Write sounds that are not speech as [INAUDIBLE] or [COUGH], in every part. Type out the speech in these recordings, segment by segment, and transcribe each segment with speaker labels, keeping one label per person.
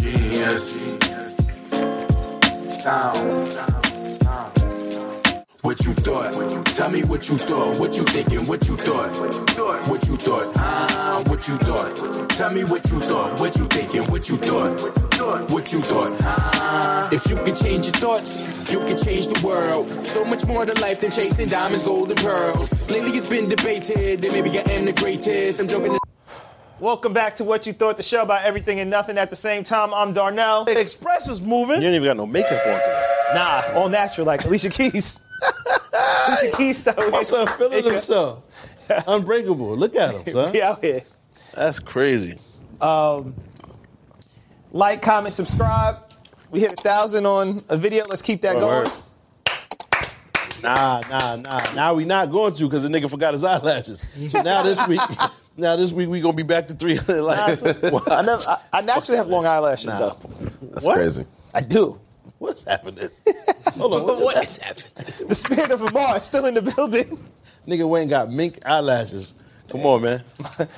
Speaker 1: Genius. What you thought? Tell me what you thought. What you thinking? What you thought? What you thought? Ah, what you thought? Tell me what you thought. What you thinking? What you thought? What you thought? Ah, if you could change your thoughts, you could change the world. So much more to life than chasing diamonds, gold, and pearls. Lately, it's been debated that maybe I am the greatest. I'm joking.
Speaker 2: Welcome back to What You Thought the Show about everything and nothing at the same time. I'm Darnell.
Speaker 3: Express is moving.
Speaker 4: You ain't even got no makeup on today.
Speaker 2: Nah, all natural like Alicia
Speaker 5: [LAUGHS]
Speaker 2: Keys. Alicia Keys style.
Speaker 3: My son feeling [LAUGHS] himself. Unbreakable. Look at him, son.
Speaker 2: We out here.
Speaker 4: That's crazy.
Speaker 2: Like, comment, subscribe. We hit a thousand on a video. Let's keep that
Speaker 4: Word,
Speaker 2: going.
Speaker 4: word.
Speaker 3: Nah, nah, nah. Now we not going to because the nigga forgot his eyelashes. So now this week, [LAUGHS] now this week we gonna be back to 300. Like, what?
Speaker 2: I, never, I, I naturally have long eyelashes though.
Speaker 3: [LAUGHS]
Speaker 5: That's
Speaker 3: What?
Speaker 5: crazy.
Speaker 2: I do.
Speaker 3: What's happening? Hold on, what's
Speaker 6: What is happening?
Speaker 2: The spirit of Amar is still in the building.
Speaker 3: Nigga Wayne got mink eyelashes. Come on, man.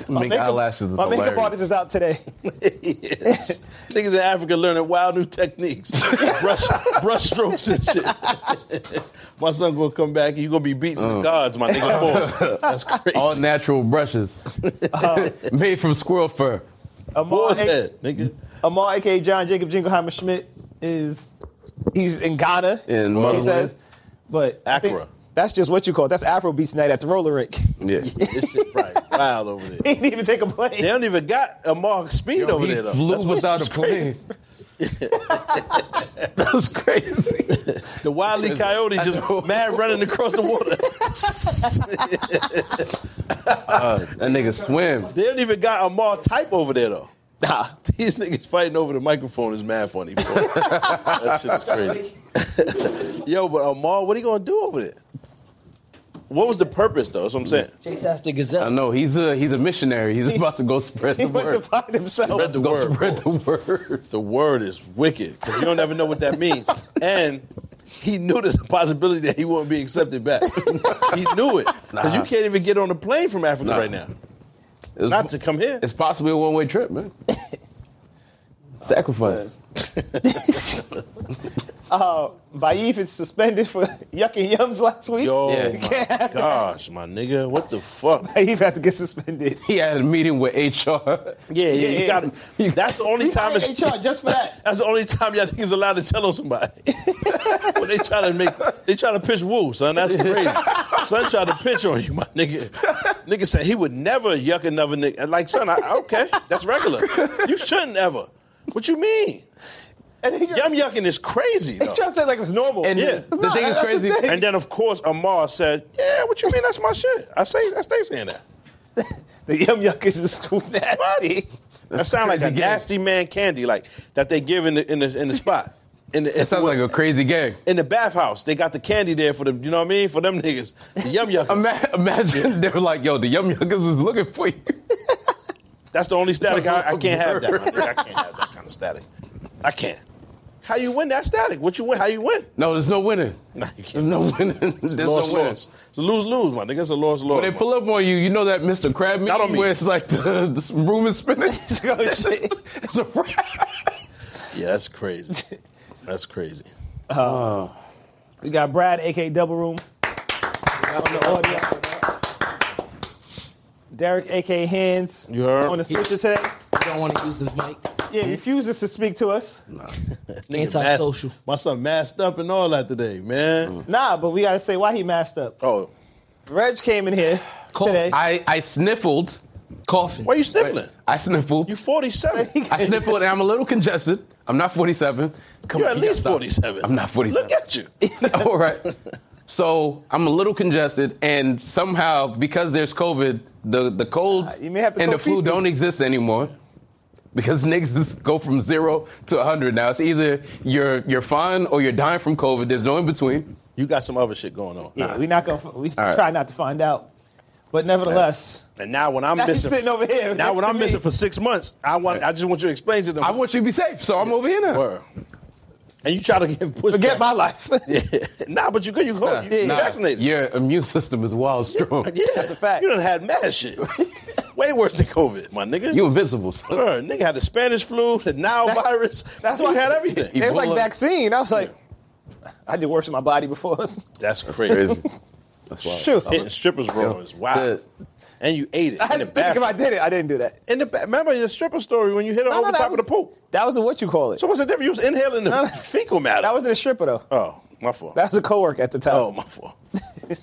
Speaker 5: Mink
Speaker 2: makeup-
Speaker 5: eyelashes is
Speaker 2: My makeup
Speaker 5: hilarious.
Speaker 2: artist is out today.
Speaker 3: Yes. Niggas in Africa learning wild new techniques, brush, brush strokes and shit. my son gonna come back and you gonna be beating some gods, my nigga. Come on. That's crazy.
Speaker 5: All natural brushes
Speaker 3: [LAUGHS] Oh.
Speaker 5: [LAUGHS] made from squirrel fur.
Speaker 2: Amar,
Speaker 3: Boar's head, nigga.
Speaker 2: Amar, aka John Jacob Jingleheimer Schmidt, is he's in Ghana.
Speaker 5: In
Speaker 2: he
Speaker 5: Motherland.
Speaker 2: says, but I think
Speaker 3: Accra.
Speaker 2: That's just what you call it. That's Afrobeats night at the roller rink. [LAUGHS]
Speaker 5: Yeah.
Speaker 3: This shit right [LAUGHS] wild over there.
Speaker 2: he didn't even take a plane.
Speaker 3: They don't even got a mark speed over
Speaker 5: he
Speaker 3: there though.
Speaker 5: flew
Speaker 3: That's what's
Speaker 5: without a plane.
Speaker 3: [LAUGHS]
Speaker 5: that was crazy.
Speaker 3: The wily coyote just mad running across the [LAUGHS] water. Uh,
Speaker 5: That nigga swim.
Speaker 3: They don't even got a Amar type over there though. Nah, these niggas fighting over the microphone is mad funny. [LAUGHS] Bro. that shit is crazy. [LAUGHS] Yo, but Amar, what he gonna do over there? What was the purpose though? That's what I'm saying.
Speaker 6: Chase asked the
Speaker 5: I
Speaker 6: gazelle.
Speaker 5: know he's a he's a missionary. He's about to go
Speaker 2: [LAUGHS]
Speaker 5: spread
Speaker 2: he
Speaker 5: the
Speaker 2: went to
Speaker 5: word.
Speaker 2: find himself.
Speaker 3: Spread the
Speaker 5: Go
Speaker 3: word. [LAUGHS]
Speaker 5: spread the word.
Speaker 3: The word is wicked because you don't ever know what that means. And he knew there's a possibility that he wouldn't be accepted back. he knew it because you
Speaker 5: Nah.
Speaker 3: can't even get on a plane from Africa
Speaker 5: Nah.
Speaker 3: right now.
Speaker 5: It's,
Speaker 3: Not to come here.
Speaker 5: it's possibly a one way trip, man.
Speaker 3: [LAUGHS]
Speaker 5: Sacrifice.
Speaker 2: uh, Baif is suspended for [LAUGHS] yuck and yums last week.
Speaker 3: Yo,
Speaker 5: Yeah.
Speaker 3: my gosh, my nigga, what the fuck?
Speaker 2: [LAUGHS] Baif had to get suspended.
Speaker 5: He had a meeting with HR.
Speaker 3: Yeah, yeah, you
Speaker 2: yeah.
Speaker 3: got it. That's the only
Speaker 2: He
Speaker 3: time
Speaker 2: hired
Speaker 3: it's
Speaker 2: HR just for
Speaker 5: [LAUGHS]
Speaker 2: that.
Speaker 3: that's the only time y'all niggas allowed to tell on somebody. when they try to make they try to pitch woo, son. That's crazy. son tried to pitch on you, my nigga. nigga said he would never yuck another nigga. And like, son, I, okay, that's regular. You shouldn't ever. What you mean?
Speaker 2: And he tried,
Speaker 3: Yum yucking is crazy.
Speaker 2: he
Speaker 3: though.
Speaker 2: tried to say like it was normal.
Speaker 5: And
Speaker 3: Yeah.
Speaker 5: the, the
Speaker 2: No,
Speaker 5: thing is
Speaker 2: that's the
Speaker 5: crazy.
Speaker 2: thing.
Speaker 3: And then of course Amar said, Yeah, what you mean that's my shit? I say I stay saying that.
Speaker 2: the yum yuck is [LAUGHS] just nasty.
Speaker 3: That sound like a
Speaker 5: Crazy game.
Speaker 3: nasty man candy, like that they give in the in the in the spot. In the,
Speaker 5: [LAUGHS] It sounds like a crazy gang.
Speaker 3: in the bathhouse. They got the candy there for them. You know what I mean? For them niggas, the yum yuckers.
Speaker 5: Ima- [LAUGHS] Imagine [LAUGHS] they were like, "Yo, the Yum Yuckers is looking
Speaker 3: [LAUGHS]
Speaker 5: for you."
Speaker 3: That's the only static I, I can't have. That my nigga. I can't have that kind of static. I can't. How you win that static? What you win? How you win? [LAUGHS]
Speaker 5: No, there's no winning.
Speaker 3: Nah, you
Speaker 5: There's
Speaker 3: can't.
Speaker 5: no winning. There's no
Speaker 3: Loss,
Speaker 5: winning.
Speaker 3: loss. It's a lose lose, my nigga. It's a loss loss.
Speaker 5: When they pull up on you, you know that Mr. Crab
Speaker 3: Not on
Speaker 5: meeting
Speaker 3: me.
Speaker 5: where it's like the, the room is
Speaker 3: [LAUGHS]
Speaker 5: spinning. [LAUGHS]
Speaker 2: Oh, shit.
Speaker 5: it's a wrap.
Speaker 3: yeah, that's
Speaker 5: [LAUGHS]
Speaker 3: crazy. That's crazy.
Speaker 2: We got Brad, aka Double Room. on the audio. Derek, aka Hands.
Speaker 3: You heard?
Speaker 2: On the switcher today.
Speaker 6: You don't want to use his mic.
Speaker 2: Yeah, refuses to speak to us.
Speaker 6: Antisocial.
Speaker 3: Masked- My son masked up and all that today, man.
Speaker 5: Mm.
Speaker 2: Nah, but we gotta say why he masked up.
Speaker 3: Oh,
Speaker 2: Reg came in here
Speaker 6: Cold.
Speaker 2: today.
Speaker 5: I, I sniffled.
Speaker 6: Coughing.
Speaker 3: why you sniffling?
Speaker 5: I sniffled.
Speaker 3: You
Speaker 5: [LAUGHS]
Speaker 3: 47.
Speaker 5: I sniffled and I'm a little congested. I'm not 47. Come
Speaker 3: You're at
Speaker 5: on, you gotta
Speaker 3: least
Speaker 5: stop.
Speaker 3: 47.
Speaker 5: I'm not 47.
Speaker 3: Look at you.
Speaker 5: [LAUGHS] All right. So I'm a little congested, and somehow because there's COVID, the the cold
Speaker 2: you may have to
Speaker 5: and
Speaker 2: go
Speaker 5: the flu
Speaker 2: FIFA.
Speaker 5: don't exist anymore. Because [LAUGHS] niggas just go from zero to hundred now. It's either you're you're fine or you're dying from COVID. There's no in between.
Speaker 3: You got some other shit going on.
Speaker 2: yeah, we not gonna we
Speaker 5: right.
Speaker 2: try not to find out. But nevertheless,
Speaker 3: And now when I'm
Speaker 2: now he's
Speaker 3: missing,
Speaker 2: sitting over here.
Speaker 3: now
Speaker 2: next
Speaker 3: when
Speaker 2: to
Speaker 3: I'm
Speaker 2: me.
Speaker 3: missing for six months, I want. I just want you to explain to them.
Speaker 5: I want you to be safe, so I'm over here now.
Speaker 3: Word. And you try to get pushed.
Speaker 2: forget my life.
Speaker 3: nah, but you good. You
Speaker 5: Nah,
Speaker 3: cold. You
Speaker 5: nah.
Speaker 3: vaccinated.
Speaker 5: Your immune system is wild strong.
Speaker 3: Yeah.
Speaker 2: That's a fact. [LAUGHS]
Speaker 3: You done had mad shit. way worse than COVID, my nigga.
Speaker 5: You
Speaker 3: [LAUGHS]
Speaker 5: invincible. son.
Speaker 3: Bruh, nigga had the Spanish flu, the Nile virus. That's why had everything.
Speaker 2: [LAUGHS] It was like
Speaker 5: Ebola.
Speaker 2: vaccine. I was like, I did worse to my body before. [LAUGHS]
Speaker 3: That's crazy.
Speaker 5: Crazy. That's wild.
Speaker 2: Shoot.
Speaker 3: Hitting strippers, bro, is wild.
Speaker 5: The-
Speaker 3: And you ate it
Speaker 2: I
Speaker 3: in
Speaker 2: had
Speaker 3: the
Speaker 2: to think if I
Speaker 3: bathroom.
Speaker 2: did it, I didn't do that.
Speaker 3: In the ba- remember the stripper story when you hit her
Speaker 2: No, no,
Speaker 3: over
Speaker 2: that
Speaker 3: top
Speaker 2: was-
Speaker 3: of the poop.
Speaker 2: That was a what you call it.
Speaker 3: So what's the difference? You was inhaling the
Speaker 2: No, no.
Speaker 3: fecal matter.
Speaker 2: that was a stripper though.
Speaker 3: oh, my fault.
Speaker 2: That was a co-work at the time.
Speaker 3: oh, my fault.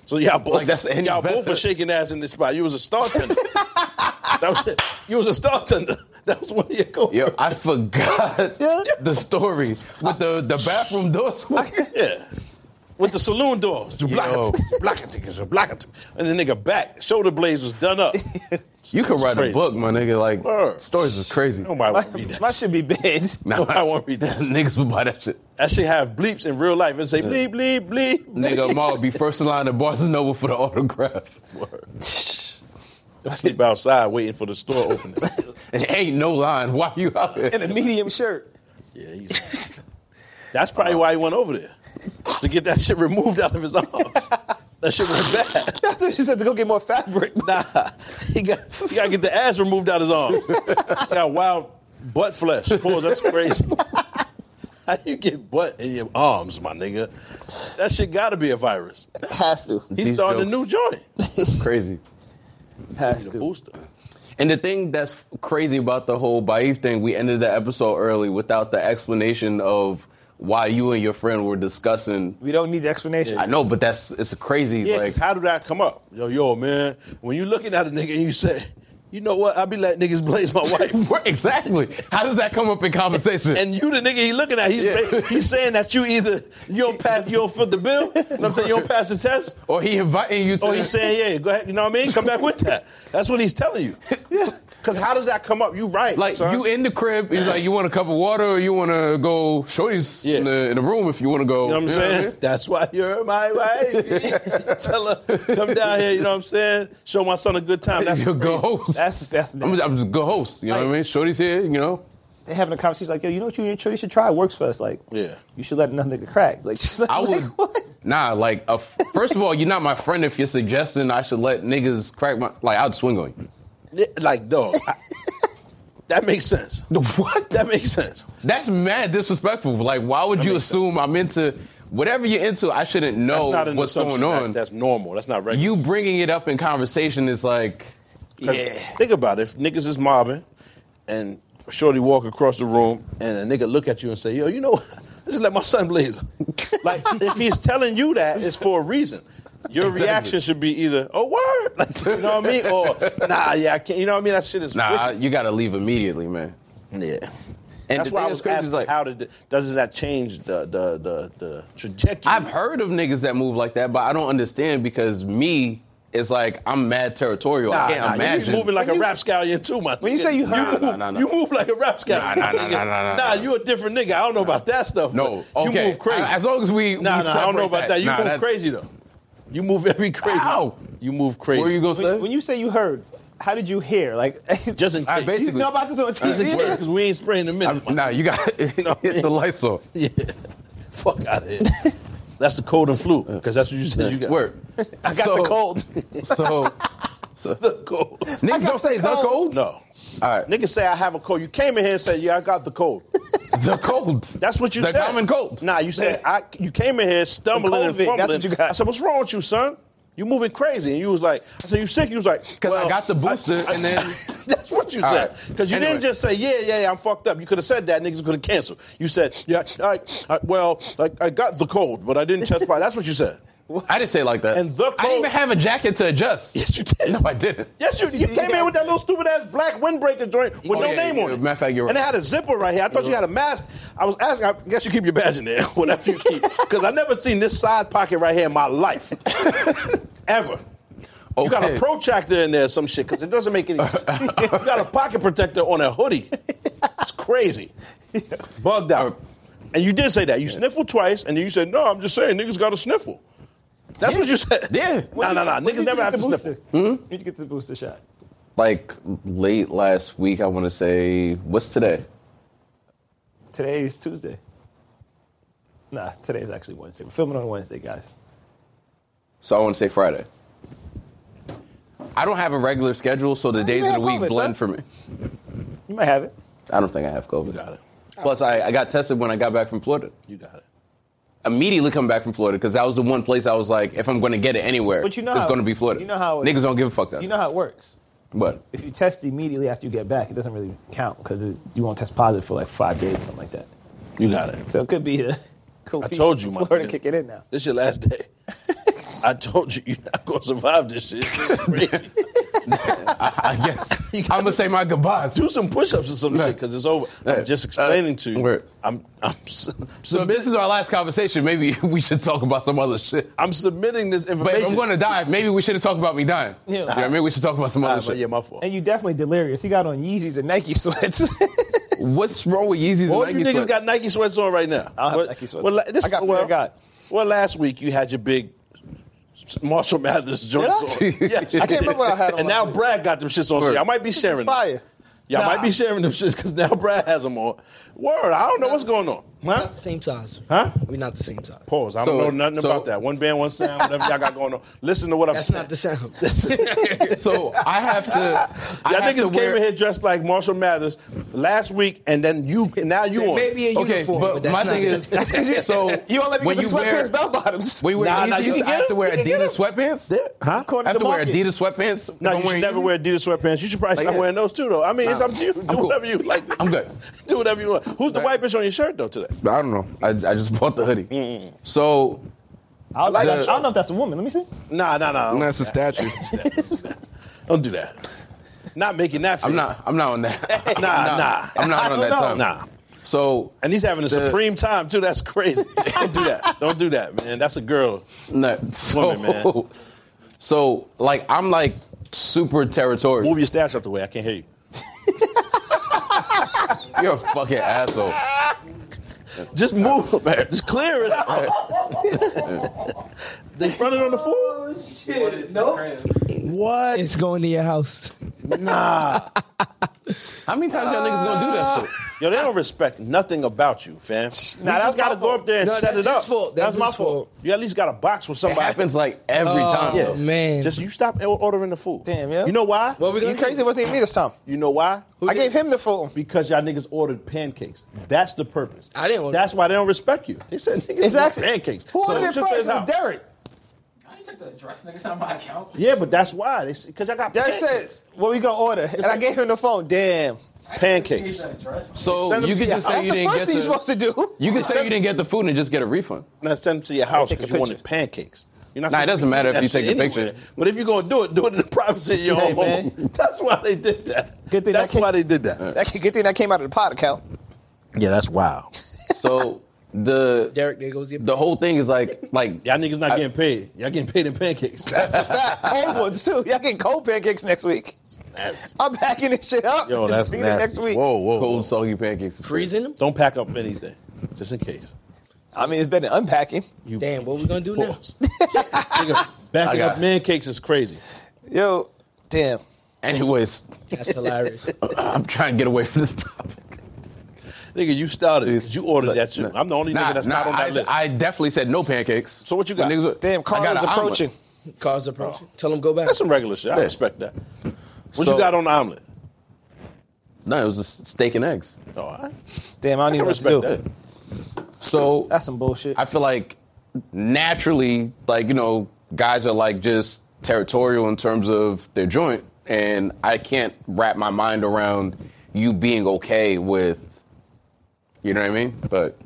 Speaker 3: So y'all both,
Speaker 5: Like that's any
Speaker 3: y'all
Speaker 5: better.
Speaker 3: both were shaking ass in this spot. You was a star tender. that was you was a star tender. That was one of your goals.
Speaker 5: Yo, I forgot
Speaker 2: Yeah.
Speaker 5: the story with the, the bathroom door swing.
Speaker 3: Yeah. With the saloon door. You block
Speaker 5: Yo.
Speaker 3: it. Block it. you Block it. And the nigga back. Shoulder blades was done up.
Speaker 5: [LAUGHS] You could write
Speaker 3: crazy.
Speaker 5: a book, my nigga. Like
Speaker 3: Word.
Speaker 5: stories is crazy.
Speaker 3: Nobody
Speaker 2: my,
Speaker 3: want to read
Speaker 2: [LAUGHS]
Speaker 3: that.
Speaker 2: my should be [LAUGHS] big.
Speaker 5: Nah,
Speaker 3: [LAUGHS] I won't read that.
Speaker 5: [LAUGHS] Niggas would buy that shit.
Speaker 3: That shit have bleeps in real life and say bleep, bleep, bleep.
Speaker 5: Nigga, Ma would be first in line at Barnes and Noble for the autograph. [LAUGHS]
Speaker 3: I [LAUGHS] sleep outside waiting for the store opening.
Speaker 5: [LAUGHS] And ain't no line. Why you out here?
Speaker 2: in a medium shirt.
Speaker 3: yeah, he's. That's probably
Speaker 5: Oh.
Speaker 3: why he went over there to get that shit removed out of his arms. that shit went bad.
Speaker 2: I thought she said to go get more fabric.
Speaker 3: Nah, he got he got to get the ass removed out his arms. he got wild butt flesh. Boy, that's crazy. How you get butt in your arms, my nigga? That shit got to be a virus.
Speaker 2: Has to.
Speaker 3: He
Speaker 5: These
Speaker 3: started a new
Speaker 5: jokes.
Speaker 3: joint.
Speaker 5: crazy.
Speaker 2: Has
Speaker 3: The
Speaker 2: to.
Speaker 3: booster.
Speaker 5: And the thing that's crazy about the whole Baif thing, we ended the episode early without the explanation of why you and your friend were discussing.
Speaker 2: We don't need the explanation.
Speaker 5: I know, but that's it's crazy.
Speaker 3: Yeah,
Speaker 5: like
Speaker 3: 'cause how did that come up? Yo, yo, man, when you looking at a nigga and you say, you know what, I be letting niggas blaze my wife.
Speaker 5: [LAUGHS] Right, exactly. How does that come up in conversation?
Speaker 3: And you the nigga he looking at, he's
Speaker 5: Yeah.
Speaker 3: ba- he's saying that you either you don't pass, you don't fit the bill, you know what I'm saying you don't pass the test,
Speaker 5: or he inviting you to
Speaker 3: or he's saying yeah, go ahead, you know what I mean? Come back with that. That's what he's telling you. Yeah, because how does that come up? You right,
Speaker 5: like
Speaker 3: son.
Speaker 5: you in the crib, he's like, you want a cup of water or you want to go shorties
Speaker 3: Yeah.
Speaker 5: in, the, in the room if you want to go.
Speaker 3: You know what I'm saying? That's why you're my wife.
Speaker 5: [LAUGHS]
Speaker 3: Tell her, come down here, you know what I'm saying? Show my son a good time. [LAUGHS] That's
Speaker 5: You're a good
Speaker 3: crazy.
Speaker 5: host.
Speaker 2: That's that's.
Speaker 5: I'm, I'm just a good host. You know what I mean? Shorty's here, you know?
Speaker 2: They're having a conversation like, yo, you know what you, you should try? It works for us. Like,
Speaker 3: Yeah.
Speaker 2: you should let another nigga crack. Like, [LAUGHS] she's like,
Speaker 5: I
Speaker 2: like,
Speaker 5: would.
Speaker 2: what?
Speaker 5: Nah, like, a, first of all, you're not my friend if you're suggesting I should let niggas crack my. Like, I'd swing on you.
Speaker 3: Yeah, Like, dog, I- that makes sense.
Speaker 5: [LAUGHS] What?
Speaker 3: That makes sense.
Speaker 5: That's mad disrespectful. Like, why would you assume I'm into whatever you're into? I shouldn't
Speaker 3: That's
Speaker 5: know
Speaker 3: not an
Speaker 5: what's
Speaker 3: assumption.
Speaker 5: going on.
Speaker 3: That- that's normal. That's not regular.
Speaker 5: you bringing it up in conversation is like,
Speaker 3: 'Cause Think about it. If niggas is mobbing and shorty walk across the room and a nigga look at you and say, yo, you know what? [LAUGHS] Just let my son
Speaker 5: [LAUGHS]
Speaker 3: blaze. like, if he's telling you that, it's for a reason. Your reaction should be either, oh, word, like, you know what [LAUGHS] I mean? Or, nah, yeah, I can't. You know what I mean? That shit is
Speaker 5: nah,
Speaker 3: wicked.
Speaker 5: you got to leave immediately, man.
Speaker 3: Yeah.
Speaker 5: And
Speaker 3: That's
Speaker 5: the
Speaker 3: why I
Speaker 5: thing
Speaker 3: was
Speaker 5: crazy is,
Speaker 3: asking how did the- does that change the the the, the trajectory?
Speaker 5: I've heard of niggas that move like that, but I don't understand because me, it's like I'm mad territorial.
Speaker 3: Nah,
Speaker 5: I can't
Speaker 3: nah,
Speaker 5: imagine.
Speaker 3: You moving like
Speaker 2: When
Speaker 3: a
Speaker 2: you-
Speaker 3: rapscallion too, man.
Speaker 2: when you say you heard-
Speaker 3: move,
Speaker 5: Nah, nah, nah,
Speaker 3: you
Speaker 5: nah.
Speaker 3: move like a rapscallion.
Speaker 5: Nah, nah, nah, nah, nah, nah,
Speaker 3: Nah,
Speaker 5: nah.
Speaker 3: you a different nigga. I don't know about that stuff.
Speaker 5: no,
Speaker 3: but
Speaker 5: okay.
Speaker 3: You move crazy.
Speaker 5: I- as long as we,
Speaker 3: nah,
Speaker 5: we
Speaker 3: nah, I don't know
Speaker 5: separate
Speaker 3: about that. You
Speaker 5: Nah,
Speaker 3: move
Speaker 5: that's-
Speaker 3: crazy though. You move every crazy.
Speaker 5: Ow.
Speaker 3: You move
Speaker 5: What
Speaker 3: crazy.
Speaker 5: are you gonna say?
Speaker 2: When, when you say you heard, how did you hear? Like, [LAUGHS]
Speaker 3: Just in case.
Speaker 5: All right, basically-
Speaker 2: you know about this on [LAUGHS]
Speaker 3: Just in
Speaker 2: TV?
Speaker 3: case, because we ain't spraying the minute.
Speaker 5: I- nah, you got
Speaker 3: [LAUGHS]
Speaker 5: [LAUGHS]
Speaker 3: know what I
Speaker 5: hit the
Speaker 3: mean?
Speaker 5: lights off.
Speaker 3: yeah. Fuck out of here.
Speaker 5: [LAUGHS]
Speaker 3: That's the cold and flu, because that's what you said [LAUGHS] you got.
Speaker 5: Word.
Speaker 2: I got the cold.
Speaker 5: So, so
Speaker 3: The [LAUGHS] cold.
Speaker 5: niggas don't say the cold.
Speaker 3: No.
Speaker 5: All right,
Speaker 3: Niggas say I have a cold. You came in here and said, yeah, I got the cold.
Speaker 5: the cold.
Speaker 3: That's what you
Speaker 5: the
Speaker 3: said.
Speaker 5: The common cold.
Speaker 3: Nah, you said I, you came in here stumbling
Speaker 2: The COVID,
Speaker 3: and fumbling.
Speaker 2: that's what you got.
Speaker 3: I said, "What's wrong with you, son? You moving crazy?" And you was like, "I said you sick." You was like,
Speaker 5: Because
Speaker 3: well,
Speaker 5: I got the booster, and then
Speaker 3: [LAUGHS] that's what you
Speaker 5: All
Speaker 3: said.
Speaker 5: right.
Speaker 3: Because you
Speaker 5: Anyway.
Speaker 3: didn't just say, "Yeah, yeah, yeah, I'm fucked up." You could have said that. Niggas could have canceled. You said, "Yeah, I, I, well, I, I got the cold, but I didn't test positive." That's what
Speaker 2: [LAUGHS]
Speaker 3: you said.
Speaker 5: I didn't say it like that.
Speaker 3: And the
Speaker 5: I
Speaker 3: cold-
Speaker 5: didn't even have a jacket to adjust.
Speaker 3: Yes, you did.
Speaker 5: No, I didn't.
Speaker 3: Yes, you, you came in with that little stupid ass black windbreaker joint with
Speaker 5: Oh,
Speaker 3: no
Speaker 5: yeah,
Speaker 3: name
Speaker 5: yeah,
Speaker 3: on
Speaker 5: yeah.
Speaker 3: it.
Speaker 5: Matter of fact, you're
Speaker 3: And it
Speaker 5: right.
Speaker 3: had a zipper right here. I thought you had a mask. I was asking. I guess you keep your badge in there, [LAUGHS] whatever you keep, because I never seen this side pocket right here in my
Speaker 5: [LAUGHS]
Speaker 3: life, ever. You got
Speaker 5: Okay.
Speaker 3: a protractor in there, or some shit, because it doesn't make any
Speaker 5: [LAUGHS]
Speaker 3: sense. you got a pocket protector on a hoodie. It's crazy. Bugged out.
Speaker 5: Uh,
Speaker 3: And you did say that. You sniffled twice, and then you said, "No, I'm just saying, niggas got to sniffle." That's what you said.
Speaker 5: Yeah.
Speaker 3: No, no, no. Niggas never have to sniffle.
Speaker 2: Hmm? You get the booster shot.
Speaker 5: Like late last week, I want to say. What's today?
Speaker 2: Today's Tuesday. Nah, today's actually Wednesday. We're filming on Wednesday, guys.
Speaker 5: So I want to say Friday. I don't have a regular schedule, so the days of
Speaker 2: have
Speaker 5: the week
Speaker 2: COVID, son.
Speaker 5: blend for me.
Speaker 2: You might have it.
Speaker 5: I don't think I have COVID.
Speaker 4: got it.
Speaker 5: Plus, I, I got tested when I got back from Florida.
Speaker 4: You got it.
Speaker 5: Immediately come back from Florida because that was the one place I was like, if I'm going to get it anywhere,
Speaker 2: But you know
Speaker 5: it's
Speaker 2: how-
Speaker 5: going to be Florida.
Speaker 2: you know how it-
Speaker 5: niggas don't give a fuck that.
Speaker 2: You know how it works.
Speaker 5: but
Speaker 2: If you test immediately after you get back, it doesn't really count because you won't test positive for like five days or something like that.
Speaker 3: You got it.
Speaker 2: So it could be a [LAUGHS] cool.
Speaker 3: I told you, my
Speaker 2: Florida
Speaker 3: nigga.
Speaker 2: kick it in now.
Speaker 3: This your last
Speaker 2: [LAUGHS]
Speaker 3: day. I told you you're not gonna survive this shit. This
Speaker 2: [LAUGHS]
Speaker 3: is crazy.
Speaker 5: I guess I'm gonna say my goodbyes.
Speaker 3: Do some push-ups or some shit because it's over.
Speaker 5: Hey,
Speaker 3: I'm just explaining
Speaker 5: uh,
Speaker 3: to you.
Speaker 5: word.
Speaker 3: I'm I'm [LAUGHS] su-
Speaker 5: So if this is our last conversation. Maybe [LAUGHS] we should talk about some other shit.
Speaker 3: I'm submitting this
Speaker 5: But
Speaker 3: information.
Speaker 5: if I'm going to die, maybe we should have talked about me dying.
Speaker 2: Yeah.
Speaker 5: You know what I mean? We should talk about some
Speaker 3: Ah,
Speaker 5: other
Speaker 3: but
Speaker 5: shit.
Speaker 3: yeah, my fault.
Speaker 2: And you definitely delirious. He got on Yeezys and Nike [LAUGHS] sweats.
Speaker 5: What's wrong with Yeezys
Speaker 3: All
Speaker 5: and
Speaker 3: you
Speaker 5: Nike
Speaker 3: niggas [LAUGHS]
Speaker 5: sweats?
Speaker 3: got Nike sweats on right now.
Speaker 2: I don't have Nike sweats
Speaker 3: Well,
Speaker 2: on.
Speaker 3: la- this,
Speaker 2: I got fear
Speaker 3: well,
Speaker 2: of God.
Speaker 3: Well, last week you had your big Marshall Mathers
Speaker 2: [LAUGHS]
Speaker 3: joints [LAUGHS] on.
Speaker 2: I?
Speaker 3: Yes, you
Speaker 2: I can't
Speaker 3: did.
Speaker 2: remember what I had on
Speaker 3: And
Speaker 2: last
Speaker 3: now
Speaker 2: week.
Speaker 3: Brad got them shits on. So
Speaker 5: Word.
Speaker 3: y'all might be [LAUGHS] sharing them.
Speaker 2: Fire.
Speaker 3: Y'all
Speaker 2: Nah.
Speaker 3: might be sharing them shits because now Brad has them on. Word, I don't know what's going on.
Speaker 6: We're not the same size.
Speaker 3: Huh?
Speaker 6: We're not the same size.
Speaker 3: Pause. I
Speaker 5: So-
Speaker 3: don't know nothing
Speaker 5: so-
Speaker 3: about that. One band, one sound, whatever y'all got going on. Listen to what I'm
Speaker 6: That's
Speaker 3: saying.
Speaker 6: not the sound.
Speaker 5: So I have to. I
Speaker 3: Y'all
Speaker 5: have to
Speaker 3: niggas
Speaker 5: wear-
Speaker 3: came in here dressed like Marshall Mathers last week, and then you now you on. [LAUGHS]
Speaker 6: Maybe a
Speaker 5: Okay,
Speaker 6: uniform,
Speaker 5: but,
Speaker 6: but, [LAUGHS] that's
Speaker 5: my
Speaker 6: not
Speaker 5: thing
Speaker 6: it.
Speaker 5: is, so
Speaker 2: You won't let me
Speaker 5: when
Speaker 2: get
Speaker 5: you
Speaker 2: the sweatpants,
Speaker 5: wear,
Speaker 2: bell
Speaker 5: [LAUGHS]
Speaker 2: bottoms.
Speaker 5: we wear
Speaker 3: Nah,
Speaker 5: Yeezys,
Speaker 3: nah, you can
Speaker 5: I have
Speaker 3: get
Speaker 5: to
Speaker 3: them.
Speaker 5: wear
Speaker 3: You can get
Speaker 5: Adidas sweatpants.
Speaker 3: huh?
Speaker 5: I have
Speaker 2: the
Speaker 5: to wear
Speaker 2: market.
Speaker 5: Adidas sweatpants. if
Speaker 3: No,
Speaker 5: I'm
Speaker 3: you
Speaker 5: wearing
Speaker 3: should never
Speaker 5: Yeezys?
Speaker 3: wear Adidas sweatpants. You should probably
Speaker 5: Like,
Speaker 3: stop
Speaker 5: yeah.
Speaker 3: wearing those too, though. I mean, it's
Speaker 5: Nah.
Speaker 3: up to you. [LAUGHS] Do
Speaker 5: I'm cool.
Speaker 3: whatever you like. to
Speaker 5: I'm
Speaker 3: do.
Speaker 5: good.
Speaker 3: Do whatever you want. Who's the
Speaker 5: Right.
Speaker 3: white bitch on your shirt though today?
Speaker 5: I don't know. I, I just bought the hoodie. So
Speaker 2: I, like
Speaker 5: the-
Speaker 2: that. I don't know if that's a woman. Let me see.
Speaker 3: Nah, nah, nah. Don't,
Speaker 5: that's a statue.
Speaker 3: don't do that. Not making that. Face.
Speaker 5: I'm not. I'm not on [LAUGHS] that.
Speaker 3: Nah, nah.
Speaker 5: I'm not on that
Speaker 2: know.
Speaker 5: time.
Speaker 3: Nah.
Speaker 5: So
Speaker 3: And he's having a
Speaker 5: The-
Speaker 3: supreme time too. That's crazy. don't do that. Don't do that, man. That's a girl.
Speaker 5: no. So,
Speaker 3: Woman, man.
Speaker 5: [LAUGHS] so like I'm like super territorial.
Speaker 3: Move your stash out the way. I can't hear you.
Speaker 5: You're a fucking asshole.
Speaker 3: Just
Speaker 5: [LAUGHS]
Speaker 3: move.
Speaker 5: Man.
Speaker 3: Just clear it out. they front it on the floor. What?
Speaker 6: It's going to your house.
Speaker 3: Nah.
Speaker 5: How many times y'all niggas gonna do that? shit?
Speaker 3: Yo, they don't respect nothing about you, fam. Now
Speaker 2: that's
Speaker 3: that's gotta
Speaker 2: my
Speaker 3: go up there and
Speaker 6: No,
Speaker 3: set
Speaker 6: that's
Speaker 3: it up.
Speaker 6: his fault. That's
Speaker 3: my
Speaker 6: his
Speaker 3: fault.
Speaker 6: fault.
Speaker 3: You at least got a box with
Speaker 5: It
Speaker 3: somebody.
Speaker 5: happens like every
Speaker 6: Oh,
Speaker 5: time.
Speaker 6: yeah. man.
Speaker 3: Just you stop ordering the food.
Speaker 2: Damn, yeah.
Speaker 3: You know why?
Speaker 6: What we
Speaker 2: You
Speaker 6: gonna do?
Speaker 2: crazy? It wasn't even me this time.
Speaker 3: You know why?
Speaker 2: I gave him the full.
Speaker 3: Because y'all niggas ordered pancakes. That's the purpose.
Speaker 6: I didn't order-
Speaker 3: That's why they don't respect you. They said niggas
Speaker 2: Exactly.
Speaker 3: want pancakes.
Speaker 2: Who ordered it
Speaker 3: it's just
Speaker 2: first?
Speaker 3: his
Speaker 2: It was
Speaker 3: house.
Speaker 2: Derek.
Speaker 7: I ain't took the address, nigga. It's not my account.
Speaker 3: Yeah, but that's why. Because I got
Speaker 2: Derek said,
Speaker 3: pancakes.
Speaker 2: "What we gonna order?" and I
Speaker 3: like-
Speaker 2: gave him the phone. Damn.
Speaker 7: Here's
Speaker 3: pancakes.
Speaker 7: the address.
Speaker 5: So
Speaker 3: Send them
Speaker 5: you
Speaker 3: to
Speaker 5: can
Speaker 3: your
Speaker 5: just
Speaker 3: house.
Speaker 5: say you
Speaker 2: That's the
Speaker 5: didn't
Speaker 2: first
Speaker 5: get
Speaker 2: thing you're supposed
Speaker 5: the.
Speaker 2: to do.
Speaker 5: You can say you didn't get the food and just get a refund.
Speaker 3: Now send them to your house
Speaker 2: Take a
Speaker 3: because you wanted
Speaker 2: picture.
Speaker 3: pancakes. You're not
Speaker 5: Nah, it
Speaker 3: supposed to
Speaker 5: doesn't
Speaker 3: be
Speaker 5: matter
Speaker 3: eating
Speaker 5: if
Speaker 3: that
Speaker 5: you take
Speaker 3: shit
Speaker 5: a picture.
Speaker 3: anyway. But if you're gonna do it, do it in the [LAUGHS] privacy of your
Speaker 2: Hey,
Speaker 3: own
Speaker 2: man.
Speaker 3: home. [LAUGHS] That's why they did that.
Speaker 2: Good thing
Speaker 3: that's
Speaker 2: that
Speaker 3: why
Speaker 2: came-
Speaker 3: they did that.
Speaker 2: That good thing that came out of the pot account.
Speaker 3: Yeah, that's wild.
Speaker 5: So the
Speaker 6: Derek, there goes your.
Speaker 5: the whole thing is like like
Speaker 3: Y'all niggas not
Speaker 5: I-
Speaker 3: getting paid. Y'all getting paid in pancakes.
Speaker 2: That's a
Speaker 3: [LAUGHS]
Speaker 2: fact. Cold ones too. Y'all getting cold pancakes next week.
Speaker 3: Nasty.
Speaker 2: I'm packing this shit up.
Speaker 3: Yo,
Speaker 2: It's
Speaker 3: that's
Speaker 2: beat it
Speaker 3: nasty.
Speaker 2: next week.
Speaker 3: Whoa, whoa.
Speaker 5: cold soggy pancakes. is
Speaker 6: freezing them?
Speaker 3: Don't pack up anything, just in case.
Speaker 2: I mean, it's better than unpacking.
Speaker 3: You
Speaker 6: Damn, what we gonna do now?
Speaker 3: pause.
Speaker 5: [LAUGHS]
Speaker 3: Nigga, backing
Speaker 5: got
Speaker 3: up
Speaker 5: it.
Speaker 3: man cakes is crazy.
Speaker 2: Yo, damn.
Speaker 5: Anyways,
Speaker 6: That's hilarious.
Speaker 5: [LAUGHS] I'm trying to get away from this topic.
Speaker 3: Nigga, you started. it, 'cause You ordered
Speaker 5: Look,
Speaker 3: that shit.
Speaker 5: look.
Speaker 3: I'm the only
Speaker 5: Nah,
Speaker 3: nigga that's
Speaker 5: nah,
Speaker 3: not on that
Speaker 5: I,
Speaker 3: list.
Speaker 5: I definitely said no pancakes.
Speaker 3: So what you got?
Speaker 5: But niggas-
Speaker 2: Damn,
Speaker 5: I got
Speaker 2: Carl is
Speaker 5: an omelet.
Speaker 2: approaching.
Speaker 6: Cars approaching. Tell them go back.
Speaker 3: that's some regular shit. I
Speaker 5: Yeah.
Speaker 3: respect that. What
Speaker 5: So-
Speaker 3: you got on the omelet?
Speaker 5: No, it was just steak and eggs.
Speaker 3: Oh, all right.
Speaker 2: Damn, I don't
Speaker 3: I
Speaker 2: even
Speaker 3: respect
Speaker 2: respect
Speaker 3: that.
Speaker 2: that.
Speaker 5: So
Speaker 2: That's some bullshit.
Speaker 5: I feel like naturally, like you know, guys are like just territorial in terms of their joint, and I can't wrap my mind around you being okay with, you know what I mean? But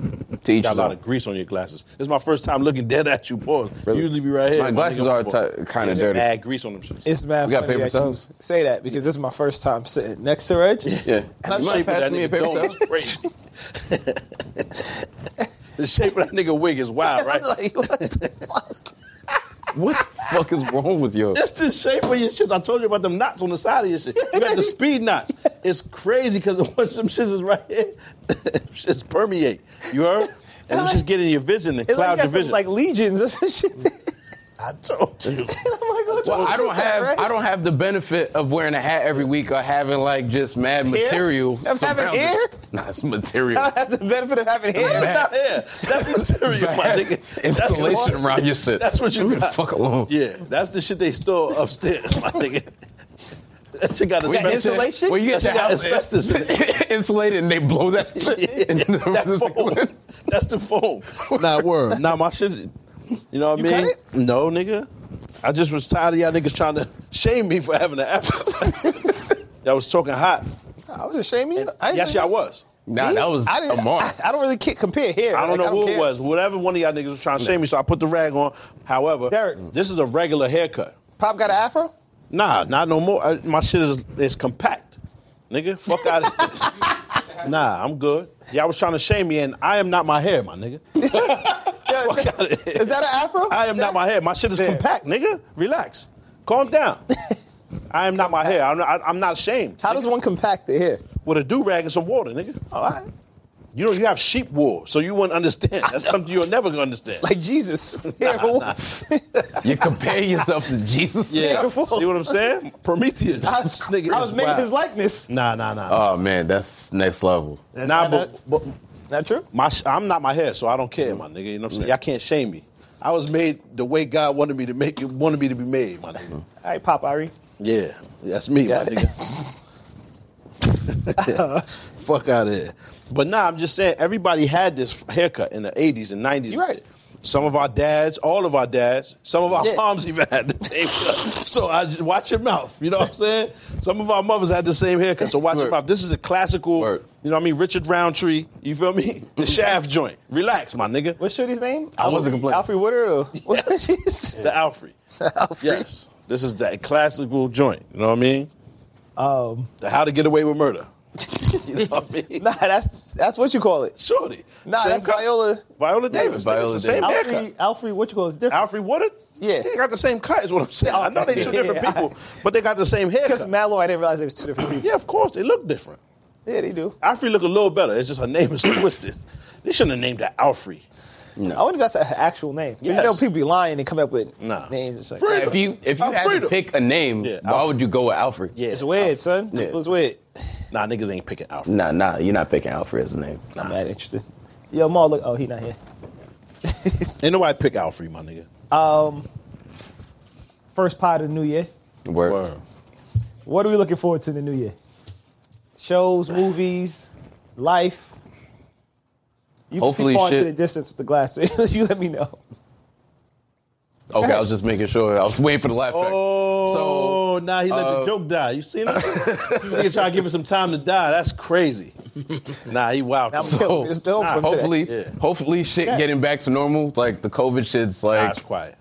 Speaker 5: to each
Speaker 3: Got
Speaker 5: his
Speaker 3: a lot
Speaker 5: own.
Speaker 3: of grease on your glasses. This is my first time looking dead at you, pause.
Speaker 5: Really?
Speaker 3: Usually be right here.
Speaker 5: My glasses
Speaker 3: nigga,
Speaker 5: are
Speaker 3: before.
Speaker 5: ti- kinda
Speaker 3: Yeah,
Speaker 5: dirty.
Speaker 3: Mad grease on them shits.
Speaker 2: It's mad
Speaker 5: We got
Speaker 2: funny
Speaker 5: paper
Speaker 2: that you
Speaker 5: towels?
Speaker 2: say that because this is my first time sitting next to Reg.
Speaker 5: Yeah,
Speaker 3: The
Speaker 5: you mind
Speaker 3: shape of that
Speaker 5: passing me a
Speaker 3: nigga
Speaker 5: paper
Speaker 3: dome
Speaker 5: towel?
Speaker 3: is crazy. [LAUGHS] the shape of that nigga wig is wild,
Speaker 5: [LAUGHS]
Speaker 3: right?
Speaker 2: I'm [LAUGHS] like, what the fuck?
Speaker 5: What the fuck is wrong with you?
Speaker 3: It's the shape of your shits. I told you about them knots on the side of your shit. You got the speed knots. It's crazy [LAUGHS] because once them shits is right here, [LAUGHS] shits permeate. You heard? And them shits get in your vision and
Speaker 2: It's
Speaker 3: cloud
Speaker 2: like, you got
Speaker 3: your
Speaker 2: some, [LAUGHS]
Speaker 3: vision.
Speaker 2: like legions or some shit. [LAUGHS]
Speaker 3: I told you. [LAUGHS]
Speaker 2: I'm like, what
Speaker 5: Well, I don't have I don't have the benefit of wearing a hat every week or having like just mad material.
Speaker 2: Of having
Speaker 5: surrounding-
Speaker 2: hair?
Speaker 5: [LAUGHS] Nah, it's
Speaker 2: [LAUGHS]
Speaker 5: material.
Speaker 2: I have the benefit of having hair.
Speaker 5: Bad.
Speaker 3: not hair. That's material, my nigga. That's
Speaker 5: Insulation
Speaker 3: what-
Speaker 5: around your shit.
Speaker 3: That's what you
Speaker 5: Leave the
Speaker 3: got.
Speaker 5: fuck alone.
Speaker 3: Yeah, that's the shit they store upstairs, my nigga. [LAUGHS] That shit got
Speaker 2: got
Speaker 3: asbestos.
Speaker 2: insulation?
Speaker 5: Well, you
Speaker 3: That
Speaker 5: get
Speaker 3: shit
Speaker 5: your
Speaker 3: got
Speaker 5: house
Speaker 3: asbestos in it.
Speaker 5: insulated and they blow
Speaker 3: [LAUGHS]
Speaker 5: that shit. [LAUGHS] in the
Speaker 3: That foam. That's the foam.
Speaker 5: [LAUGHS]
Speaker 3: Not word. Not my shit. You know what I
Speaker 2: You
Speaker 3: mean?
Speaker 2: cut
Speaker 3: No, nigga. I just was tired of y'all niggas trying to shame me for having an
Speaker 2: [LAUGHS]
Speaker 3: afro. Y'all was talking hot.
Speaker 2: I was ashamed. of you. I didn't
Speaker 3: Yes,
Speaker 2: know-
Speaker 3: y'all was.
Speaker 5: Nah, that was
Speaker 2: I didn't-
Speaker 5: a mark.
Speaker 3: [LAUGHS]
Speaker 2: I, I don't really ki- compare hair.
Speaker 3: I don't
Speaker 2: Like,
Speaker 3: know who
Speaker 2: care.
Speaker 3: it was. Whatever one of y'all niggas was trying to shame me, so I put the rag on. However,
Speaker 2: Derek.
Speaker 3: this is a regular haircut.
Speaker 2: Pop got an
Speaker 3: [LAUGHS]
Speaker 2: afro.
Speaker 3: Nah, not no more. I, my shit is is compact, nigga. Fuck out.
Speaker 2: [LAUGHS]
Speaker 3: of Nah, I'm good. Y'all was trying to shame me, and I am not my hair, my nigga.
Speaker 2: [LAUGHS]
Speaker 3: Fuck out of here.
Speaker 2: Is that an afro?
Speaker 3: I am not my hair. My shit is
Speaker 2: Yeah.
Speaker 3: compact, nigga. Relax.
Speaker 2: [LAUGHS]
Speaker 3: Calm down. I am not my hair. I'm not, I, am not ashamed.
Speaker 2: How does one compact the hair?
Speaker 3: With a do rag and some water, nigga. Oh,
Speaker 2: All right.
Speaker 3: You know you have sheep wool, so you wouldn't understand.
Speaker 2: [LAUGHS]
Speaker 3: That's something you're never gonna understand.
Speaker 2: Like Jesus.
Speaker 3: [LAUGHS]
Speaker 2: Hair for [LAUGHS] one.
Speaker 5: You compare yourself to Jesus.
Speaker 3: yeah.
Speaker 2: wool.
Speaker 3: See what
Speaker 2: [LAUGHS]
Speaker 3: I'm saying? Prometheus.
Speaker 2: I
Speaker 3: This
Speaker 2: was,
Speaker 3: nigga
Speaker 2: I
Speaker 3: is
Speaker 2: was making
Speaker 3: wild.
Speaker 2: his likeness.
Speaker 3: Nah, nah, nah.
Speaker 5: [LAUGHS] Oh man, that's next level.
Speaker 3: nah,
Speaker 2: not
Speaker 3: but,
Speaker 2: uh, that-
Speaker 3: but
Speaker 2: Not true.
Speaker 3: my sh- I'm not my hair, so I don't care, my nigga. You know what I'm saying? Y'all can't shame me. I was made the way God wanted me to make it, wanted me to be made, my nigga.
Speaker 2: All right, Pop Irie.
Speaker 3: Yeah, that's me,
Speaker 2: Got
Speaker 3: my
Speaker 2: it.
Speaker 3: nigga. [LAUGHS] Fuck out of here. But nah, I'm just saying everybody had this haircut in the 80s and 90s.
Speaker 2: You right.
Speaker 3: Some of our dads, all of our dads, some of our
Speaker 2: Yeah.
Speaker 3: moms even had the same cut. So I just, watch your mouth. You know what I'm saying? Some of our mothers had the same haircut. So watch your
Speaker 5: Word.
Speaker 3: mouth. This is a classical,
Speaker 5: Word.
Speaker 3: you know what I mean? Richard Roundtree. You feel me? The shaft joint. Relax, my nigga.
Speaker 2: What's Shorty's name?
Speaker 5: I wasn't complaining.
Speaker 2: Alfred Woodard
Speaker 3: [LAUGHS]
Speaker 2: or what? She's-
Speaker 3: The Alfred. Yes. This is that classical joint. You know what I mean?
Speaker 2: um,
Speaker 3: The how to get away with murder. you know what I mean?
Speaker 2: nah, that's that's what you call it.
Speaker 3: Shorty.
Speaker 2: Nah,
Speaker 3: Same
Speaker 2: that's
Speaker 3: cut.
Speaker 2: Viola.
Speaker 3: Viola Davis.
Speaker 5: Viola
Speaker 3: it's the same
Speaker 5: Davis.
Speaker 3: haircut.
Speaker 2: Alfred, Alfred, what you call it is different.
Speaker 3: Alfred Woodard?
Speaker 2: Yeah.
Speaker 3: They got the same cut, is what I'm saying. I know they two
Speaker 2: Yeah.
Speaker 3: different people, but they got the same
Speaker 2: Because
Speaker 3: haircut.
Speaker 2: Malloy, I didn't realize it was two different
Speaker 3: [LAUGHS]
Speaker 2: people.
Speaker 3: yeah, of course. They look different.
Speaker 2: Yeah, they do.
Speaker 3: Alfred look a little better. It's just her name is twisted. They shouldn't have named her Alfred.
Speaker 2: I wonder if that's an actual name. You
Speaker 3: Yes.
Speaker 2: know, people be lying and come up with
Speaker 3: Nah.
Speaker 2: names. It's, like,
Speaker 3: Fred-
Speaker 5: If you if you had
Speaker 3: Alfredo.
Speaker 5: to pick a name,
Speaker 3: Yeah,
Speaker 5: why
Speaker 3: Alfred.
Speaker 5: would you go with Alfred?
Speaker 3: Yeah.
Speaker 2: it's weird, son.
Speaker 5: Yeah.
Speaker 2: It's weird.
Speaker 3: Nah, niggas ain't picking Alfred.
Speaker 5: Nah, nah, you're not picking Alfred as a name.
Speaker 2: I'm not interested. Yo, Ma, look. Oh, he not here.
Speaker 3: Ain't nobody pick Alfred, my nigga.
Speaker 2: First pod of the new year.
Speaker 5: Word.
Speaker 3: Word.
Speaker 2: What are we looking forward to in the new year? Shows, movies, life. You can
Speaker 5: Hopefully
Speaker 2: see far into
Speaker 5: shit-
Speaker 2: the distance with the glasses. [LAUGHS] you let me
Speaker 5: [LAUGHS]
Speaker 2: know.
Speaker 5: Okay, I was just making sure. I was waiting for the laugh track.
Speaker 3: Oh,
Speaker 5: so
Speaker 3: now he let the
Speaker 5: uh,
Speaker 3: joke die. You seen him? Nigga trying to give him some time to die. That's crazy. nah, he wild.
Speaker 2: Now I'm killing. [LAUGHS] It's dope
Speaker 3: nah,
Speaker 2: from today.
Speaker 5: hopefully,
Speaker 3: Yeah.
Speaker 5: hopefully, shit
Speaker 2: Yeah.
Speaker 5: getting back to normal. Like the COVID shit's
Speaker 3: nah,
Speaker 5: like.
Speaker 3: it's quiet.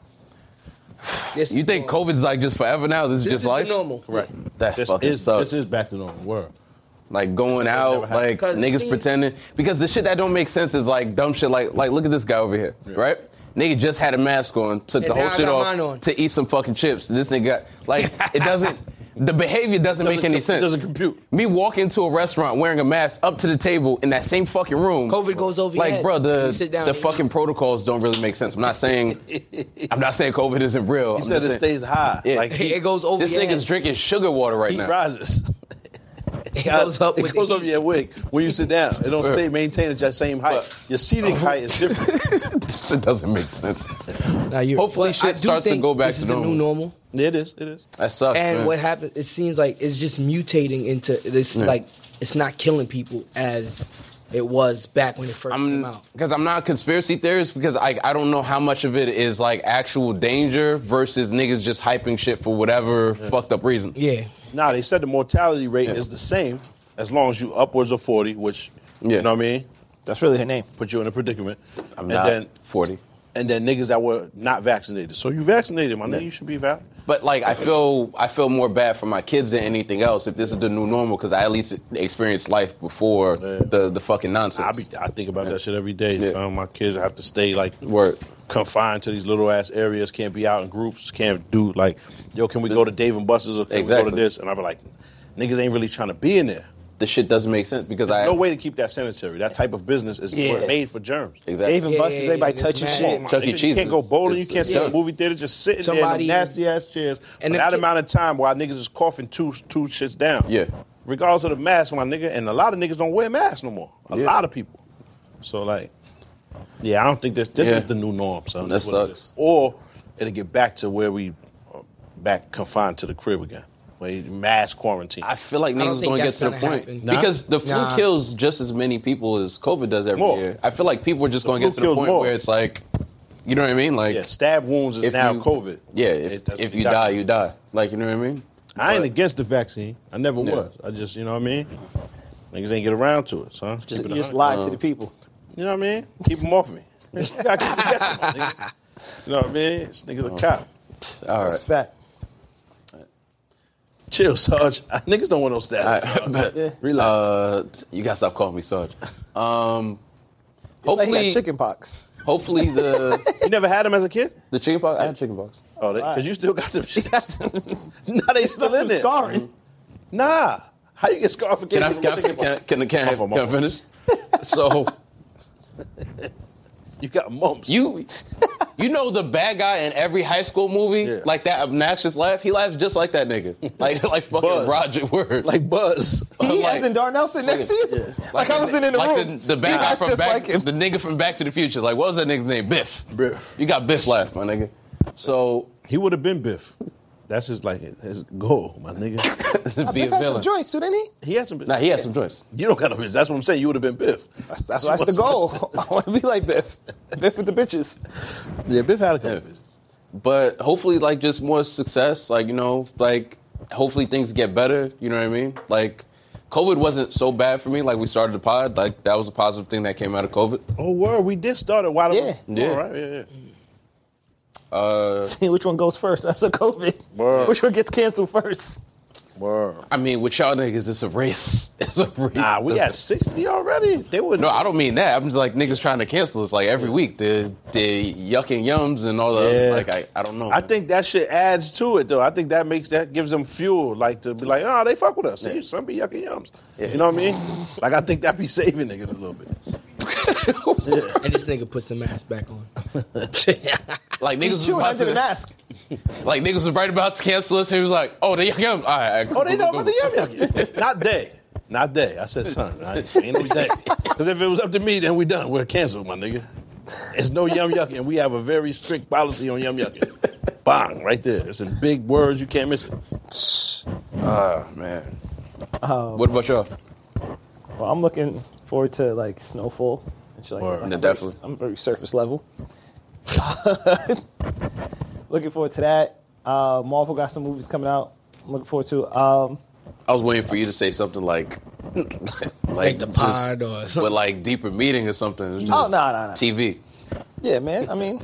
Speaker 6: This
Speaker 5: you think
Speaker 6: normal.
Speaker 5: COVID's like just forever now? This is
Speaker 6: This
Speaker 5: just
Speaker 6: is
Speaker 5: life.
Speaker 6: normal?
Speaker 3: Right.
Speaker 5: That
Speaker 3: This
Speaker 5: fucking
Speaker 3: is,
Speaker 5: sucks.
Speaker 3: this is back to normal. Word.
Speaker 5: like going
Speaker 3: never
Speaker 5: out,
Speaker 3: happened.
Speaker 5: like
Speaker 6: 'Cause
Speaker 5: niggas
Speaker 6: see-
Speaker 5: pretending because the shit that don't make sense is like dumb shit. Like like look at this guy over here, right? Nigga just had a mask on, took
Speaker 6: And
Speaker 5: the whole
Speaker 6: now I
Speaker 5: shit
Speaker 6: got mine on.
Speaker 5: off to eat some fucking chips. This nigga got
Speaker 6: [LAUGHS]
Speaker 5: like it doesn't. The behavior doesn't, make any
Speaker 3: com-
Speaker 5: sense.
Speaker 3: doesn't compute.
Speaker 5: Me walking to a restaurant wearing a mask up to the table in that same fucking room.
Speaker 6: COVID goes over your
Speaker 5: Like,
Speaker 6: head.
Speaker 5: bro,
Speaker 6: You
Speaker 5: the,
Speaker 6: sit down
Speaker 5: the
Speaker 6: and eat.
Speaker 5: fucking protocols don't really make sense. I'm not
Speaker 3: [LAUGHS]
Speaker 5: saying I'm not saying COVID isn't real.
Speaker 3: He said it stays high.
Speaker 5: Yeah.
Speaker 3: Like he,
Speaker 6: it goes over?
Speaker 5: This
Speaker 6: your
Speaker 5: nigga's
Speaker 6: head.
Speaker 5: drinking sugar water right
Speaker 3: he
Speaker 5: now. [LAUGHS]
Speaker 3: rises.
Speaker 6: It goes up.
Speaker 3: It
Speaker 6: with
Speaker 3: goes
Speaker 6: the
Speaker 3: over
Speaker 6: heat.
Speaker 3: your wig when you sit down. It don't
Speaker 5: Word.
Speaker 3: stay maintained at that same height. Your seating height is
Speaker 5: [LAUGHS]
Speaker 3: different.
Speaker 5: it doesn't make sense.
Speaker 6: Now you're-
Speaker 5: Hopefully
Speaker 6: but
Speaker 5: shit
Speaker 6: I do
Speaker 5: starts to
Speaker 6: think
Speaker 5: go back
Speaker 6: this
Speaker 5: to
Speaker 6: is the
Speaker 5: normal.
Speaker 6: new normal.
Speaker 3: it is. It is.
Speaker 5: That sucks.
Speaker 6: and
Speaker 5: man.
Speaker 6: what happens it seems like it's just mutating into this
Speaker 5: Yeah.
Speaker 6: like it's not killing people as it was back when it 1st came
Speaker 5: I'm
Speaker 6: out
Speaker 5: because I'm not a conspiracy theorist because I I don't know how much of it is like actual danger versus niggas just hyping shit for whatever fucked up reason.
Speaker 6: yeah
Speaker 3: Now they said the mortality rate
Speaker 5: Yeah.
Speaker 3: is the same as long as you upwards of forty, which
Speaker 5: Yeah.
Speaker 3: you know what I mean.
Speaker 2: That's really her name.
Speaker 3: Put you in a predicament.
Speaker 5: I'm
Speaker 3: and
Speaker 5: not
Speaker 3: then
Speaker 5: 40.
Speaker 3: and then niggas that were not vaccinated. So you vaccinated, my nigga. You should be vaccinated.
Speaker 5: But like I feel I feel more bad for my kids than anything else if this is the new normal because I at least experienced life before
Speaker 3: Yeah.
Speaker 5: the the fucking nonsense.
Speaker 3: I be I think about that shit every day.
Speaker 5: Yeah.
Speaker 3: Son. My kids have to stay like
Speaker 5: Word.
Speaker 3: confined to these little ass areas. Can't be out in groups. Can't do like, yo, can we go to Dave and Buster's or can we go
Speaker 5: Exactly.
Speaker 3: to this? And I be like, niggas ain't really trying to be in there.
Speaker 5: the shit doesn't make sense because I
Speaker 3: No way to keep that sanitary. That type of business is
Speaker 2: Yeah.
Speaker 3: were made for germs.
Speaker 5: exactly
Speaker 2: They even
Speaker 6: Yeah,
Speaker 2: buses,
Speaker 6: yeah, yeah,
Speaker 2: everybody
Speaker 6: it's
Speaker 2: touching
Speaker 6: mad.
Speaker 2: shit.
Speaker 5: Chuck E.
Speaker 3: Nigga,
Speaker 5: Cheese
Speaker 3: You can't go
Speaker 5: is-
Speaker 3: bowling.
Speaker 5: is-
Speaker 3: You can't
Speaker 5: is-
Speaker 3: sit in
Speaker 5: yeah.
Speaker 3: the movie theater just sitting
Speaker 6: Somebody-
Speaker 3: there in nasty ass chairs
Speaker 6: And
Speaker 3: and for
Speaker 6: them
Speaker 3: that
Speaker 6: ki-
Speaker 3: amount of time while niggas is coughing two two shits down.
Speaker 5: Yeah.
Speaker 3: Regardless of the mask, my nigga, and a lot of niggas don't wear masks no more. A
Speaker 5: Yeah.
Speaker 3: lot of people. So like, yeah, I don't think this this
Speaker 5: Yeah.
Speaker 3: is the new norm. So
Speaker 5: That sucks.
Speaker 3: Or it'll get back to where we uh, back confined to the crib again. Where mass quarantine.
Speaker 5: I feel like
Speaker 6: don't
Speaker 5: niggas
Speaker 6: think
Speaker 5: gonna get
Speaker 6: that's
Speaker 5: to the
Speaker 6: gonna
Speaker 5: point
Speaker 6: happen. Nah.
Speaker 5: because the flu
Speaker 6: Nah.
Speaker 5: kills just as many people as COVID does every
Speaker 3: More.
Speaker 5: year. I feel like people are just gonna
Speaker 3: flu
Speaker 5: get to the
Speaker 3: kills
Speaker 5: point
Speaker 3: more.
Speaker 5: where it's like, you know what I mean? Like,
Speaker 3: yeah, stab wounds is
Speaker 5: if
Speaker 3: now
Speaker 5: you-
Speaker 3: COVID.
Speaker 5: Yeah,
Speaker 3: It-
Speaker 5: if,
Speaker 3: that's
Speaker 5: if
Speaker 3: what
Speaker 5: you
Speaker 3: they
Speaker 5: die,
Speaker 3: got.
Speaker 5: you die. Like, you know what I mean?
Speaker 3: I ain't
Speaker 5: But-
Speaker 3: against the vaccine. I never
Speaker 5: Yeah.
Speaker 3: was. I just, you know what I mean? Niggas ain't get around to it, son.
Speaker 2: Just,
Speaker 3: Keep it a
Speaker 2: just
Speaker 3: hundred.
Speaker 2: lied to
Speaker 5: Uh,
Speaker 2: the people.
Speaker 3: You know what I mean? Keep them off me. [LAUGHS] you gotta keep them guessing, my nigga. You know what I mean? This nigga's
Speaker 5: Oh.
Speaker 3: a cop.
Speaker 5: All
Speaker 2: That's
Speaker 5: right.
Speaker 2: fact.
Speaker 3: Chill, Sarge. [LAUGHS] Niggas don't want no
Speaker 5: All
Speaker 3: stab.
Speaker 5: right. [LAUGHS] But,
Speaker 2: Relax.
Speaker 5: Uh, you gotta stop calling me Sarge. Um,
Speaker 2: Like he
Speaker 5: hopefully,
Speaker 2: got chicken pox.
Speaker 5: hopefully the
Speaker 3: [LAUGHS] You never had them as a kid?
Speaker 5: the chicken pox. I had chicken pox.
Speaker 3: Oh, because you still got them
Speaker 5: [LAUGHS]
Speaker 3: shits. nah, they still in there.
Speaker 2: Scarring.
Speaker 3: Nah. How you get scarred for
Speaker 5: Can
Speaker 3: getting
Speaker 5: I can I, can, I- can, I- can, I-
Speaker 3: Muffle,
Speaker 5: can I
Speaker 3: muffle.
Speaker 5: finish? So
Speaker 3: You got mumps.
Speaker 5: you [LAUGHS] you know the bad guy in every high school movie,
Speaker 3: Yeah.
Speaker 5: like that obnoxious laugh. He laughs just like that
Speaker 2: [LAUGHS]
Speaker 5: nigga, like like fucking
Speaker 3: Buzz.
Speaker 5: Roger Word.
Speaker 3: like Buzz.
Speaker 2: He
Speaker 5: [LAUGHS] Like-
Speaker 2: has in Darnell sitting next to you. [LAUGHS] Like, I was in, the
Speaker 5: like
Speaker 2: room.
Speaker 5: The, the bad
Speaker 2: He
Speaker 5: guy
Speaker 2: acts
Speaker 5: from
Speaker 2: just
Speaker 5: back,
Speaker 2: like him.
Speaker 5: the nigga from Back to the Future. Like, what was that nigga's name? Biff.
Speaker 3: Biff.
Speaker 5: You got Biff laugh, my nigga. So [LAUGHS]
Speaker 3: He would have been Biff. That's his like his goal, my
Speaker 5: [LAUGHS]
Speaker 3: nigga.
Speaker 5: to
Speaker 2: Biff
Speaker 5: be a
Speaker 2: had some
Speaker 5: villain.
Speaker 2: joints too, didn't he?
Speaker 3: He had some.
Speaker 5: Nah, he had some joints.
Speaker 3: You don't got a bitch. That's what I'm saying. You would have been Biff.
Speaker 2: That's, that's, that's the goal.
Speaker 5: [LAUGHS]
Speaker 2: I want to be like Biff. Biff with the bitches.
Speaker 3: Yeah, Biff had a couple
Speaker 5: Yeah.
Speaker 3: bitches.
Speaker 5: But hopefully, like just more success. Like you know, like hopefully things get better. You know what I mean? Like. COVID wasn't so bad for me. Like we started the pod, like that was a positive thing that came out of COVID.
Speaker 3: Oh, word. We did start it while it was-
Speaker 5: Yeah.
Speaker 3: All right, yeah, yeah.
Speaker 2: See which one goes first. That's a COVID.
Speaker 3: Word.
Speaker 2: Which one gets canceled first?
Speaker 3: Word.
Speaker 5: I mean, with y'all niggas, it's a race. [LAUGHS] It's a race.
Speaker 3: Nah, we got 60 already. They would
Speaker 5: [LAUGHS] No, I don't mean that. I'm just like niggas trying to cancel us like every week. The the yuck and yums and all the other-
Speaker 3: Yeah.
Speaker 5: like I, I don't know.
Speaker 3: I
Speaker 5: man.
Speaker 3: think that shit adds to it though. I think that makes that gives them fuel, like to be like, oh, they fuck with us. See,
Speaker 5: Yeah.
Speaker 3: some be yucky yums.
Speaker 5: Yeah.
Speaker 3: You know what I mean? Like I think that be saving niggas a little bit.
Speaker 6: And this nigga puts the mask back
Speaker 5: [LAUGHS]
Speaker 6: on.
Speaker 5: like niggas
Speaker 2: He's
Speaker 5: was
Speaker 2: chewing
Speaker 5: about
Speaker 2: under
Speaker 5: to,
Speaker 2: the mask.
Speaker 5: like niggas was right about to cancel us. He was like, oh the yuck yums. All right, all right,
Speaker 3: Oh, they
Speaker 5: cool,
Speaker 3: know
Speaker 5: cool,
Speaker 3: about
Speaker 5: cool.
Speaker 3: the yum yucky. [LAUGHS] Not they. Not they. I said son. Right? Ain't no they. Because if it was up to me, then we done. We're canceled, my nigga. It's no yum yucky, and we have a very strict policy on yum yucky. Bang, right there. It's in big words. You can't miss it.
Speaker 5: Ah man.
Speaker 2: Oh.
Speaker 5: what about y'all?
Speaker 2: Well, I'm looking forward to like snowfall. And shit like,
Speaker 3: Word.
Speaker 2: that.
Speaker 5: Yeah,
Speaker 2: I'm
Speaker 5: definitely.
Speaker 2: Very, I'm very surface level. [LAUGHS] looking forward to that. Uh, Marvel got some movies coming out. I'm looking forward to. Um,
Speaker 5: I was waiting for you to say something like [LAUGHS] like,
Speaker 6: Like the
Speaker 5: just-
Speaker 6: pod or something.
Speaker 5: with like deeper meaning or something. It was
Speaker 2: Oh,
Speaker 5: just
Speaker 2: no, no, no.
Speaker 5: TV.
Speaker 2: yeah, man. I mean,